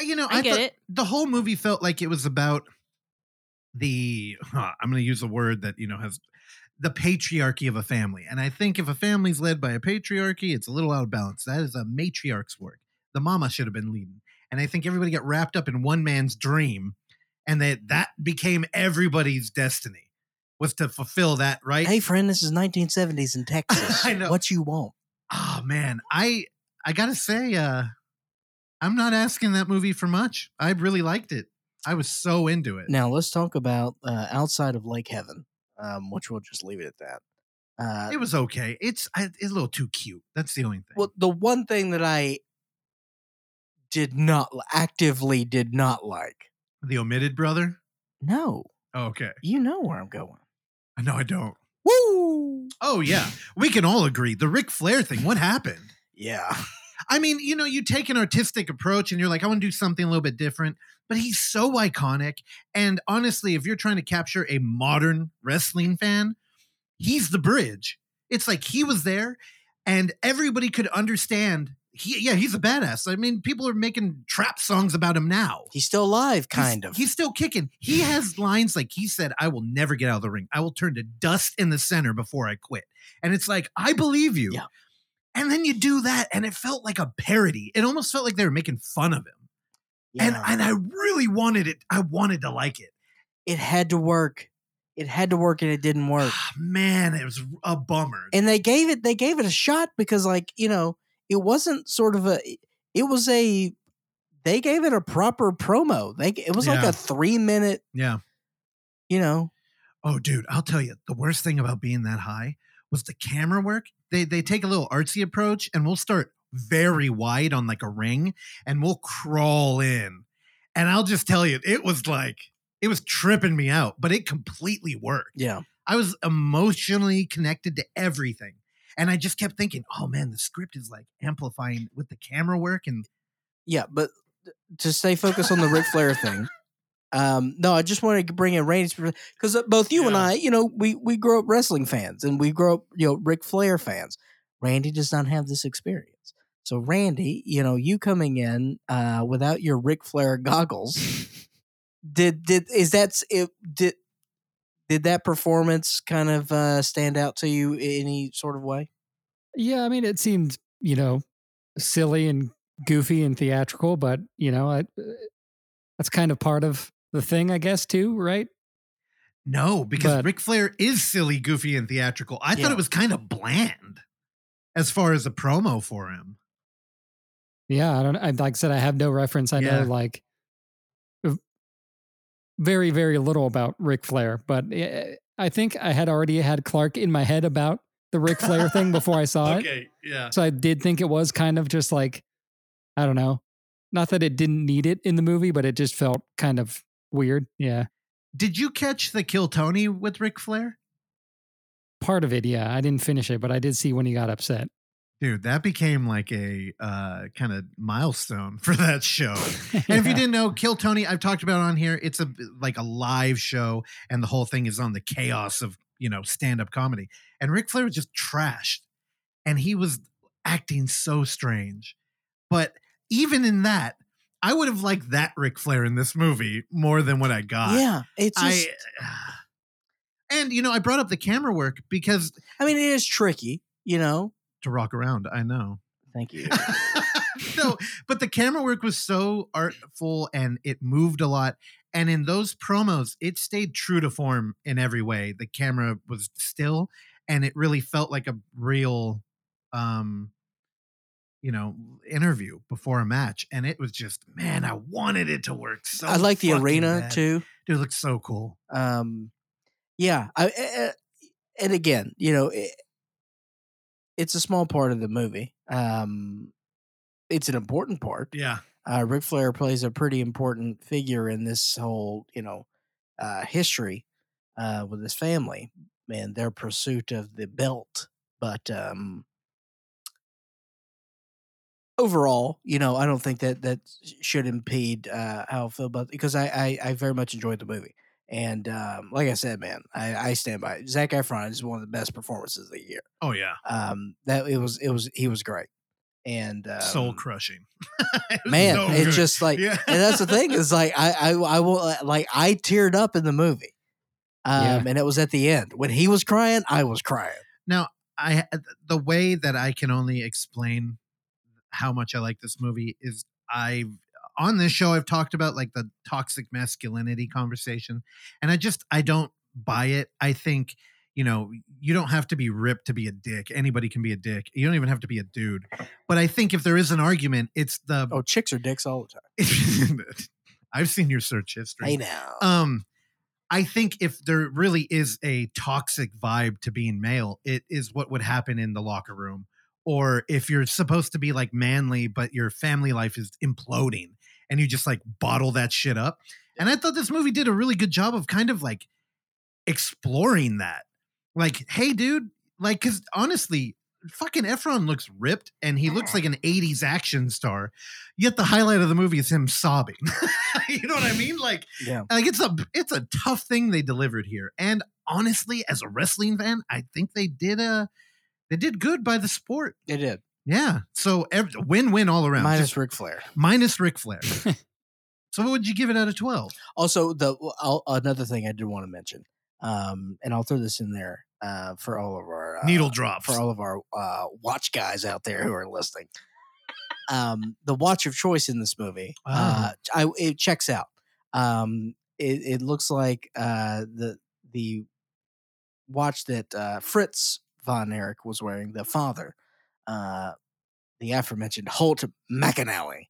[SPEAKER 2] you know,
[SPEAKER 4] I,
[SPEAKER 2] I,
[SPEAKER 4] get
[SPEAKER 2] thought
[SPEAKER 4] it.
[SPEAKER 2] the whole movie felt like it was about the huh, I'm going to use a word that you know has the patriarchy of a family. And I think if a family's led by a patriarchy, it's a little out of balance. That is a matriarch's work. The mama should have been leading. And I think everybody got wrapped up in one man's dream and that that became everybody's destiny was to fulfill that, right?
[SPEAKER 1] Hey, friend, this is 1970s in Texas.
[SPEAKER 2] I know.
[SPEAKER 1] What you want?
[SPEAKER 2] oh man i i gotta say uh i'm not asking that movie for much i really liked it i was so into it
[SPEAKER 1] Now let's talk about uh, outside of Lake Heaven, um, which we'll just leave it at that. Uh,
[SPEAKER 2] it was okay it's I, it's a little too cute that's the only thing
[SPEAKER 1] Well, the one thing that I did not actively did not like.
[SPEAKER 2] the omitted brother
[SPEAKER 1] No,
[SPEAKER 2] oh, okay Uh,
[SPEAKER 1] you know where I'm going.
[SPEAKER 2] no i don't
[SPEAKER 1] Woo!
[SPEAKER 2] oh yeah we can all agree the Ric flair thing what happened
[SPEAKER 1] Yeah.
[SPEAKER 2] I mean, you know, you take an artistic approach and you're like, I want to do something a little bit different, but he's so iconic. And honestly, if you're trying to capture a modern wrestling fan, he's the bridge. It's like he was there and everybody could understand. He, yeah, he's a badass. I mean, people are making trap songs about him now.
[SPEAKER 1] He's still alive, kind
[SPEAKER 2] He's-
[SPEAKER 1] of.
[SPEAKER 2] He's still kicking. He has lines like he said, I will never get out of the ring. I will turn to dust in the center before I quit. And it's like, I believe you.
[SPEAKER 1] Yeah.
[SPEAKER 2] And then you do that, and it felt like a parody. It almost felt like they were making fun of him. And
[SPEAKER 1] Yeah.
[SPEAKER 2] and I really wanted it. I wanted to like it.
[SPEAKER 1] it had to work. It had to work, and it didn't work.
[SPEAKER 2] Ah, Man, it was a bummer.
[SPEAKER 1] And they gave it. They gave it a shot because, like you know, it wasn't sort of a. It was a. They gave it a proper promo. They. It was like
[SPEAKER 2] Yeah.
[SPEAKER 1] a three minute.
[SPEAKER 2] yeah.
[SPEAKER 1] You know.
[SPEAKER 2] Oh, dude, I'll tell you, the worst thing about being that high was the camera work. They they take a little artsy approach and we'll start very wide on like a ring and we'll crawl in. And I'll just tell you, it was like it was tripping me out, but it completely worked.
[SPEAKER 1] Yeah.
[SPEAKER 2] I was emotionally connected to everything. And I just kept thinking, oh man, the script is like amplifying with the camera work and
[SPEAKER 1] uh, Yeah, but to stay focused on the Ric Flair thing, Um, no, I just wanted to bring in Randy's because uh, both you and
[SPEAKER 2] Yeah.
[SPEAKER 1] I, you know, we we grew up wrestling fans and we grew up, you know, Ric Flair fans. Randy does not have this experience. So, Randy, you know, you coming in uh, without your Ric Flair goggles, did did is that s- it, did did that performance kind of uh, stand out to you in any sort of way?
[SPEAKER 3] Yeah, I mean, it seemed you know silly and goofy and theatrical, but you know, I, uh, that's kind of part of the thing, I guess, too, right?
[SPEAKER 2] No, because
[SPEAKER 3] But-
[SPEAKER 2] Ric Flair is silly, goofy, and theatrical. I
[SPEAKER 1] Yeah.
[SPEAKER 2] thought it was kind of bland as far as a promo for him.
[SPEAKER 3] Yeah, I don't. I, like I said, I have no reference. I
[SPEAKER 2] Yeah.
[SPEAKER 3] know like v- very, very little about Ric Flair, but eh, I think I had already had Clark in my head about the Ric Flair thing before I saw it.
[SPEAKER 2] yeah.
[SPEAKER 3] So I did think it was kind of just like, I don't know. Not that it didn't need it in the movie, but it just felt kind of weird. Yeah.
[SPEAKER 2] Did you catch the Kill Tony with Ric Flair?
[SPEAKER 3] Part of it, yeah. I didn't finish it, but I did see when he got upset.
[SPEAKER 2] Dude, that became like a uh, kind of milestone for that show. Oh. And if you
[SPEAKER 3] Yeah.
[SPEAKER 2] didn't know, Kill Tony, I've talked about on here. It's a like a live show, and the whole thing is on the chaos of you know stand up comedy. And Ric Flair was just trashed, and he was acting so strange. But even in that, I would have liked that Ric Flair in this movie more than what I got.
[SPEAKER 1] yeah, it's
[SPEAKER 2] Uh, I.
[SPEAKER 1] just,
[SPEAKER 2] And you know, I brought up the camera work because
[SPEAKER 1] I mean, it is tricky, you know.
[SPEAKER 2] to rock around, I know.
[SPEAKER 1] Thank you.
[SPEAKER 2] no, but the camera work was so artful and it moved a lot. And in those promos, it stayed true to form in every way. The camera was still, and it really felt like a real, um, you know, interview before a match. And it was just, man, I wanted it to work so.
[SPEAKER 1] I like the
[SPEAKER 2] fucking
[SPEAKER 1] arena
[SPEAKER 2] bad.
[SPEAKER 1] too.
[SPEAKER 2] Dude, it looks so cool.
[SPEAKER 1] um yeah I, I- I- and again you know it, it's a small part of the movie um it's an important part
[SPEAKER 2] Yeah,
[SPEAKER 1] uh Ric Flair plays a pretty important figure in this whole you know uh history uh with his family and their pursuit of the belt but um overall you know i don't think that that should impede uh how i feel about because I, I i very much enjoyed the movie and um like i said man i i stand by it. zach efron is one of the best performances of the year
[SPEAKER 2] oh yeah,
[SPEAKER 1] um that it was it was he was great and um,
[SPEAKER 2] soul crushing. It was
[SPEAKER 1] man
[SPEAKER 2] so
[SPEAKER 1] it's
[SPEAKER 2] good.
[SPEAKER 1] just like
[SPEAKER 2] yeah.
[SPEAKER 1] and that's the thing is like I I I will uh, like I teared up in the movie, um,
[SPEAKER 3] Yeah.
[SPEAKER 1] and it was at the end when he was crying, I was crying.
[SPEAKER 2] I uh, the way that I can only explain how much I like this movie is I on this show I've talked about like the toxic masculinity conversation and I just I don't buy it. I think you know, you don't have to be ripped to be a dick. Anybody can be a dick. You don't even have to be a dude. But I think if there is an argument, it's the
[SPEAKER 1] Oh, chicks are dicks all the time.
[SPEAKER 2] I've seen your search history
[SPEAKER 1] Hey now,
[SPEAKER 2] um i think if there really is a toxic vibe to being male it is what would happen in the locker room or if you're supposed to be like manly but your family life is imploding and you just like bottle that shit up and i thought this movie did a really good job of kind of like exploring that like hey dude like because honestly fucking efron looks ripped and he looks like an 80s action star yet the highlight of the movie is him sobbing you know what i mean like
[SPEAKER 1] yeah,
[SPEAKER 2] like it's a it's a tough thing they delivered here and honestly as a wrestling fan i think they did a they did good by the sport
[SPEAKER 1] it did
[SPEAKER 2] yeah so ev- win-win all around
[SPEAKER 1] minus
[SPEAKER 2] Just
[SPEAKER 1] Ric Flair.
[SPEAKER 2] minus Ric flair so what would you give it out of 12
[SPEAKER 1] Also, the i another thing I did want to mention, um, and I'll throw this in there uh, for all of our uh,
[SPEAKER 2] needle drops
[SPEAKER 1] for all of our uh, watch guys out there who are listening. Um, the watch of choice in this movie, uh, I, it checks out. Um, it, it looks like uh, the the watch that uh, Fritz von Erich was wearing, the father, uh, the aforementioned Holt McAnally.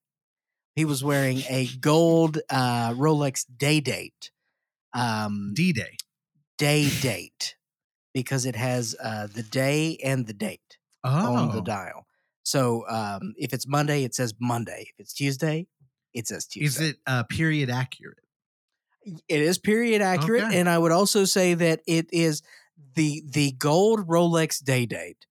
[SPEAKER 1] He was wearing a gold uh, Rolex Day Date. Um,
[SPEAKER 2] d-day
[SPEAKER 1] day date because it has uh, the day and the date on
[SPEAKER 2] Oh.
[SPEAKER 1] the dial. So um, if it's Monday, it says Monday. If it's Tuesday, it says
[SPEAKER 2] is
[SPEAKER 1] Tuesday.
[SPEAKER 2] it uh period accurate
[SPEAKER 1] it is period accurate,
[SPEAKER 2] Okay.
[SPEAKER 1] and I would also say that it is the the gold Rolex day date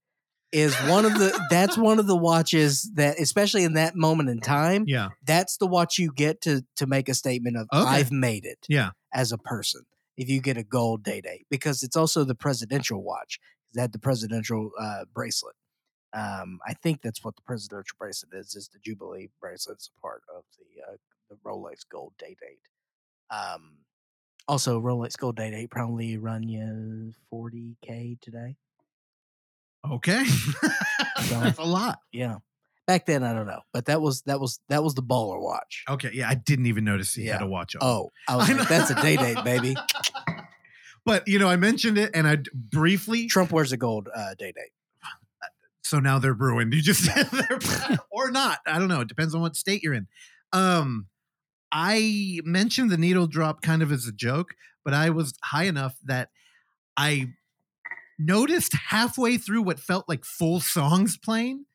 [SPEAKER 1] is one of the that's one of the watches that especially in that moment in time
[SPEAKER 2] Yeah.
[SPEAKER 1] that's the watch you get to to make a statement of
[SPEAKER 2] Okay.
[SPEAKER 1] I've made it
[SPEAKER 2] Yeah.
[SPEAKER 1] as a person if you get a gold day day because it's also the presidential watch it had the presidential uh, bracelet. Um, I think that's what the presidential bracelet is. Is the Jubilee bracelet is a part of the uh, the Rolex Gold Day Date. Um, also, Rolex Gold Day Date probably run you forty k today.
[SPEAKER 2] Okay. That's a lot.
[SPEAKER 1] Yeah, back then I don't know, but that was that was that was the baller watch.
[SPEAKER 2] Okay. Yeah. I didn't even notice he had
[SPEAKER 1] Yeah.
[SPEAKER 2] a watch on.
[SPEAKER 1] Oh, I was
[SPEAKER 2] I
[SPEAKER 1] like,
[SPEAKER 2] know.
[SPEAKER 1] that's a day date, baby.
[SPEAKER 2] But, you know, I mentioned it and I d- briefly.
[SPEAKER 1] Trump wears a gold uh, day date.
[SPEAKER 2] So now they're ruined. You just they're, or not. I don't know. It depends on what state you're in. Um, I mentioned the needle drop kind of as a joke, but I was high enough that I noticed halfway through what felt like full songs playing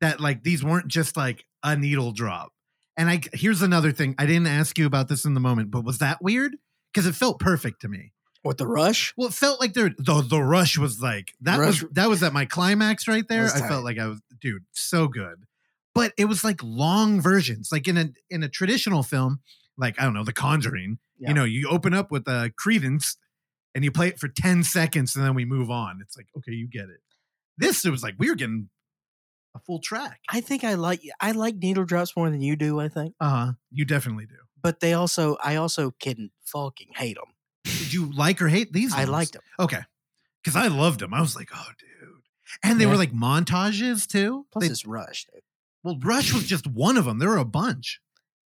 [SPEAKER 2] that like these weren't just like a needle drop. And I here's another thing. I didn't ask you about this in the moment, but was that weird? Because it felt perfect to me.
[SPEAKER 1] With the rush,
[SPEAKER 2] Well, it felt like there the the rush was like that
[SPEAKER 1] Rush-
[SPEAKER 2] was that was at my climax right there.
[SPEAKER 1] was
[SPEAKER 2] I
[SPEAKER 1] tight.
[SPEAKER 2] felt like I was dude, so good. But it was like long versions. Like in a in a traditional film, like I don't know, The Conjuring,
[SPEAKER 1] Yeah.
[SPEAKER 2] you know, you open up with a credence and you play it for 10 seconds and then we move on. It's like, okay, you get it. This it was like we were getting a full track.
[SPEAKER 1] I think I like I like needle drops more than you do. I think,
[SPEAKER 2] Uh-huh. You definitely do.
[SPEAKER 1] but they also I also can fucking hate them.
[SPEAKER 2] Did you like or hate these?
[SPEAKER 1] I
[SPEAKER 2] ones?
[SPEAKER 1] liked them.
[SPEAKER 2] Okay. Because I loved them. I was like, oh, dude. And they were
[SPEAKER 3] Yeah.
[SPEAKER 2] like montages too.
[SPEAKER 1] Plus,
[SPEAKER 2] They-
[SPEAKER 1] it's rush. Dude.
[SPEAKER 2] well, Rush was just one of them. There were a bunch.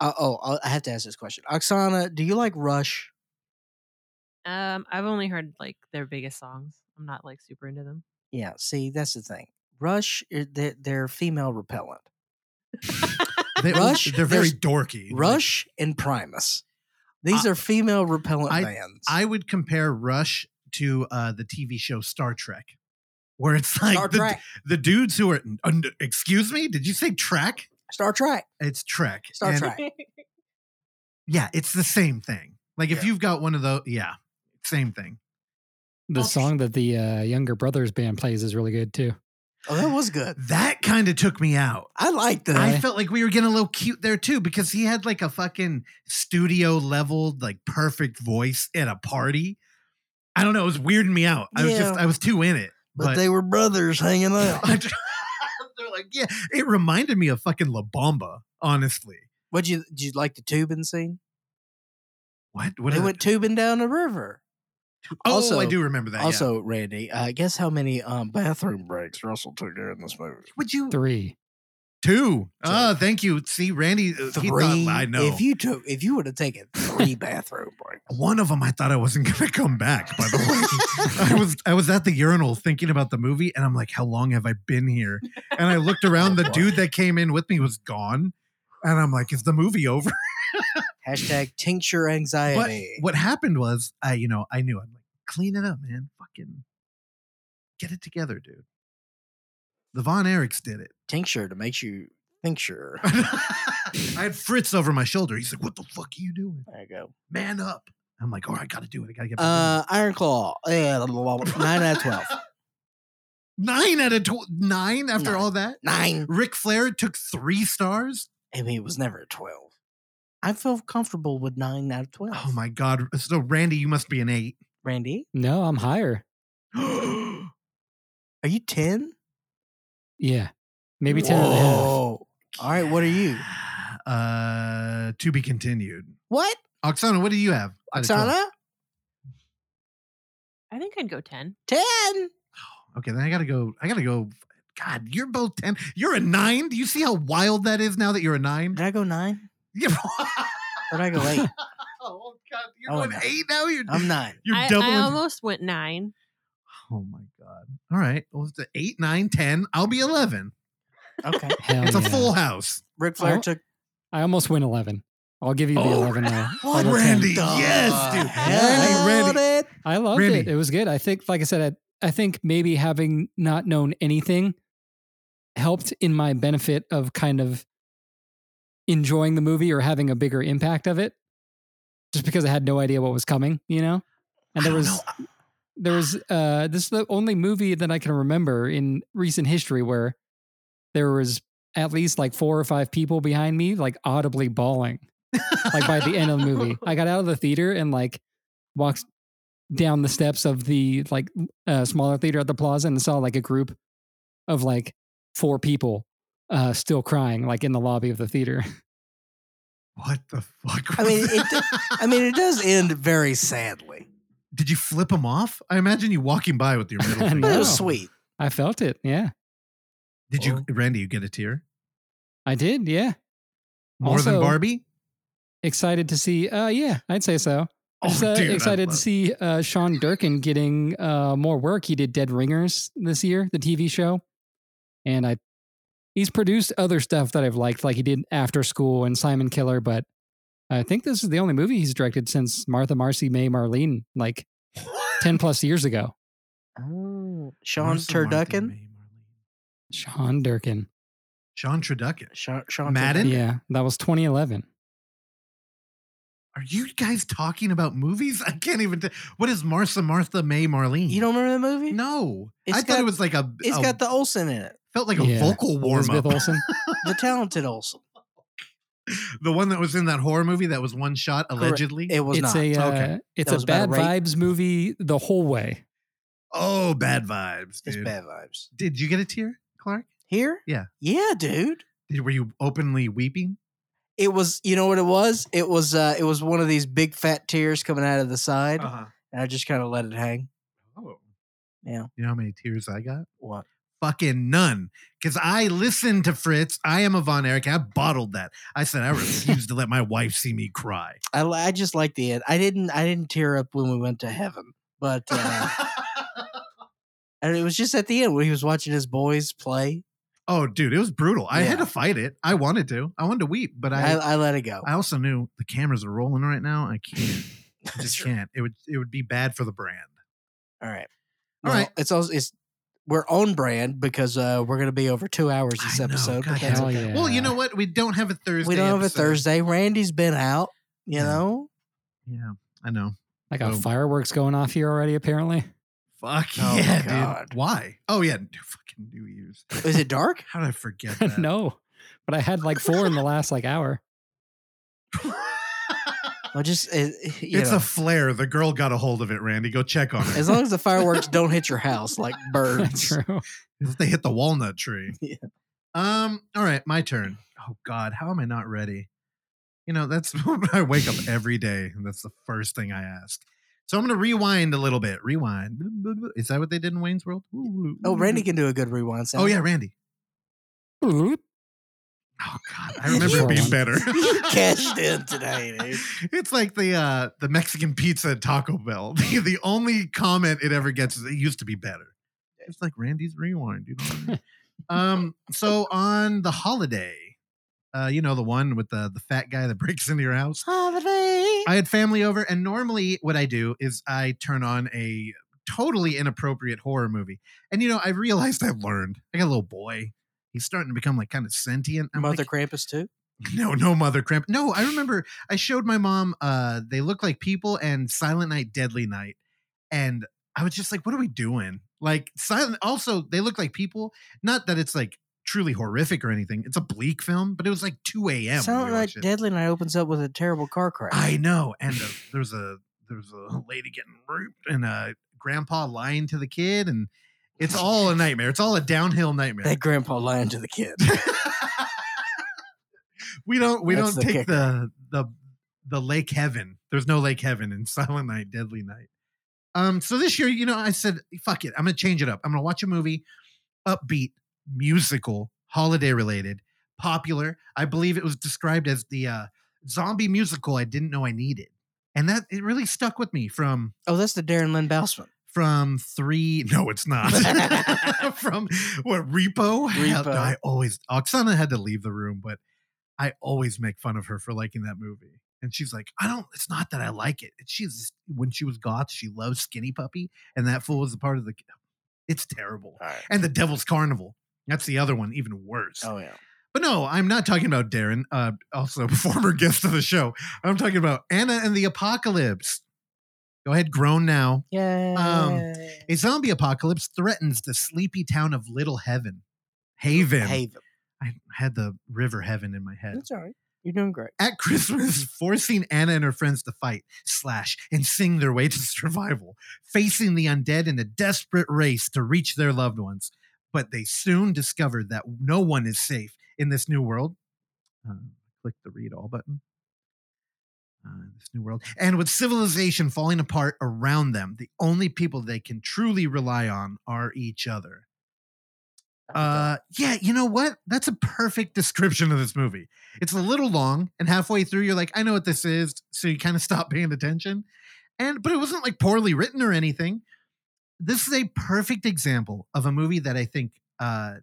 [SPEAKER 1] Uh, oh, I'll- I have to ask this question, Oksana. Do you like Rush?
[SPEAKER 4] Um, I've only heard like their biggest songs. I'm not like super into them.
[SPEAKER 1] Yeah. See, that's the thing. Rush, eh, they're, they're female repellent.
[SPEAKER 2] They,
[SPEAKER 1] Rush,
[SPEAKER 2] They're very
[SPEAKER 1] there's-
[SPEAKER 2] dorky. Like,
[SPEAKER 1] Rush and Primus. These
[SPEAKER 2] I-
[SPEAKER 1] are female repellent
[SPEAKER 2] I-
[SPEAKER 1] bands.
[SPEAKER 2] I would compare Rush to uh, the TV show Star Trek, where it's like
[SPEAKER 1] Star
[SPEAKER 2] the,
[SPEAKER 1] Trek.
[SPEAKER 2] the dudes who are. uh, n- excuse me? Did you say Trek?
[SPEAKER 1] Star Trek.
[SPEAKER 2] It's Trek.
[SPEAKER 1] Star
[SPEAKER 2] And-
[SPEAKER 1] Trek.
[SPEAKER 2] Yeah, it's the same thing. Like if
[SPEAKER 1] Yeah.
[SPEAKER 2] you've got one of those, yeah, same thing.
[SPEAKER 3] The song that the uh, younger brothers band plays is really good too.
[SPEAKER 1] Oh, that was good.
[SPEAKER 2] That kind of took me out.
[SPEAKER 1] I liked that.
[SPEAKER 2] I felt like we were getting a little cute there too because he had like a fucking studio leveled, like perfect voice at a party. I don't know. It was weirding me out. I was just,
[SPEAKER 1] Yeah.
[SPEAKER 2] I was too in it.
[SPEAKER 1] but, they were brothers hanging out.
[SPEAKER 2] I just- they're like, yeah, it reminded me of fucking La Bamba, honestly.
[SPEAKER 1] What you did you like the tubing scene?
[SPEAKER 2] What? What?
[SPEAKER 1] they
[SPEAKER 2] is it?
[SPEAKER 1] went tubing down the river.
[SPEAKER 2] oh, I
[SPEAKER 1] also-
[SPEAKER 2] do remember that. yeah.
[SPEAKER 1] also, Randy, uh, guess how many um, bathroom breaks Russell took during this movie?
[SPEAKER 2] would you
[SPEAKER 3] Three.
[SPEAKER 2] two? Oh, thank you. See, Randy, uh, he thought- I know.
[SPEAKER 1] If you took, if you would have taken three bathroom breaks,
[SPEAKER 2] One of them, I thought I wasn't gonna come back. By the way, I was I was at the urinal thinking about the movie, and I'm like, how long have I been here? And I looked around. The dude that came in with me was gone, and I'm like, is the movie over?
[SPEAKER 1] hashtag tincture
[SPEAKER 2] But
[SPEAKER 1] anxiety.
[SPEAKER 2] what happened was, I you know, I knew I'm like, clean it up, man, fucking get it together, dude. The Von Erichs did it.
[SPEAKER 1] tincture to make you tincture.
[SPEAKER 2] I had Fritz over my shoulder. He's like, what the fuck are you doing?
[SPEAKER 1] There you go.
[SPEAKER 2] Man up. I'm like, oh, I gotta do it. I gotta get. back in."
[SPEAKER 1] Uh, Iron Claw, eh, blah, blah, blah, blah, nine out of twelve.
[SPEAKER 2] Nine out of tw- nine after
[SPEAKER 1] Nine.
[SPEAKER 2] all that.
[SPEAKER 1] Nine.
[SPEAKER 2] Ric Flair took three stars.
[SPEAKER 1] I mean, it was never a twelve. I feel comfortable with nine out of twelve.
[SPEAKER 2] Oh my god! So Randy, you must be an eight.
[SPEAKER 1] Randy,
[SPEAKER 3] No, I'm higher.
[SPEAKER 1] are you ten?
[SPEAKER 3] Yeah. Maybe 10 and a half.
[SPEAKER 1] Whoa. All right, what are you?
[SPEAKER 2] Uh, to be continued.
[SPEAKER 1] What?
[SPEAKER 2] Oksana, what do you have? out of 12?
[SPEAKER 1] Oksana?
[SPEAKER 4] I think I'd go ten.
[SPEAKER 1] Ten.
[SPEAKER 2] Okay, then I gotta go. I gotta go. God, you're both ten. You're a nine. Do you see how wild that is now that you're a nine?
[SPEAKER 1] Did I go nine?
[SPEAKER 2] Yeah.
[SPEAKER 1] Or did I go eight?
[SPEAKER 2] oh God, you're
[SPEAKER 1] Oh,
[SPEAKER 2] going
[SPEAKER 1] no.
[SPEAKER 2] eight now. You're
[SPEAKER 1] I'm nine.
[SPEAKER 2] you're
[SPEAKER 4] I,
[SPEAKER 2] doubling.
[SPEAKER 4] I almost went nine.
[SPEAKER 2] oh my God. All right. Well, it's a eight, nine, ten. I'll be eleven.
[SPEAKER 1] Okay.
[SPEAKER 3] Hell
[SPEAKER 2] It's a
[SPEAKER 3] yeah.
[SPEAKER 2] full house.
[SPEAKER 1] Ric Flair
[SPEAKER 3] Oh.
[SPEAKER 1] took.
[SPEAKER 3] I almost win 11. I'll give you the
[SPEAKER 2] Oh,
[SPEAKER 3] 11 now.
[SPEAKER 1] What?
[SPEAKER 3] Over 10.
[SPEAKER 2] Randy, yes, dude.
[SPEAKER 1] Hell
[SPEAKER 2] Randy, Randy.
[SPEAKER 1] it.
[SPEAKER 3] I loved it.
[SPEAKER 2] Randy.
[SPEAKER 3] It was good. I think, like I said, I, I think maybe having not known anything helped in my benefit of kind of enjoying the movie or having a bigger impact of it, just because I had no idea what was coming, you know. And there
[SPEAKER 2] I don't
[SPEAKER 3] was
[SPEAKER 2] know.
[SPEAKER 3] there was uh this is the only movie that I can remember in recent history where there was at least like four or five people behind me like audibly bawling like by the end of the movie. I got out of the theater and like walked down the steps of the like uh, smaller theater at the plaza and saw like a group of like four people uh still crying like in the lobby of the theater.
[SPEAKER 2] What the fuck?
[SPEAKER 1] I
[SPEAKER 2] was
[SPEAKER 1] mean, it-
[SPEAKER 2] that?
[SPEAKER 1] I mean, it does end very sadly,
[SPEAKER 2] did you flip him off? I imagine you walking by with your middle finger.
[SPEAKER 1] but it
[SPEAKER 3] No.
[SPEAKER 1] was sweet.
[SPEAKER 3] I felt it. Yeah.
[SPEAKER 2] Did you, Randy? You get a tear
[SPEAKER 3] I did. Yeah.
[SPEAKER 2] more than
[SPEAKER 3] Also-
[SPEAKER 2] Barbie?
[SPEAKER 3] Excited to see uh yeah, I'd say so.
[SPEAKER 2] Oh,
[SPEAKER 3] Just, uh,
[SPEAKER 2] dude, I
[SPEAKER 3] excited to
[SPEAKER 2] love-
[SPEAKER 3] see uh, Sean Durkin getting uh, more work. He did Dead Ringers this year, the TV show, and I he's produced other stuff that I've liked, like he did After School and Simon Killer. But I think this is the only movie he's directed since Martha Marcy May Marlene, like ten plus years ago.
[SPEAKER 1] Oh, Sean
[SPEAKER 2] Where's the Martha
[SPEAKER 1] Turducken.
[SPEAKER 2] May Marlene?
[SPEAKER 3] Sean Durkin,
[SPEAKER 2] Sean Turducken.
[SPEAKER 1] Sean, Sean
[SPEAKER 2] Madden?
[SPEAKER 1] Turducken.
[SPEAKER 3] yeah, that was 2011.
[SPEAKER 2] Are you guys talking about movies? I can't even. T- what is Martha Martha May Marlene?
[SPEAKER 1] You don't remember the movie?
[SPEAKER 2] No, Oh.
[SPEAKER 1] It's
[SPEAKER 2] I thought it
[SPEAKER 1] got-
[SPEAKER 2] was like a.
[SPEAKER 1] It's
[SPEAKER 2] a-
[SPEAKER 1] got the Olsen in it,
[SPEAKER 2] felt like a
[SPEAKER 3] Yeah,
[SPEAKER 2] vocal warm
[SPEAKER 3] Elizabeth
[SPEAKER 2] up.
[SPEAKER 3] Olsen.
[SPEAKER 1] the talented Olsen.
[SPEAKER 2] the one that was in that horror movie that was one shot allegedly.
[SPEAKER 1] It was
[SPEAKER 3] It's
[SPEAKER 1] not.
[SPEAKER 3] a uh,
[SPEAKER 2] Okay.
[SPEAKER 3] it's
[SPEAKER 1] That
[SPEAKER 3] a
[SPEAKER 1] was about
[SPEAKER 3] bad
[SPEAKER 1] right.
[SPEAKER 3] vibes movie the whole way.
[SPEAKER 2] oh, bad vibes,
[SPEAKER 1] it's
[SPEAKER 2] dude.
[SPEAKER 1] bad vibes.
[SPEAKER 2] Did you get a tear, Clark?
[SPEAKER 1] Here?
[SPEAKER 2] Yeah.
[SPEAKER 1] Yeah, dude.
[SPEAKER 2] Did, were you openly weeping?
[SPEAKER 1] It was you know what it was? It was uh it was one of these big fat tears coming out of the side
[SPEAKER 2] Uh-huh.
[SPEAKER 1] and I just kind of let it hang.
[SPEAKER 2] Oh.
[SPEAKER 1] Yeah.
[SPEAKER 2] You know how many tears I got?
[SPEAKER 1] What?
[SPEAKER 2] Fucking none. Because I listened to Fritz. I am a Von Erich. I bottled that. I said I refuse to let my wife see me cry.
[SPEAKER 1] I li- I just liked the end. I didn't I didn't tear up when we went to heaven, but uh, and it was just at the end when he was watching his boys play.
[SPEAKER 2] oh, dude, it was brutal. I had
[SPEAKER 1] Yeah.
[SPEAKER 2] to fight it. I wanted to. I wanted to weep, but
[SPEAKER 1] I, uh,
[SPEAKER 2] I,
[SPEAKER 1] I let it go.
[SPEAKER 2] I also knew the cameras are rolling right now. I can't. I just can't. It would it would be bad for the brand.
[SPEAKER 1] All right.
[SPEAKER 2] All
[SPEAKER 1] All
[SPEAKER 2] right.
[SPEAKER 1] right. It's also it's we're on brand because uh we're going to be over 2 hours this
[SPEAKER 2] I know,
[SPEAKER 1] episode.
[SPEAKER 2] God
[SPEAKER 1] but that's
[SPEAKER 2] damn
[SPEAKER 3] Hell
[SPEAKER 1] okay.
[SPEAKER 3] yeah.
[SPEAKER 2] Well, you know what? We don't have a Thursday.
[SPEAKER 1] We don't have a
[SPEAKER 2] episode.
[SPEAKER 1] Thursday. Randy's been out, you
[SPEAKER 2] Yeah.
[SPEAKER 1] know?
[SPEAKER 2] Yeah, I know.
[SPEAKER 3] I got
[SPEAKER 2] Boom.
[SPEAKER 3] fireworks going off here already. Apparently,
[SPEAKER 2] Fuck
[SPEAKER 1] Oh,
[SPEAKER 2] yeah,
[SPEAKER 1] God.
[SPEAKER 2] dude. Why? Oh yeah, fucking New Year's.
[SPEAKER 1] Is it dark?
[SPEAKER 2] How did I forget that?
[SPEAKER 3] no, but I had like four in the last like hour.
[SPEAKER 1] Well, just it, you
[SPEAKER 2] it's
[SPEAKER 1] know,
[SPEAKER 2] a flare. The girl got a hold of it, Randy. Go check on it.
[SPEAKER 1] as long as the fireworks don't hit your house like birds.
[SPEAKER 3] True.
[SPEAKER 2] If they hit the walnut tree.
[SPEAKER 1] Yeah.
[SPEAKER 2] Um. All right, my turn. Oh God, how am I not ready? You know, that's when I wake up every day, and that's the first thing I ask. So I'm gonna rewind a little bit. Rewind. Is that what they did in Wayne's World?
[SPEAKER 1] Oh, Randy can do a good rewind sound.
[SPEAKER 2] Mm-hmm. Oh yeah, Randy.
[SPEAKER 3] Bloop.
[SPEAKER 2] Oh God, I remember it
[SPEAKER 3] You-
[SPEAKER 2] being better.
[SPEAKER 1] you cashed in today, dude.
[SPEAKER 2] It's like the uh, the Mexican pizza at Taco Bell. The, the only comment it ever gets is it used to be better. It's like Randy's rewind. You know what I mean? um, so on the holiday, uh, you know the one with the the fat guy that breaks into your house.
[SPEAKER 1] Holiday.
[SPEAKER 2] I had family over, and normally what I do is I turn on a totally inappropriate horror movie. And you know, I realized I learned. I got a little boy. He's starting to become like kind of sentient. I'm
[SPEAKER 1] Mother
[SPEAKER 2] like,
[SPEAKER 1] Krampus too.
[SPEAKER 2] no, no mother cramp. No, I remember I showed my mom uh they look like people and Silent Night Deadly Night. And I was just like, what are we doing? Like silent also they look like people. Not that it's like truly horrific or anything. It's a bleak film, but it was like 2 a.m. when
[SPEAKER 1] Sound
[SPEAKER 2] we
[SPEAKER 1] like
[SPEAKER 2] watched it.
[SPEAKER 1] Deadly Night opens up with a terrible car crash.
[SPEAKER 2] I know. And uh, there was a there was a lady getting raped and a grandpa lying to the kid and it's all a nightmare. It's all a downhill nightmare.
[SPEAKER 1] that grandpa lying to the kid.
[SPEAKER 2] we don't we
[SPEAKER 1] That's
[SPEAKER 2] don't
[SPEAKER 1] the
[SPEAKER 2] take the the the lake heaven. There's no lake heaven in Silent Night, Deadly Night. Um, so this year, you know, I said, fuck it, I'm gonna change it up. I'm gonna watch a movie, upbeat, musical, holiday related, popular. I believe it was described as the uh, zombie musical I didn't know I needed, and that it really stuck with me from
[SPEAKER 1] Oh, that's the Darren Lynn
[SPEAKER 2] Um,
[SPEAKER 1] Bousman.
[SPEAKER 2] from three. No, it's not. from what Repo?
[SPEAKER 1] Repo.
[SPEAKER 2] I always Oksana had to leave the room, but I always make fun of her for liking that movie. And she's like, I don't. It's not that I like it. It's- She's when she was goth, she loved Skinny Puppy, and that fool was a part of the. It's terrible. And the Devil's Carnival. That's the other one, even worse.
[SPEAKER 1] Oh yeah.
[SPEAKER 2] But no, I'm not talking about Darren, uh, also former guest of the show. I'm talking about Anna and the Apocalypse. Go ahead, groan now.
[SPEAKER 1] Yeah.
[SPEAKER 2] A zombie apocalypse threatens the sleepy town of Little Heaven. Haven.
[SPEAKER 1] Haven.
[SPEAKER 2] I had the river heaven in my head.
[SPEAKER 1] That's all right. You're doing great.
[SPEAKER 2] At Christmas, forcing Anna and her friends to fight, slash, and sing their way to survival, facing the undead in a desperate race to reach their loved ones. But they soon discover that no one is safe in this new world. Uh, click the read all button. Uh, this new world. And with civilization falling apart around them, the only people they can truly rely on are each other. Uh, yeah, you know what? That's a perfect description of this movie. It's a little long, and halfway through, you're like, I know what this is, so you kind of stop paying attention. And but it wasn't like poorly written or anything. This is a perfect example of a movie that I think uh,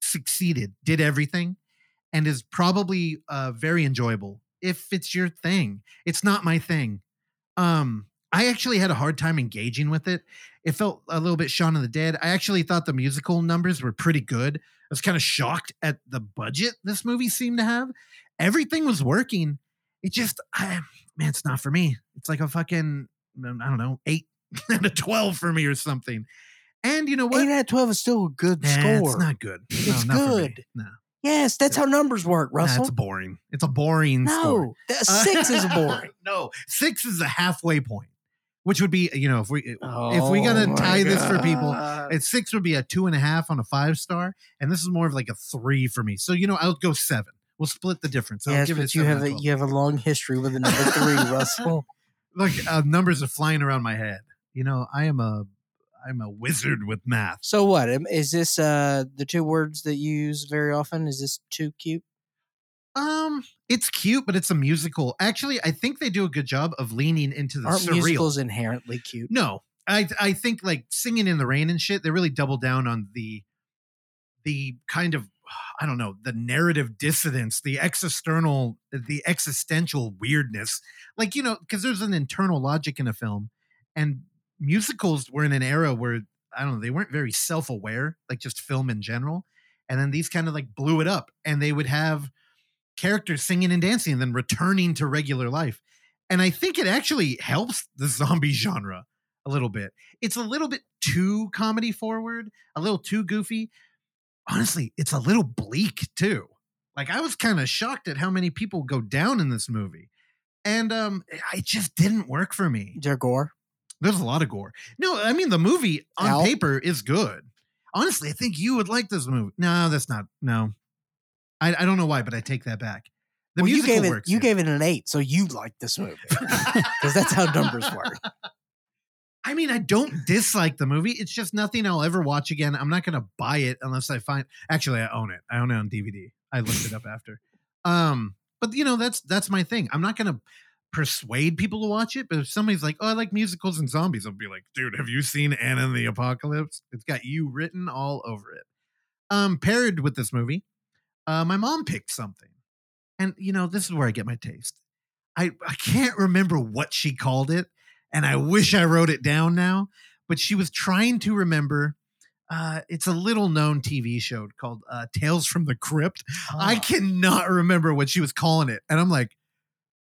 [SPEAKER 2] succeeded, did everything, and is probably uh, very enjoyable if it's your thing. It's not my thing. Um, I actually had a hard time engaging with it it felt a little bit Shaun of the Dead. I actually thought the musical numbers were pretty good. I was kind of shocked at the budget this movie seemed to have. Everything was working. It just, I, man, it's not for me. It's like a fucking, I don't know, eight out of 12 for me or something. And you know what?
[SPEAKER 1] Eight out of twelve is still a good
[SPEAKER 2] Nah,
[SPEAKER 1] score.
[SPEAKER 2] It's not good. No,
[SPEAKER 1] It's
[SPEAKER 2] not for me.
[SPEAKER 1] good.
[SPEAKER 2] No,
[SPEAKER 1] yes, that's how numbers work,
[SPEAKER 2] Nah,
[SPEAKER 1] Russell.
[SPEAKER 2] it's boring. It's a boring score.
[SPEAKER 1] no, that- six is boring.
[SPEAKER 2] no, six is a halfway point, which would be, you know, if we
[SPEAKER 1] Uh,
[SPEAKER 2] if we
[SPEAKER 1] Oh
[SPEAKER 2] gotta tie this for people, At six would be a two and a half on a five star, and this is more of like a three for me. So you know, I'll go seven. We'll split the difference. I'll
[SPEAKER 1] yes,
[SPEAKER 2] give it
[SPEAKER 1] but you
[SPEAKER 2] seven
[SPEAKER 1] have
[SPEAKER 2] out
[SPEAKER 1] a
[SPEAKER 2] of
[SPEAKER 1] you have a long history with the number three, Russell.
[SPEAKER 2] twelve. Look, uh, numbers are flying around my head. You know, I am a I'm a wizard with math.
[SPEAKER 1] So what am- is this? Uh, the two words that you use very often is this too cute?
[SPEAKER 2] Um, it's cute, but it's a musical. Actually, I think they do a good job of leaning into the
[SPEAKER 1] Aren't
[SPEAKER 2] surreal.
[SPEAKER 1] musicals inherently cute?
[SPEAKER 2] No, I I think like singing in the rain and shit. They really double down on the the kind of I don't know the narrative dissonance, the external, the existential weirdness. Like you know, because there's an internal logic in a film, and musicals were in an era where I don't know they weren't very self aware, like just film in general. And then these kind of like blew it up, and they would have characters singing and dancing, and then returning to regular life and I think it actually helps the zombie genre a little bit. It's a little bit too comedy forward, a little too goofy. Honestly, it's a little bleak too. Like I was kind of shocked at how many people go down in this movie. And um it just didn't work for me.
[SPEAKER 1] Is there gore?
[SPEAKER 2] There's a lot of gore. No, I mean the movie on
[SPEAKER 1] Al?
[SPEAKER 2] paper is good. Honestly, I think you would like this movie. No, that's not. No. I, I don't know why, but I take that back. The
[SPEAKER 1] Well, you
[SPEAKER 2] musical
[SPEAKER 1] gave it
[SPEAKER 2] works.
[SPEAKER 1] you
[SPEAKER 2] here.
[SPEAKER 1] gave it an eight, so you liked this movie because that's how numbers work.
[SPEAKER 2] I mean, I don't dislike the movie. It's just nothing I'll ever watch again. I'm not going to buy it unless I find. Actually, I own it. I own it on DVD. I looked it up after. Um, but you know, that's that's my thing. I'm not going to persuade people to watch it. But if somebody's like, "Oh, I like musicals and zombies," I'll be like, "Dude, have you seen Anna and the Apocalypse? It's got you written all over it." Um, paired with this movie, uh, my mom picked something, and you know, this is where I get my taste. I I can't remember what she called it and I wish I wrote it down now, but she was trying to remember. Uh, it's a little known TV show called uh, Tales from the Crypt.
[SPEAKER 3] Ah.
[SPEAKER 2] I cannot remember what she was calling it. And I'm like,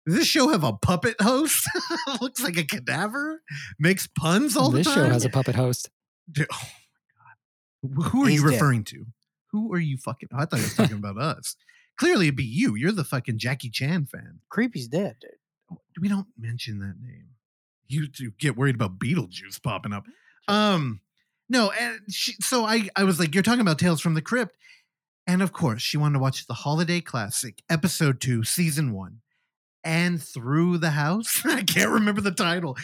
[SPEAKER 2] does this show have a puppet host? Looks like a cadaver, makes puns all
[SPEAKER 3] this
[SPEAKER 2] the
[SPEAKER 3] show
[SPEAKER 2] time.
[SPEAKER 3] has a puppet host.
[SPEAKER 2] Dude, oh my god. Who are
[SPEAKER 1] He's
[SPEAKER 2] you
[SPEAKER 1] dead.
[SPEAKER 2] referring to? Who are you fucking? I thought he was talking about us. Clearly, it'd be you. You're the fucking Jackie Chan fan.
[SPEAKER 1] Creepy's dead, dude.
[SPEAKER 2] We don't mention that name. You do get worried about Beetlejuice popping up. Um, no, and she, so I, I was like, you're talking about Tales from the Crypt, and of course, she wanted to watch the holiday classic, episode two, season one, and through the house. I can't remember the title,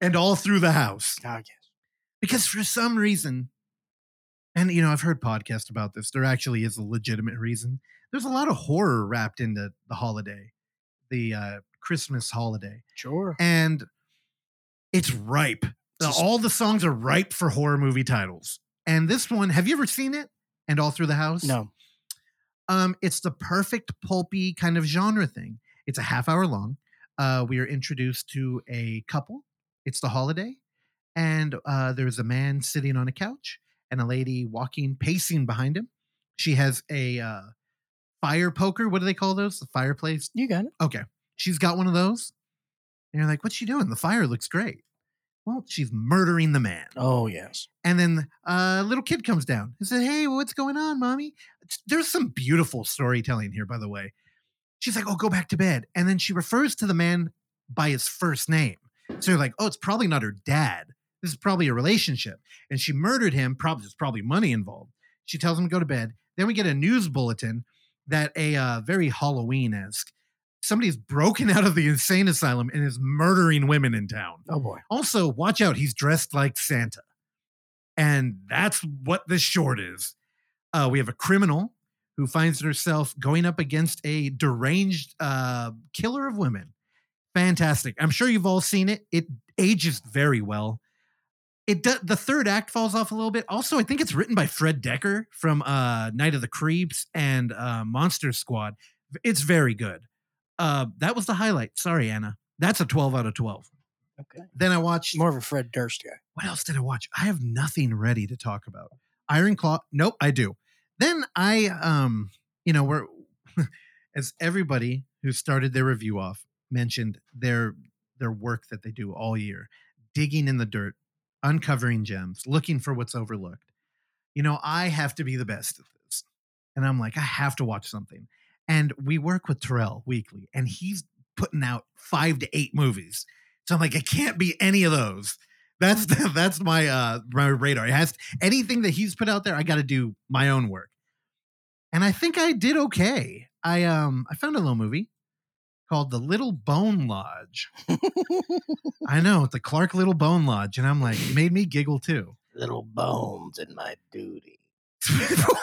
[SPEAKER 2] and all through the house
[SPEAKER 1] Oh, yes.
[SPEAKER 2] because for some reason and you know i've heard podcasts about this there actually is a legitimate reason there's a lot of horror wrapped into the holiday the uh christmas holiday
[SPEAKER 1] Sure.
[SPEAKER 2] and it's ripe The-
[SPEAKER 1] Just-
[SPEAKER 2] all the songs are ripe for horror movie titles and this one have you ever seen it and all through the house
[SPEAKER 1] No.
[SPEAKER 2] um, it's the perfect pulpy kind of genre thing. It's a half hour long. Uh, we are introduced to a couple. It's the holiday, and uh, there's a man sitting on a couch and a lady walking, pacing behind him. She has a uh, fire poker. What do they call those? The fireplace
[SPEAKER 1] You got it.
[SPEAKER 2] okay, she's got one of those. And you're like, what's she doing? The fire looks great. Well, she's murdering the man.
[SPEAKER 1] Oh yes.
[SPEAKER 2] And then a uh, little kid comes down and says, Hey, what's going on, mommy? There's some beautiful storytelling here, by the way. She's like, Oh, go back to bed. And then she refers to the man by his first name. So you're like, Oh, it's probably not her dad. This is probably a relationship. And she murdered him. Probably there's probably money involved. She tells him to go to bed. Then we get a news bulletin that a uh, very Halloween esque somebody's broken out of the insane asylum and is murdering women in town.
[SPEAKER 1] Oh boy.
[SPEAKER 2] Also, watch out, he's dressed like Santa. And that's what the short is. Uh, we have a criminal who finds herself going up against a deranged uh, killer of women. Fantastic. I'm sure you've all seen it. It ages very well. It do- the third act falls off a little bit. Also, I think it's written by Fred Decker from uh, Night of the Creeps and uh, Monster Squad. It's very good. Uh, that was the highlight. Sorry, Anna. That's a 12 out of 12.
[SPEAKER 1] Okay.
[SPEAKER 2] Then I watched
[SPEAKER 1] More of a Fred Durst guy.
[SPEAKER 2] what else did I watch? I have nothing ready to talk about. Iron Claw. Nope, I do. Then I um, you know, we're as everybody who started their review off mentioned their their work that they do all year, digging in the dirt, uncovering gems, looking for what's overlooked. You know, I have to be the best at this. And I'm like, I have to watch something. And we work with Terrell weekly, and he's putting out five to eight movies. So I'm like, it can't be any of those. That's that's my uh my radar. It has anything that he's put out there, I got to do my own work. And I think I did okay. I um I found a little movie called The Little Bone Lodge. I know, the Clark Little Bone Lodge and I'm like made me giggle too.
[SPEAKER 1] Little bones in my duty.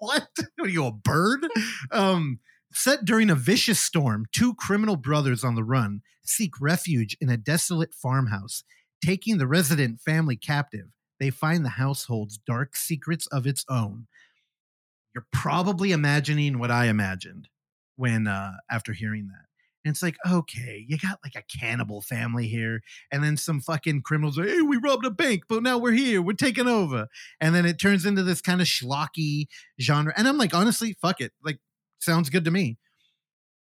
[SPEAKER 2] what? Are you a bird? Um, set during a vicious storm, two criminal brothers on the run seek refuge in a desolate farmhouse. Taking the resident family captive, they find the household's dark secrets of its own. You're probably imagining what I imagined when uh, after hearing that. And it's like, okay, you got like a cannibal family here, and then some fucking criminals are, hey, we robbed a bank, but now we're here, we're taking over and then it turns into this kind of schlocky genre. And I'm like, honestly, fuck it. Like, sounds good to me.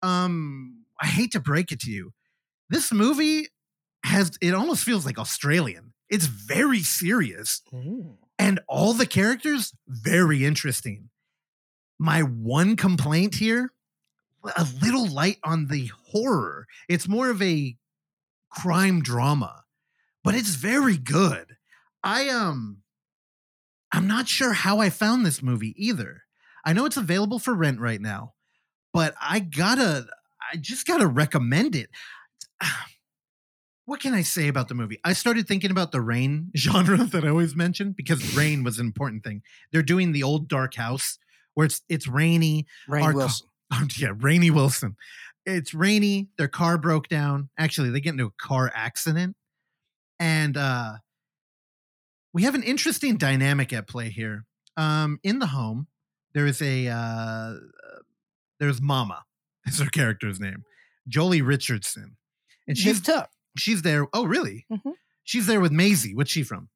[SPEAKER 2] Um, I hate to break it to you. This movie has it almost feels like Australian. It's very serious. And all the characters, very interesting. My one complaint here, a little light on the horror. It's more of a crime drama, but it's very good. I um I'm not sure how I found this movie either. I know it's available for rent right now, but I gotta, I just gotta recommend it. What can I say about the movie? I started thinking about the rain genre that I always mention because rain was an important thing. They're doing the old dark house where it's it's rainy.
[SPEAKER 1] Rain
[SPEAKER 2] Our co-
[SPEAKER 1] Wilson.
[SPEAKER 2] Oh, yeah, rainy Wilson. It's rainy. Their car broke down. Actually, they get into a car accident, and uh, we have an interesting dynamic at play here. Um, in the home, there is a uh, there's Mama is her character's name, Jolie Richardson, and
[SPEAKER 1] She's
[SPEAKER 2] she's
[SPEAKER 1] tough.
[SPEAKER 2] she's there. Oh, really?
[SPEAKER 4] Mhm.
[SPEAKER 2] She's there with Maisie. What's she from?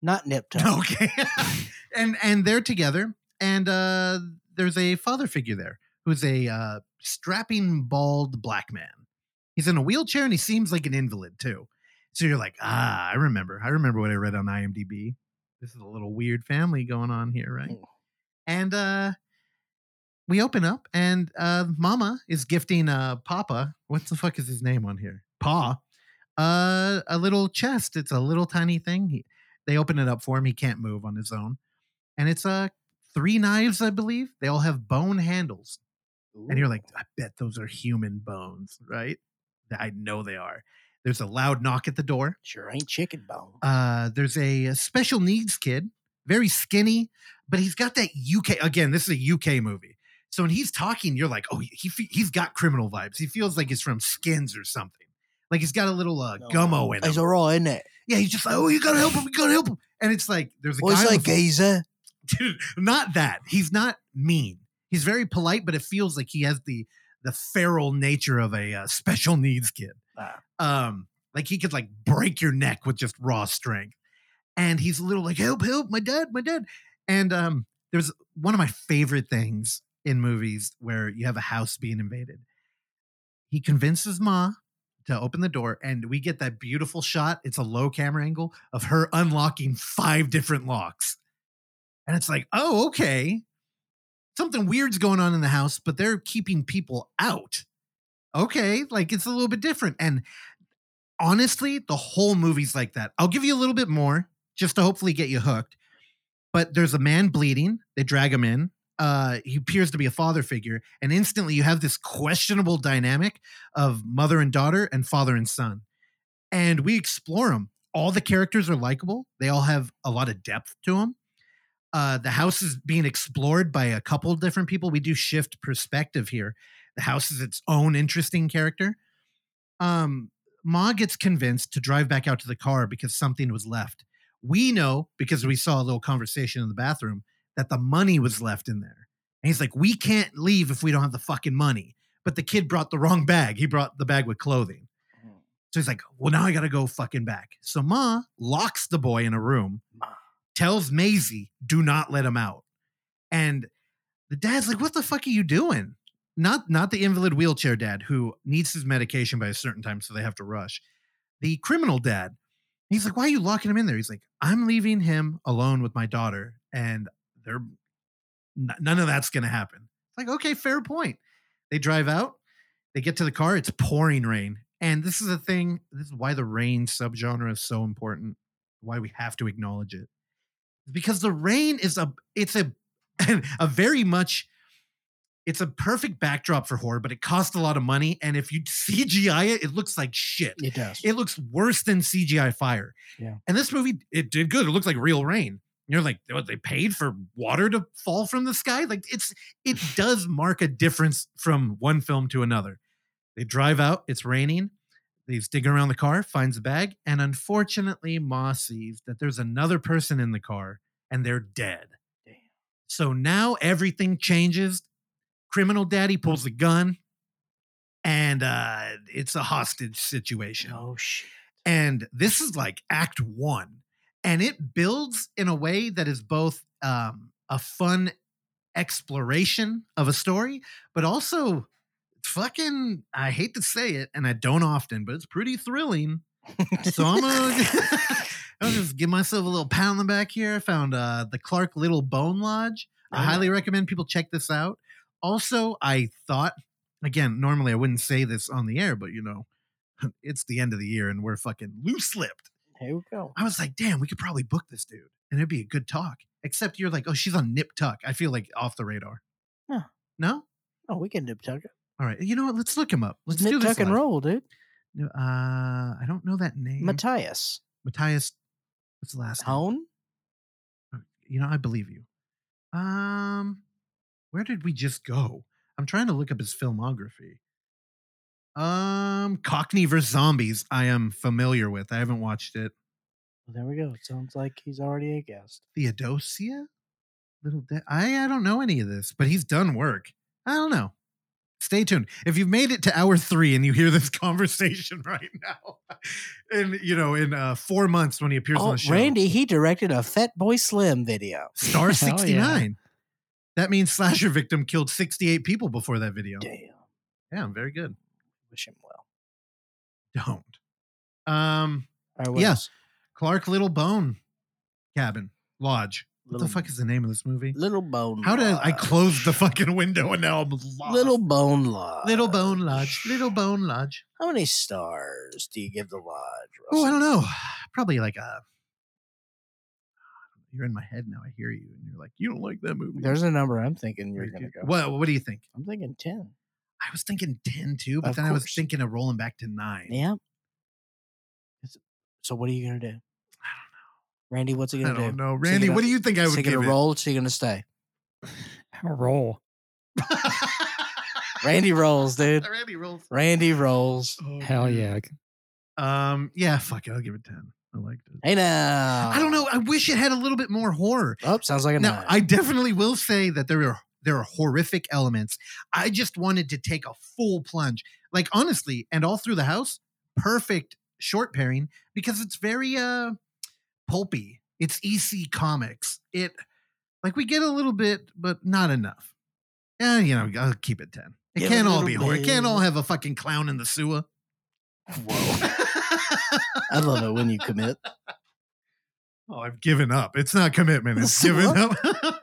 [SPEAKER 1] Not nip tuck.
[SPEAKER 2] Okay. and and they're together, and uh, there's a father figure there who's a uh, strapping bald black man. He's in a wheelchair and he seems like an invalid too. So you're like, ah, I remember. I remember what I read on IMDb. This is a little weird family going on here, right?
[SPEAKER 1] Mm.
[SPEAKER 2] And uh, we open up, and uh, Mama is gifting uh, Papa. What the fuck is his name on here? Pa. Uh, a little chest. It's a little tiny thing. He, they open it up for him. He can't move on his own. And it's uh, three knives, I believe. They all have bone handles. And you're like, I bet those are human bones, right? I know they are. There's a loud knock at the door.
[SPEAKER 1] sure ain't chicken bone.
[SPEAKER 2] Uh, there's a, a special needs kid, very skinny, but he's got that UK. Again, this is a UK movie. So when he's talking, you're like, oh, he, fe- he's got criminal vibes. He feels like he's from Skins or something. Like he's got a little uh, gummo in him.
[SPEAKER 1] It's a raw, isn't it?
[SPEAKER 2] yeah, he's just like, oh, you gotta help him, you gotta help him. And it's like, there's a guy.
[SPEAKER 1] Boys
[SPEAKER 2] on the
[SPEAKER 1] like
[SPEAKER 2] phone-
[SPEAKER 1] Gaza.
[SPEAKER 2] dude not that he's not mean he's very polite but it feels like he has the the feral nature of a uh, special needs kid
[SPEAKER 1] Ah.
[SPEAKER 2] um like he could like break your neck with just raw strength and he's a little like help help my dad my dad and um there's one of my favorite things in movies where you have a house being invaded he convinces ma to open the door, and we get that beautiful shot. It's a low camera angle of her unlocking five different locks. And it's like, oh, okay. Something weird's going on in the house, but they're keeping people out. Okay, like it's a little bit different. And honestly, the whole movie's like that. I'll give you a little bit more just to hopefully get you hooked. But there's a man bleeding, they drag him in. Uh, he appears to be a father figure, and instantly you have this questionable dynamic of mother and daughter and father and son. And we explore them. All the characters are likable, they all have a lot of depth to them. Uh, the house is being explored by a couple different people. We do shift perspective here. The house is its own interesting character. Um, Ma gets convinced to drive back out to the car because something was left. We know because we saw a little conversation in the bathroom that the money was left in there. And he's like, We can't leave if we don't have the fucking money. But the kid brought the wrong bag. He brought the bag with clothing. So he's like, Well, now I got to go fucking back. So Ma locks the boy in a room, tells Maisie, Do not let him out. And the dad's like, What the fuck are you doing? Not, not the invalid wheelchair dad who needs his medication by a certain time, so they have to rush. The criminal dad. He's like, Why are you locking him in there? He's like, I'm leaving him alone with my daughter. And they're n- none of that's going to happen. It's like, okay, fair point. They drive out, they get to the car, it's pouring rain. And this is the thing, this is why the rain subgenre is so important, why we have to acknowledge it. Because the rain is a it's a a very much it's a perfect backdrop for horror, but it costs a lot of money. And if you CGI it, it looks like shit.
[SPEAKER 7] It does.
[SPEAKER 2] It looks worse than CGI fire.
[SPEAKER 7] Yeah.
[SPEAKER 2] And this movie, it did good. It looked like real rain. And you're like, what, they paid for water to fall from the sky? Like it's it does mark a difference from one film to another. They drive out, it's raining. He's digging around the car, finds a bag, and unfortunately, Ma sees that there's another person in the car and they're dead.
[SPEAKER 7] Damn.
[SPEAKER 2] So now everything changes. Criminal daddy pulls the gun, and uh, it's a hostage situation
[SPEAKER 7] Oh shit.
[SPEAKER 2] and this is like act one and it builds in a way that is both um, a fun exploration of a story but also fucking i hate to say it and i don't often but it's pretty thrilling so i'm gonna i'll just give myself a little pat on the back here i found uh, the clark little bone lodge i highly recommend people check this out also i thought again normally i wouldn't say this on the air but you know it's the end of the year and we're fucking loose lipped.
[SPEAKER 7] Here we go.
[SPEAKER 2] I was like, damn, we could probably book this dude and it'd be a good talk. Except you're like, oh, she's on Nip Tuck. I feel like off the radar.
[SPEAKER 7] No.
[SPEAKER 2] No?
[SPEAKER 7] Oh, we can nip tuck it.
[SPEAKER 2] All right. You know what? Let's look him up. Let's do
[SPEAKER 7] nip
[SPEAKER 2] this.
[SPEAKER 7] tuck and
[SPEAKER 2] live.
[SPEAKER 7] roll, dude.
[SPEAKER 2] No, Uh, I don't know that name.
[SPEAKER 7] Matthias.
[SPEAKER 2] Matthias. What's the last name? Uh,
[SPEAKER 7] Hone?
[SPEAKER 2] You know, I believe you. Um, where did we just go? I'm trying to look up his filmography. Um, Cockney vs. Zombies. I am familiar with. I haven't watched it.
[SPEAKER 7] Well, there we go. Sounds like he's already a guest.
[SPEAKER 2] Theodosia? Little De- I I don't know any of this, but he's done work. I don't know. Stay tuned. If you've made it to hour three and you hear this conversation right now, and you know, in uh, four months when he appears on
[SPEAKER 7] Oh,
[SPEAKER 2] the show,
[SPEAKER 7] Randy, he directed a Fat Boy Slim video.
[SPEAKER 2] Star
[SPEAKER 3] Hell yeah.
[SPEAKER 2] sixty nine. That means slasher victim killed sixty eight people before that video.
[SPEAKER 7] Damn.
[SPEAKER 2] Yeah, very good.
[SPEAKER 7] Wish him well.
[SPEAKER 2] Don't. Um,
[SPEAKER 7] All right, what
[SPEAKER 2] Yeah.
[SPEAKER 7] else?
[SPEAKER 2] Clark Little Bone Cabin Lodge. What
[SPEAKER 7] Little,
[SPEAKER 2] the fuck is the name of this movie?
[SPEAKER 7] Little Bone
[SPEAKER 2] How did I
[SPEAKER 7] Lodge.
[SPEAKER 2] close the fucking window and now I'm lost?
[SPEAKER 7] Little Bone Lodge.
[SPEAKER 2] Little Bone Lodge. Little Bone Lodge.
[SPEAKER 7] How many stars do you give the lodge?
[SPEAKER 2] Oh, I don't
[SPEAKER 7] Russell?
[SPEAKER 2] know. Probably like a. You're in my head now. I hear you, and you're like, you don't like that movie.
[SPEAKER 7] There's a number I'm thinking you're going to go.
[SPEAKER 2] What What do you think?
[SPEAKER 7] I'm thinking 10.
[SPEAKER 2] I was thinking ten too, but
[SPEAKER 7] Of
[SPEAKER 2] then I was
[SPEAKER 7] course.
[SPEAKER 2] thinking of rolling back to nine.
[SPEAKER 7] Yeah. It's- So what are you going to do? I don't know. Randy, what's he
[SPEAKER 2] I
[SPEAKER 7] going to do?
[SPEAKER 2] don't know, Randy.
[SPEAKER 7] gonna-
[SPEAKER 2] what do you think I
[SPEAKER 7] Is
[SPEAKER 2] would
[SPEAKER 7] he
[SPEAKER 2] give
[SPEAKER 7] going
[SPEAKER 2] it?
[SPEAKER 7] to roll? Is he going to stay?
[SPEAKER 3] Roll.
[SPEAKER 7] Randy rolls, dude.
[SPEAKER 2] Randy rolls.
[SPEAKER 7] Randy rolls.
[SPEAKER 2] Oh,
[SPEAKER 3] Hell
[SPEAKER 2] dude.
[SPEAKER 3] yeah.
[SPEAKER 2] Um. Yeah. Fuck it. I'll give it ten. I liked it.
[SPEAKER 7] Hey now.
[SPEAKER 2] I don't know. I wish it had a little bit more horror.
[SPEAKER 7] Oh, sounds like a
[SPEAKER 2] Now,
[SPEAKER 7] nine.
[SPEAKER 2] I definitely will say that there are there are horrific elements. I just wanted to take a full plunge, like honestly, and all through the house. Perfect short pairing because it's very uh pulpy. It's EC Comics. It like we get a little bit, but not enough. Yeah, you know, I'll keep it ten. It
[SPEAKER 7] Give it
[SPEAKER 2] can't
[SPEAKER 7] a
[SPEAKER 2] all
[SPEAKER 7] little
[SPEAKER 2] be horror. It can't
[SPEAKER 7] bit.
[SPEAKER 2] all have a fucking clown in the sewer.
[SPEAKER 1] I love it when you commit.
[SPEAKER 2] Oh, I've given up. It's not commitment. It's giving up.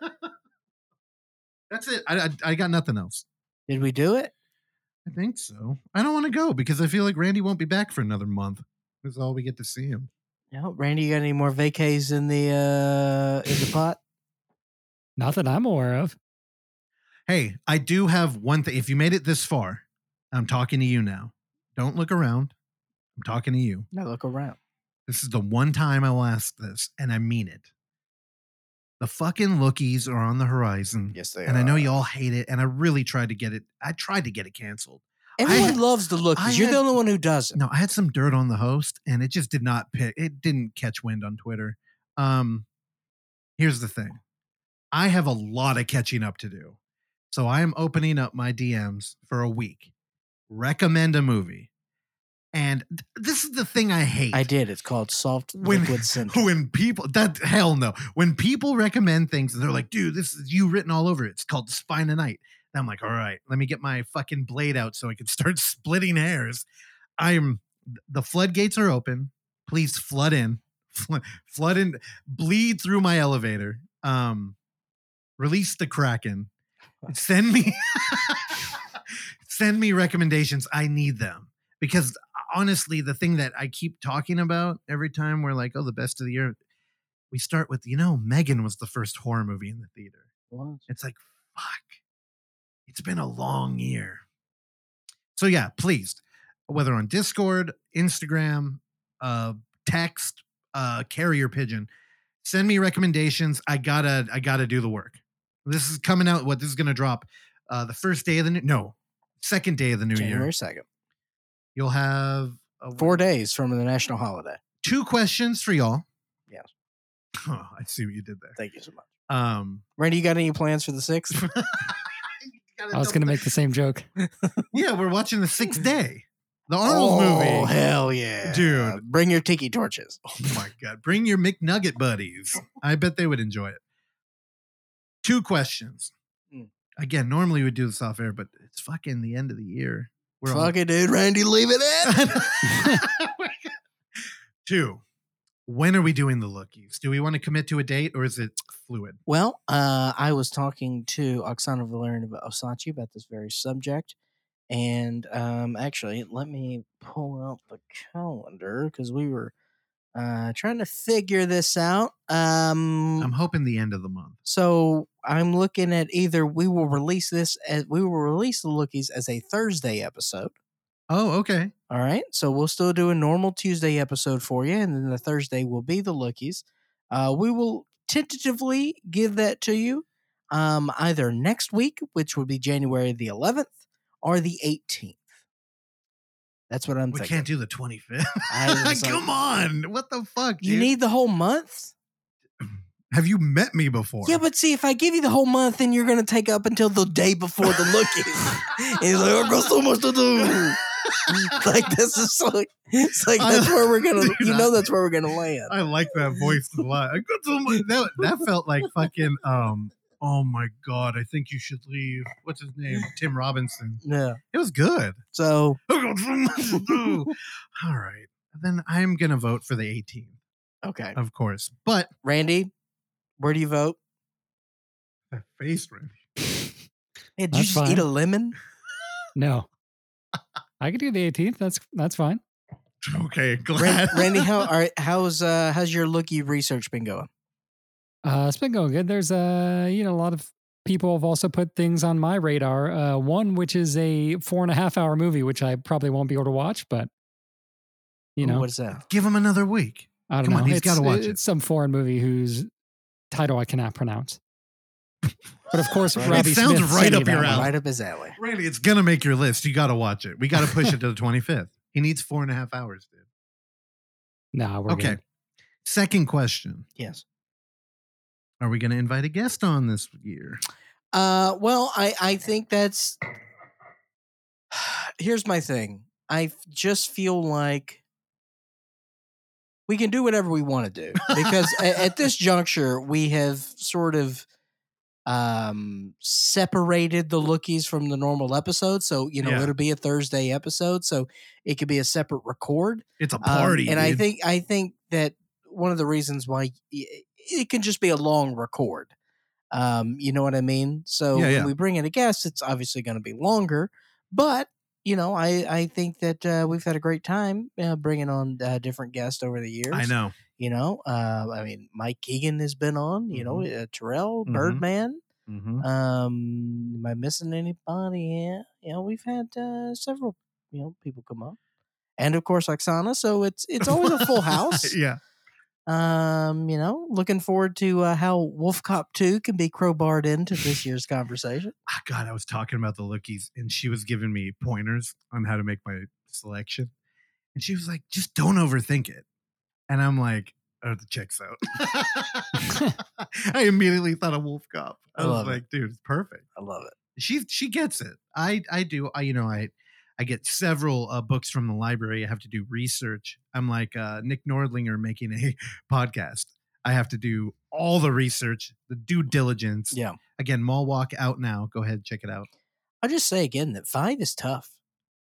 [SPEAKER 2] That's it. I, I I got nothing else.
[SPEAKER 1] Did we do it?
[SPEAKER 2] I think so. I don't want to go because I feel like Randy won't be back for another month. That's all we get to see him.
[SPEAKER 1] No, Randy, you got any more vacays in the uh in the pot?
[SPEAKER 3] Not that I'm aware of.
[SPEAKER 2] Hey, I do have one thing. If you made it this far, I'm talking to you now. Don't look around. I'm talking to you.
[SPEAKER 1] No, look around.
[SPEAKER 2] This is the one time I will ask this, and I mean it. The fucking lookies are on the horizon.
[SPEAKER 1] Yes, they
[SPEAKER 2] And I know y'all hate it, and I really tried to get it. I tried to get it canceled.
[SPEAKER 1] Everyone
[SPEAKER 2] I-
[SPEAKER 1] loves the look.
[SPEAKER 2] I
[SPEAKER 1] You're the
[SPEAKER 2] had-
[SPEAKER 1] only one who doesn't.
[SPEAKER 2] No, I had some dirt on the host, and it just did not pick. It didn't catch wind on Twitter. Um, here's the thing: I have a lot of catching up to do, so I am opening up my DMs for a week. Recommend a movie, and th- this is the thing I hate.
[SPEAKER 1] I did. It's called soft
[SPEAKER 2] When-
[SPEAKER 1] liquid center.
[SPEAKER 2] When people that hell no, when people recommend things and they're like, "Dude, this is you written all over it. It's called Spine of Night." And I'm like, "All right, let me get my fucking blade out so I can start splitting hairs." I'm the floodgates are open. Please flood in, flood, flood in, bleed through my elevator. Um, release the kraken. Send me, send me recommendations. I need them because honestly, the thing that I keep talking about every time we're like, oh, the best of the year, we start with, you know, Megan was the first horror movie in the theater. It's like, fuck, it's been a long year. So, yeah, please, whether on Discord, Instagram, uh, text, uh, carrier pigeon, send me recommendations. I gotta, I gotta do the work. This is coming out. What this is gonna drop, uh, the first day of the new, no, second day of the new
[SPEAKER 1] January
[SPEAKER 2] year.
[SPEAKER 1] second.
[SPEAKER 2] You'll have a,
[SPEAKER 1] Four days from the national holiday.
[SPEAKER 2] two questions for y'all.
[SPEAKER 1] Yes.
[SPEAKER 2] Oh, I see what you did there.
[SPEAKER 1] Thank you so much.
[SPEAKER 2] Um,
[SPEAKER 1] Randy, you got any plans for the sixth?
[SPEAKER 3] I was going to make the same joke.
[SPEAKER 2] Yeah, we're watching the sixth day, the Arnold
[SPEAKER 1] Oh
[SPEAKER 2] movie.
[SPEAKER 1] hell yeah,
[SPEAKER 2] Dude.
[SPEAKER 1] Bring your tiki torches.
[SPEAKER 2] Oh my god! Bring your McNugget buddies. I bet they would enjoy it. Two questions.
[SPEAKER 1] Mm.
[SPEAKER 2] Again, normally we do this off air, but it's fucking the end of the year. We're all-
[SPEAKER 1] Fuck it, dude. Randy, leave it in.
[SPEAKER 2] Two. When are we doing the lookies? Do we want to commit to a date or is it fluid?
[SPEAKER 1] Well, uh, I was talking to Oksana Valerian about Osachi about this very subject. And um, actually, let me pull out the calendar because we were uh, trying to figure this out. Um,
[SPEAKER 2] I'm hoping the end of the month.
[SPEAKER 1] so I'm looking at either we will release this as we will release the lookies as a Thursday episode.
[SPEAKER 2] Oh, okay.
[SPEAKER 1] All right. So we'll still do a normal Tuesday episode for you, and then the Thursday will be the lookies. Uh, we will tentatively give that to you um, either next week, which would be January the 11th, or the 18th. That's what I'm
[SPEAKER 2] we
[SPEAKER 1] thinking.
[SPEAKER 2] can't do the 25th.
[SPEAKER 1] I was like-
[SPEAKER 2] Come on. What the fuck?
[SPEAKER 1] you
[SPEAKER 2] dude?
[SPEAKER 1] need the whole month?
[SPEAKER 2] Have you met me before?
[SPEAKER 1] Yeah, but see, if I give you the whole month, then you're going to take up until the day before the lookies. and he's like, I've got so much to do. like, this is like, it's like,
[SPEAKER 2] I-
[SPEAKER 1] that's where we're going to,
[SPEAKER 2] Dude,
[SPEAKER 1] you know,
[SPEAKER 2] I-
[SPEAKER 1] that's where we're going to land.
[SPEAKER 2] I like that voice a lot. I got so much- That, that felt like fucking um oh my god, I think you should leave. What's his name? Tim Robinson.
[SPEAKER 1] Yeah.
[SPEAKER 2] It was good.
[SPEAKER 1] So,
[SPEAKER 2] I got so much to do. All right. Then I'm gonna vote for the 18th,
[SPEAKER 1] okay.
[SPEAKER 2] of course. But
[SPEAKER 1] uh, Randy, where do you vote?
[SPEAKER 2] that face Randy.
[SPEAKER 1] Hey, did
[SPEAKER 3] That's
[SPEAKER 1] you just eat
[SPEAKER 3] fine.
[SPEAKER 1] a lemon?
[SPEAKER 3] No. I could do the 18th. That's that's fine.
[SPEAKER 2] Okay,
[SPEAKER 1] Ran-
[SPEAKER 2] glad
[SPEAKER 1] Randy, how are, how's uh, how's your looky research been going?
[SPEAKER 3] Uh, it's been going good. There's uh, you know, a lot of people have also put things on my radar. Uh, one which is a four and a half hour movie, which I probably won't be able to watch, but you
[SPEAKER 1] Ooh,
[SPEAKER 3] know,
[SPEAKER 1] what is that?
[SPEAKER 2] give him another week.
[SPEAKER 3] I don't
[SPEAKER 2] come
[SPEAKER 3] know.
[SPEAKER 2] on, he's
[SPEAKER 3] It's-
[SPEAKER 2] gotta watch
[SPEAKER 3] it's
[SPEAKER 2] it.
[SPEAKER 3] some foreign movie whose title I cannot pronounce. But of course,
[SPEAKER 1] It
[SPEAKER 3] Robbie
[SPEAKER 2] sounds
[SPEAKER 3] Smith
[SPEAKER 2] right
[SPEAKER 3] sent me
[SPEAKER 2] up your
[SPEAKER 3] that one.
[SPEAKER 2] alley.
[SPEAKER 1] Right up his alley.
[SPEAKER 2] Randy, it's gonna make your list. You gotta watch it. We gotta push it to the 25th. He needs four and a half hours, dude.
[SPEAKER 3] No, we're
[SPEAKER 2] Okay.
[SPEAKER 3] good.
[SPEAKER 2] Second question.
[SPEAKER 1] Yes.
[SPEAKER 2] Are we gonna invite a guest on this year?
[SPEAKER 1] Uh, well, I I think that's. Here's my thing. I f- just feel like we can do whatever we want to do because a- at, this juncture we have sort of um separated the lookies from the normal episode so you know
[SPEAKER 2] Yeah.
[SPEAKER 1] it'll be a thursday episode so it could be a separate record
[SPEAKER 2] It's a
[SPEAKER 1] Um,
[SPEAKER 2] party.
[SPEAKER 1] and i
[SPEAKER 2] dude.
[SPEAKER 1] think i think that one of the reasons why y- it can just be a long record um you know what i mean so
[SPEAKER 2] Yeah,
[SPEAKER 1] when
[SPEAKER 2] yeah.
[SPEAKER 1] we bring in a guest it's obviously going to be longer but you know i i think that uh, we've had a great time uh, bringing on uh, different guests over the years
[SPEAKER 2] I know.
[SPEAKER 1] you know uh, i mean mike keegan has been on you know uh, terrell
[SPEAKER 2] Mhm.
[SPEAKER 1] birdman
[SPEAKER 2] Mhm.
[SPEAKER 1] um, am I missing anybody? Yeah, you know, we've had uh, several, you know, people come up, and of course Oksana. So it's it's always a full house.
[SPEAKER 2] yeah.
[SPEAKER 1] Um, you know, looking forward to uh, how Wolf Cop Two can be crowbarred into this year's conversation.
[SPEAKER 2] Ah, God, I was talking about the lookies, and she was giving me pointers on how to make my selection, and she was like, "Just don't overthink it," and I'm like, "Oh, the checks out." I immediately thought of Wolf Cop. I,
[SPEAKER 1] I
[SPEAKER 2] was
[SPEAKER 1] love it.
[SPEAKER 2] like, "Dude, it's perfect."
[SPEAKER 1] I love it.
[SPEAKER 2] she she gets it. I I do. I you know I I get several uh, books from the library. I have to do research. I'm like uh, Nick Nordlinger making a podcast. I have to do all the research, the due diligence.
[SPEAKER 1] Yeah.
[SPEAKER 2] Again, Mall Walk out now. Go ahead, check it out.
[SPEAKER 1] I'll just say again that five is tough.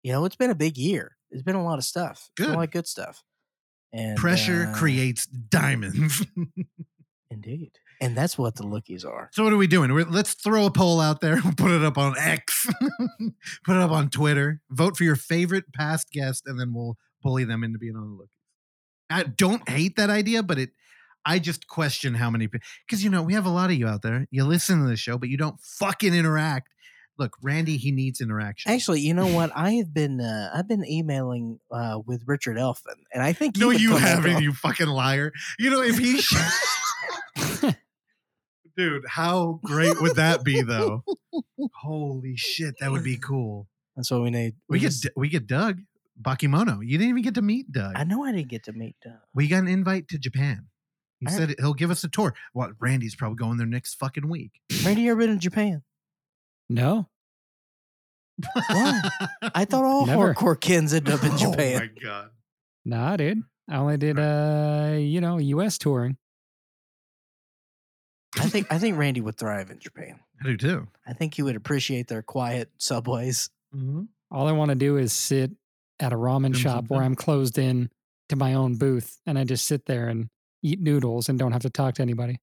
[SPEAKER 1] You know, it's been a big year. It's been a lot of stuff. It's been
[SPEAKER 2] Good.
[SPEAKER 1] A lot of good stuff. And
[SPEAKER 2] Pressure
[SPEAKER 1] uh,
[SPEAKER 2] creates diamonds.
[SPEAKER 1] indeed, and that's what the lookies are.
[SPEAKER 2] so what are we doing? We're, let's throw a poll out there. We'll put it up on X. put it up on Twitter. Vote for your favorite past guest, and then we'll bully them into being on the look. I don't hate that idea, but it. I just question how many because you know we have a lot of you out there. You listen to the show, but you don't fucking interact. Look, Randy, he needs interaction.
[SPEAKER 1] Actually, you know what? I have been uh, I've been emailing uh, with Richard Elfin, and I think he
[SPEAKER 2] no,
[SPEAKER 1] would
[SPEAKER 2] you
[SPEAKER 1] come back
[SPEAKER 2] haven't, e
[SPEAKER 1] on.
[SPEAKER 2] you fucking liar. You know if he. Dude, how great would that be though? Holy shit, that would be cool.
[SPEAKER 1] That's what we need.
[SPEAKER 2] We get
[SPEAKER 1] just-
[SPEAKER 2] we get Doug Bakimono. You didn't even get to meet Doug.
[SPEAKER 1] Mm-hmm. I know I didn't get to meet. Uh,
[SPEAKER 2] We got an invite to Japan. He
[SPEAKER 1] I-
[SPEAKER 2] said he'll give us a tour. Well, Randy's probably going there next fucking week.
[SPEAKER 1] Randy, you ever been in Japan?
[SPEAKER 3] No.
[SPEAKER 1] Why? I thought all
[SPEAKER 3] Never.
[SPEAKER 1] hardcore kids end up in
[SPEAKER 2] Oh
[SPEAKER 1] Japan.
[SPEAKER 2] my god.
[SPEAKER 3] Nah, dude. I only did uh, you know, US touring.
[SPEAKER 1] I think I think Randy would thrive in Japan.
[SPEAKER 2] I do too.
[SPEAKER 1] I think he would appreciate their quiet subways.
[SPEAKER 3] All I want to do is sit at a
[SPEAKER 2] Dim
[SPEAKER 3] ramen shop
[SPEAKER 2] sum
[SPEAKER 3] where
[SPEAKER 2] time.
[SPEAKER 3] I'm closed in to my own booth and I just sit there and eat noodles and don't have to talk to anybody.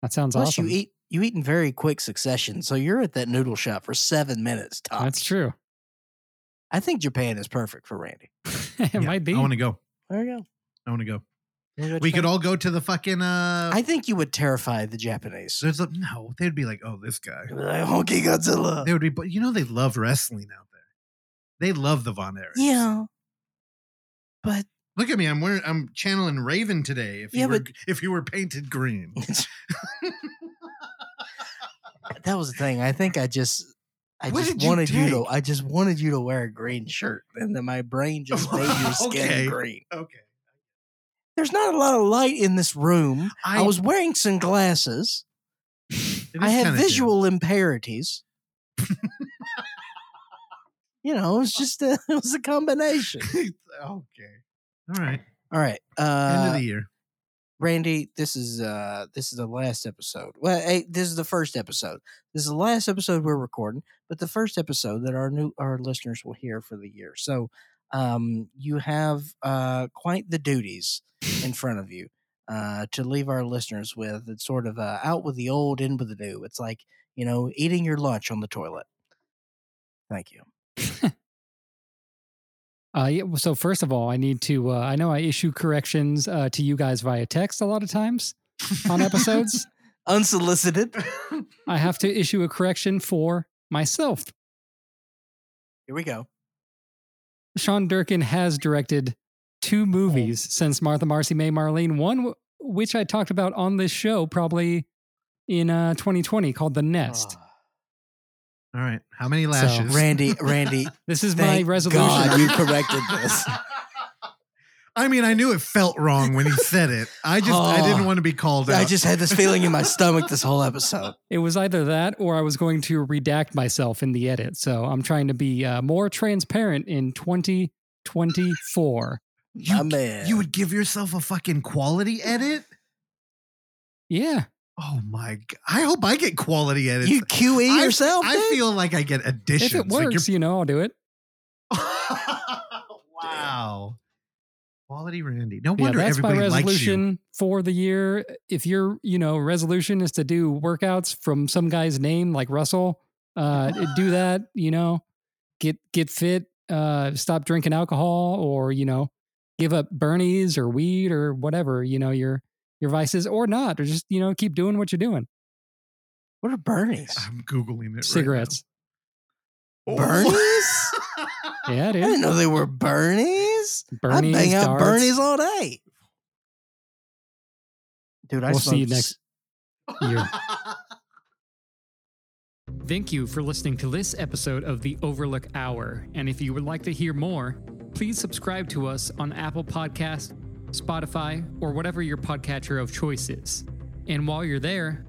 [SPEAKER 3] That sounds
[SPEAKER 1] Plus,
[SPEAKER 3] awesome.
[SPEAKER 1] you eat you eat in very quick succession, so you're at that noodle shop for seven minutes tops.
[SPEAKER 3] That's true.
[SPEAKER 1] I think Japan is perfect for Randy.
[SPEAKER 3] it
[SPEAKER 2] Yeah,
[SPEAKER 3] might be.
[SPEAKER 2] I want to go.
[SPEAKER 1] There you go.
[SPEAKER 2] I want to go.
[SPEAKER 1] You wanna go to
[SPEAKER 2] We could
[SPEAKER 1] Japan?
[SPEAKER 2] all go to the fucking uh
[SPEAKER 1] I think you would terrify the Japanese.
[SPEAKER 2] there's a, no, they'd be like, "Oh, this guy."
[SPEAKER 1] Like, Honky Godzilla.
[SPEAKER 2] They would be but you know they love wrestling out there. They love the Von Erichs.
[SPEAKER 1] Yeah. But
[SPEAKER 2] Look at me. I'm wearing I'm channeling Raven today. If you
[SPEAKER 1] Yeah,
[SPEAKER 2] were
[SPEAKER 1] but-
[SPEAKER 2] if you were painted green.
[SPEAKER 1] that was the thing. I think I just I
[SPEAKER 2] What
[SPEAKER 1] just
[SPEAKER 2] did you
[SPEAKER 1] wanted you, to
[SPEAKER 2] take?
[SPEAKER 1] I just wanted you to wear a green shirt and then my brain just made your skin
[SPEAKER 2] Okay.
[SPEAKER 1] green.
[SPEAKER 2] okay.
[SPEAKER 1] There's not a lot of light in this room. I, was wearing some glasses.
[SPEAKER 2] it
[SPEAKER 1] I
[SPEAKER 2] is
[SPEAKER 1] have
[SPEAKER 2] kinda dim.
[SPEAKER 1] visual impairities. you know, it was just a, it was a combination.
[SPEAKER 2] okay. All right.
[SPEAKER 1] All right.
[SPEAKER 2] End
[SPEAKER 1] Uh,
[SPEAKER 2] of the year.
[SPEAKER 1] Randy, this is uh this is the last episode. Well, hey, this is the first episode. This is the last episode we're recording, but the first episode that our new our listeners will hear for the year. So, um, you have uh quite the duties in front of you uh to leave our listeners with. It's sort of uh, out with the old, in with the new. It's like you know eating your lunch on the toilet. Thank you.
[SPEAKER 3] Uh, yeah, well, so first of all, I need to. Uh, I know I issue corrections uh, to you guys via text a lot of times on episodes.
[SPEAKER 1] Unsolicited.
[SPEAKER 3] I have to issue a correction for myself.
[SPEAKER 1] Here we go.
[SPEAKER 3] Sean Durkin has directed two movies since Martha Marcy May Marlene. One w- which I talked about on this show probably in uh, 2020 called The
[SPEAKER 1] Ah,
[SPEAKER 3] Nest.
[SPEAKER 2] All right. How many lashes?
[SPEAKER 1] Randy, Randy,
[SPEAKER 3] This is my
[SPEAKER 1] thank
[SPEAKER 3] resolution.
[SPEAKER 1] God you corrected this.
[SPEAKER 2] I mean, I knew it felt wrong when he said it. I just I didn't
[SPEAKER 1] Oh.
[SPEAKER 2] want to be called out.
[SPEAKER 1] I just had this feeling in my stomach this whole episode.
[SPEAKER 3] It was either that or I was going to redact myself in the edit. So I'm trying to be uh, more transparent in 2024.
[SPEAKER 2] You-
[SPEAKER 1] my man.
[SPEAKER 2] you would give yourself a fucking quality edit?
[SPEAKER 3] yeah.
[SPEAKER 2] Oh my! God. I hope I get quality edits.
[SPEAKER 1] You QE
[SPEAKER 2] I-
[SPEAKER 1] E yourself.
[SPEAKER 2] I,
[SPEAKER 1] dude?
[SPEAKER 2] feel like I get additions.
[SPEAKER 3] If it
[SPEAKER 2] like, you're-
[SPEAKER 3] works, you know, I'll do it.
[SPEAKER 2] wow. Quality Randy. No
[SPEAKER 3] Yeah,
[SPEAKER 2] wonder
[SPEAKER 3] that's my
[SPEAKER 2] everybody likes you.
[SPEAKER 3] resolution for the year. If your, you know, resolution is to do workouts from some guy's name like Russell, uh, do that. You know, get get fit. Uh, stop drinking alcohol, or you know, give up Bernie's or weed or whatever. You know your your vices, or not, or just you know keep doing what you're doing.
[SPEAKER 1] What are Bernie's?
[SPEAKER 2] I'm googling it. Oh.
[SPEAKER 3] Cigarettes.
[SPEAKER 2] Right now.
[SPEAKER 1] Bernie's?
[SPEAKER 3] yeah,
[SPEAKER 1] I didn't
[SPEAKER 3] dude.
[SPEAKER 1] know they were Bernies.
[SPEAKER 3] Bernie's.
[SPEAKER 1] I bang out
[SPEAKER 3] darts.
[SPEAKER 1] Bernies all day. Dude, I
[SPEAKER 3] We'll
[SPEAKER 1] smoked
[SPEAKER 3] see you next-
[SPEAKER 1] s-
[SPEAKER 3] year. Thank you for listening to this episode of The Overlook Hour. And if you would like to hear more, please subscribe to us on Apple Podcasts, Spotify, or whatever your podcatcher of choice is. And while you're there,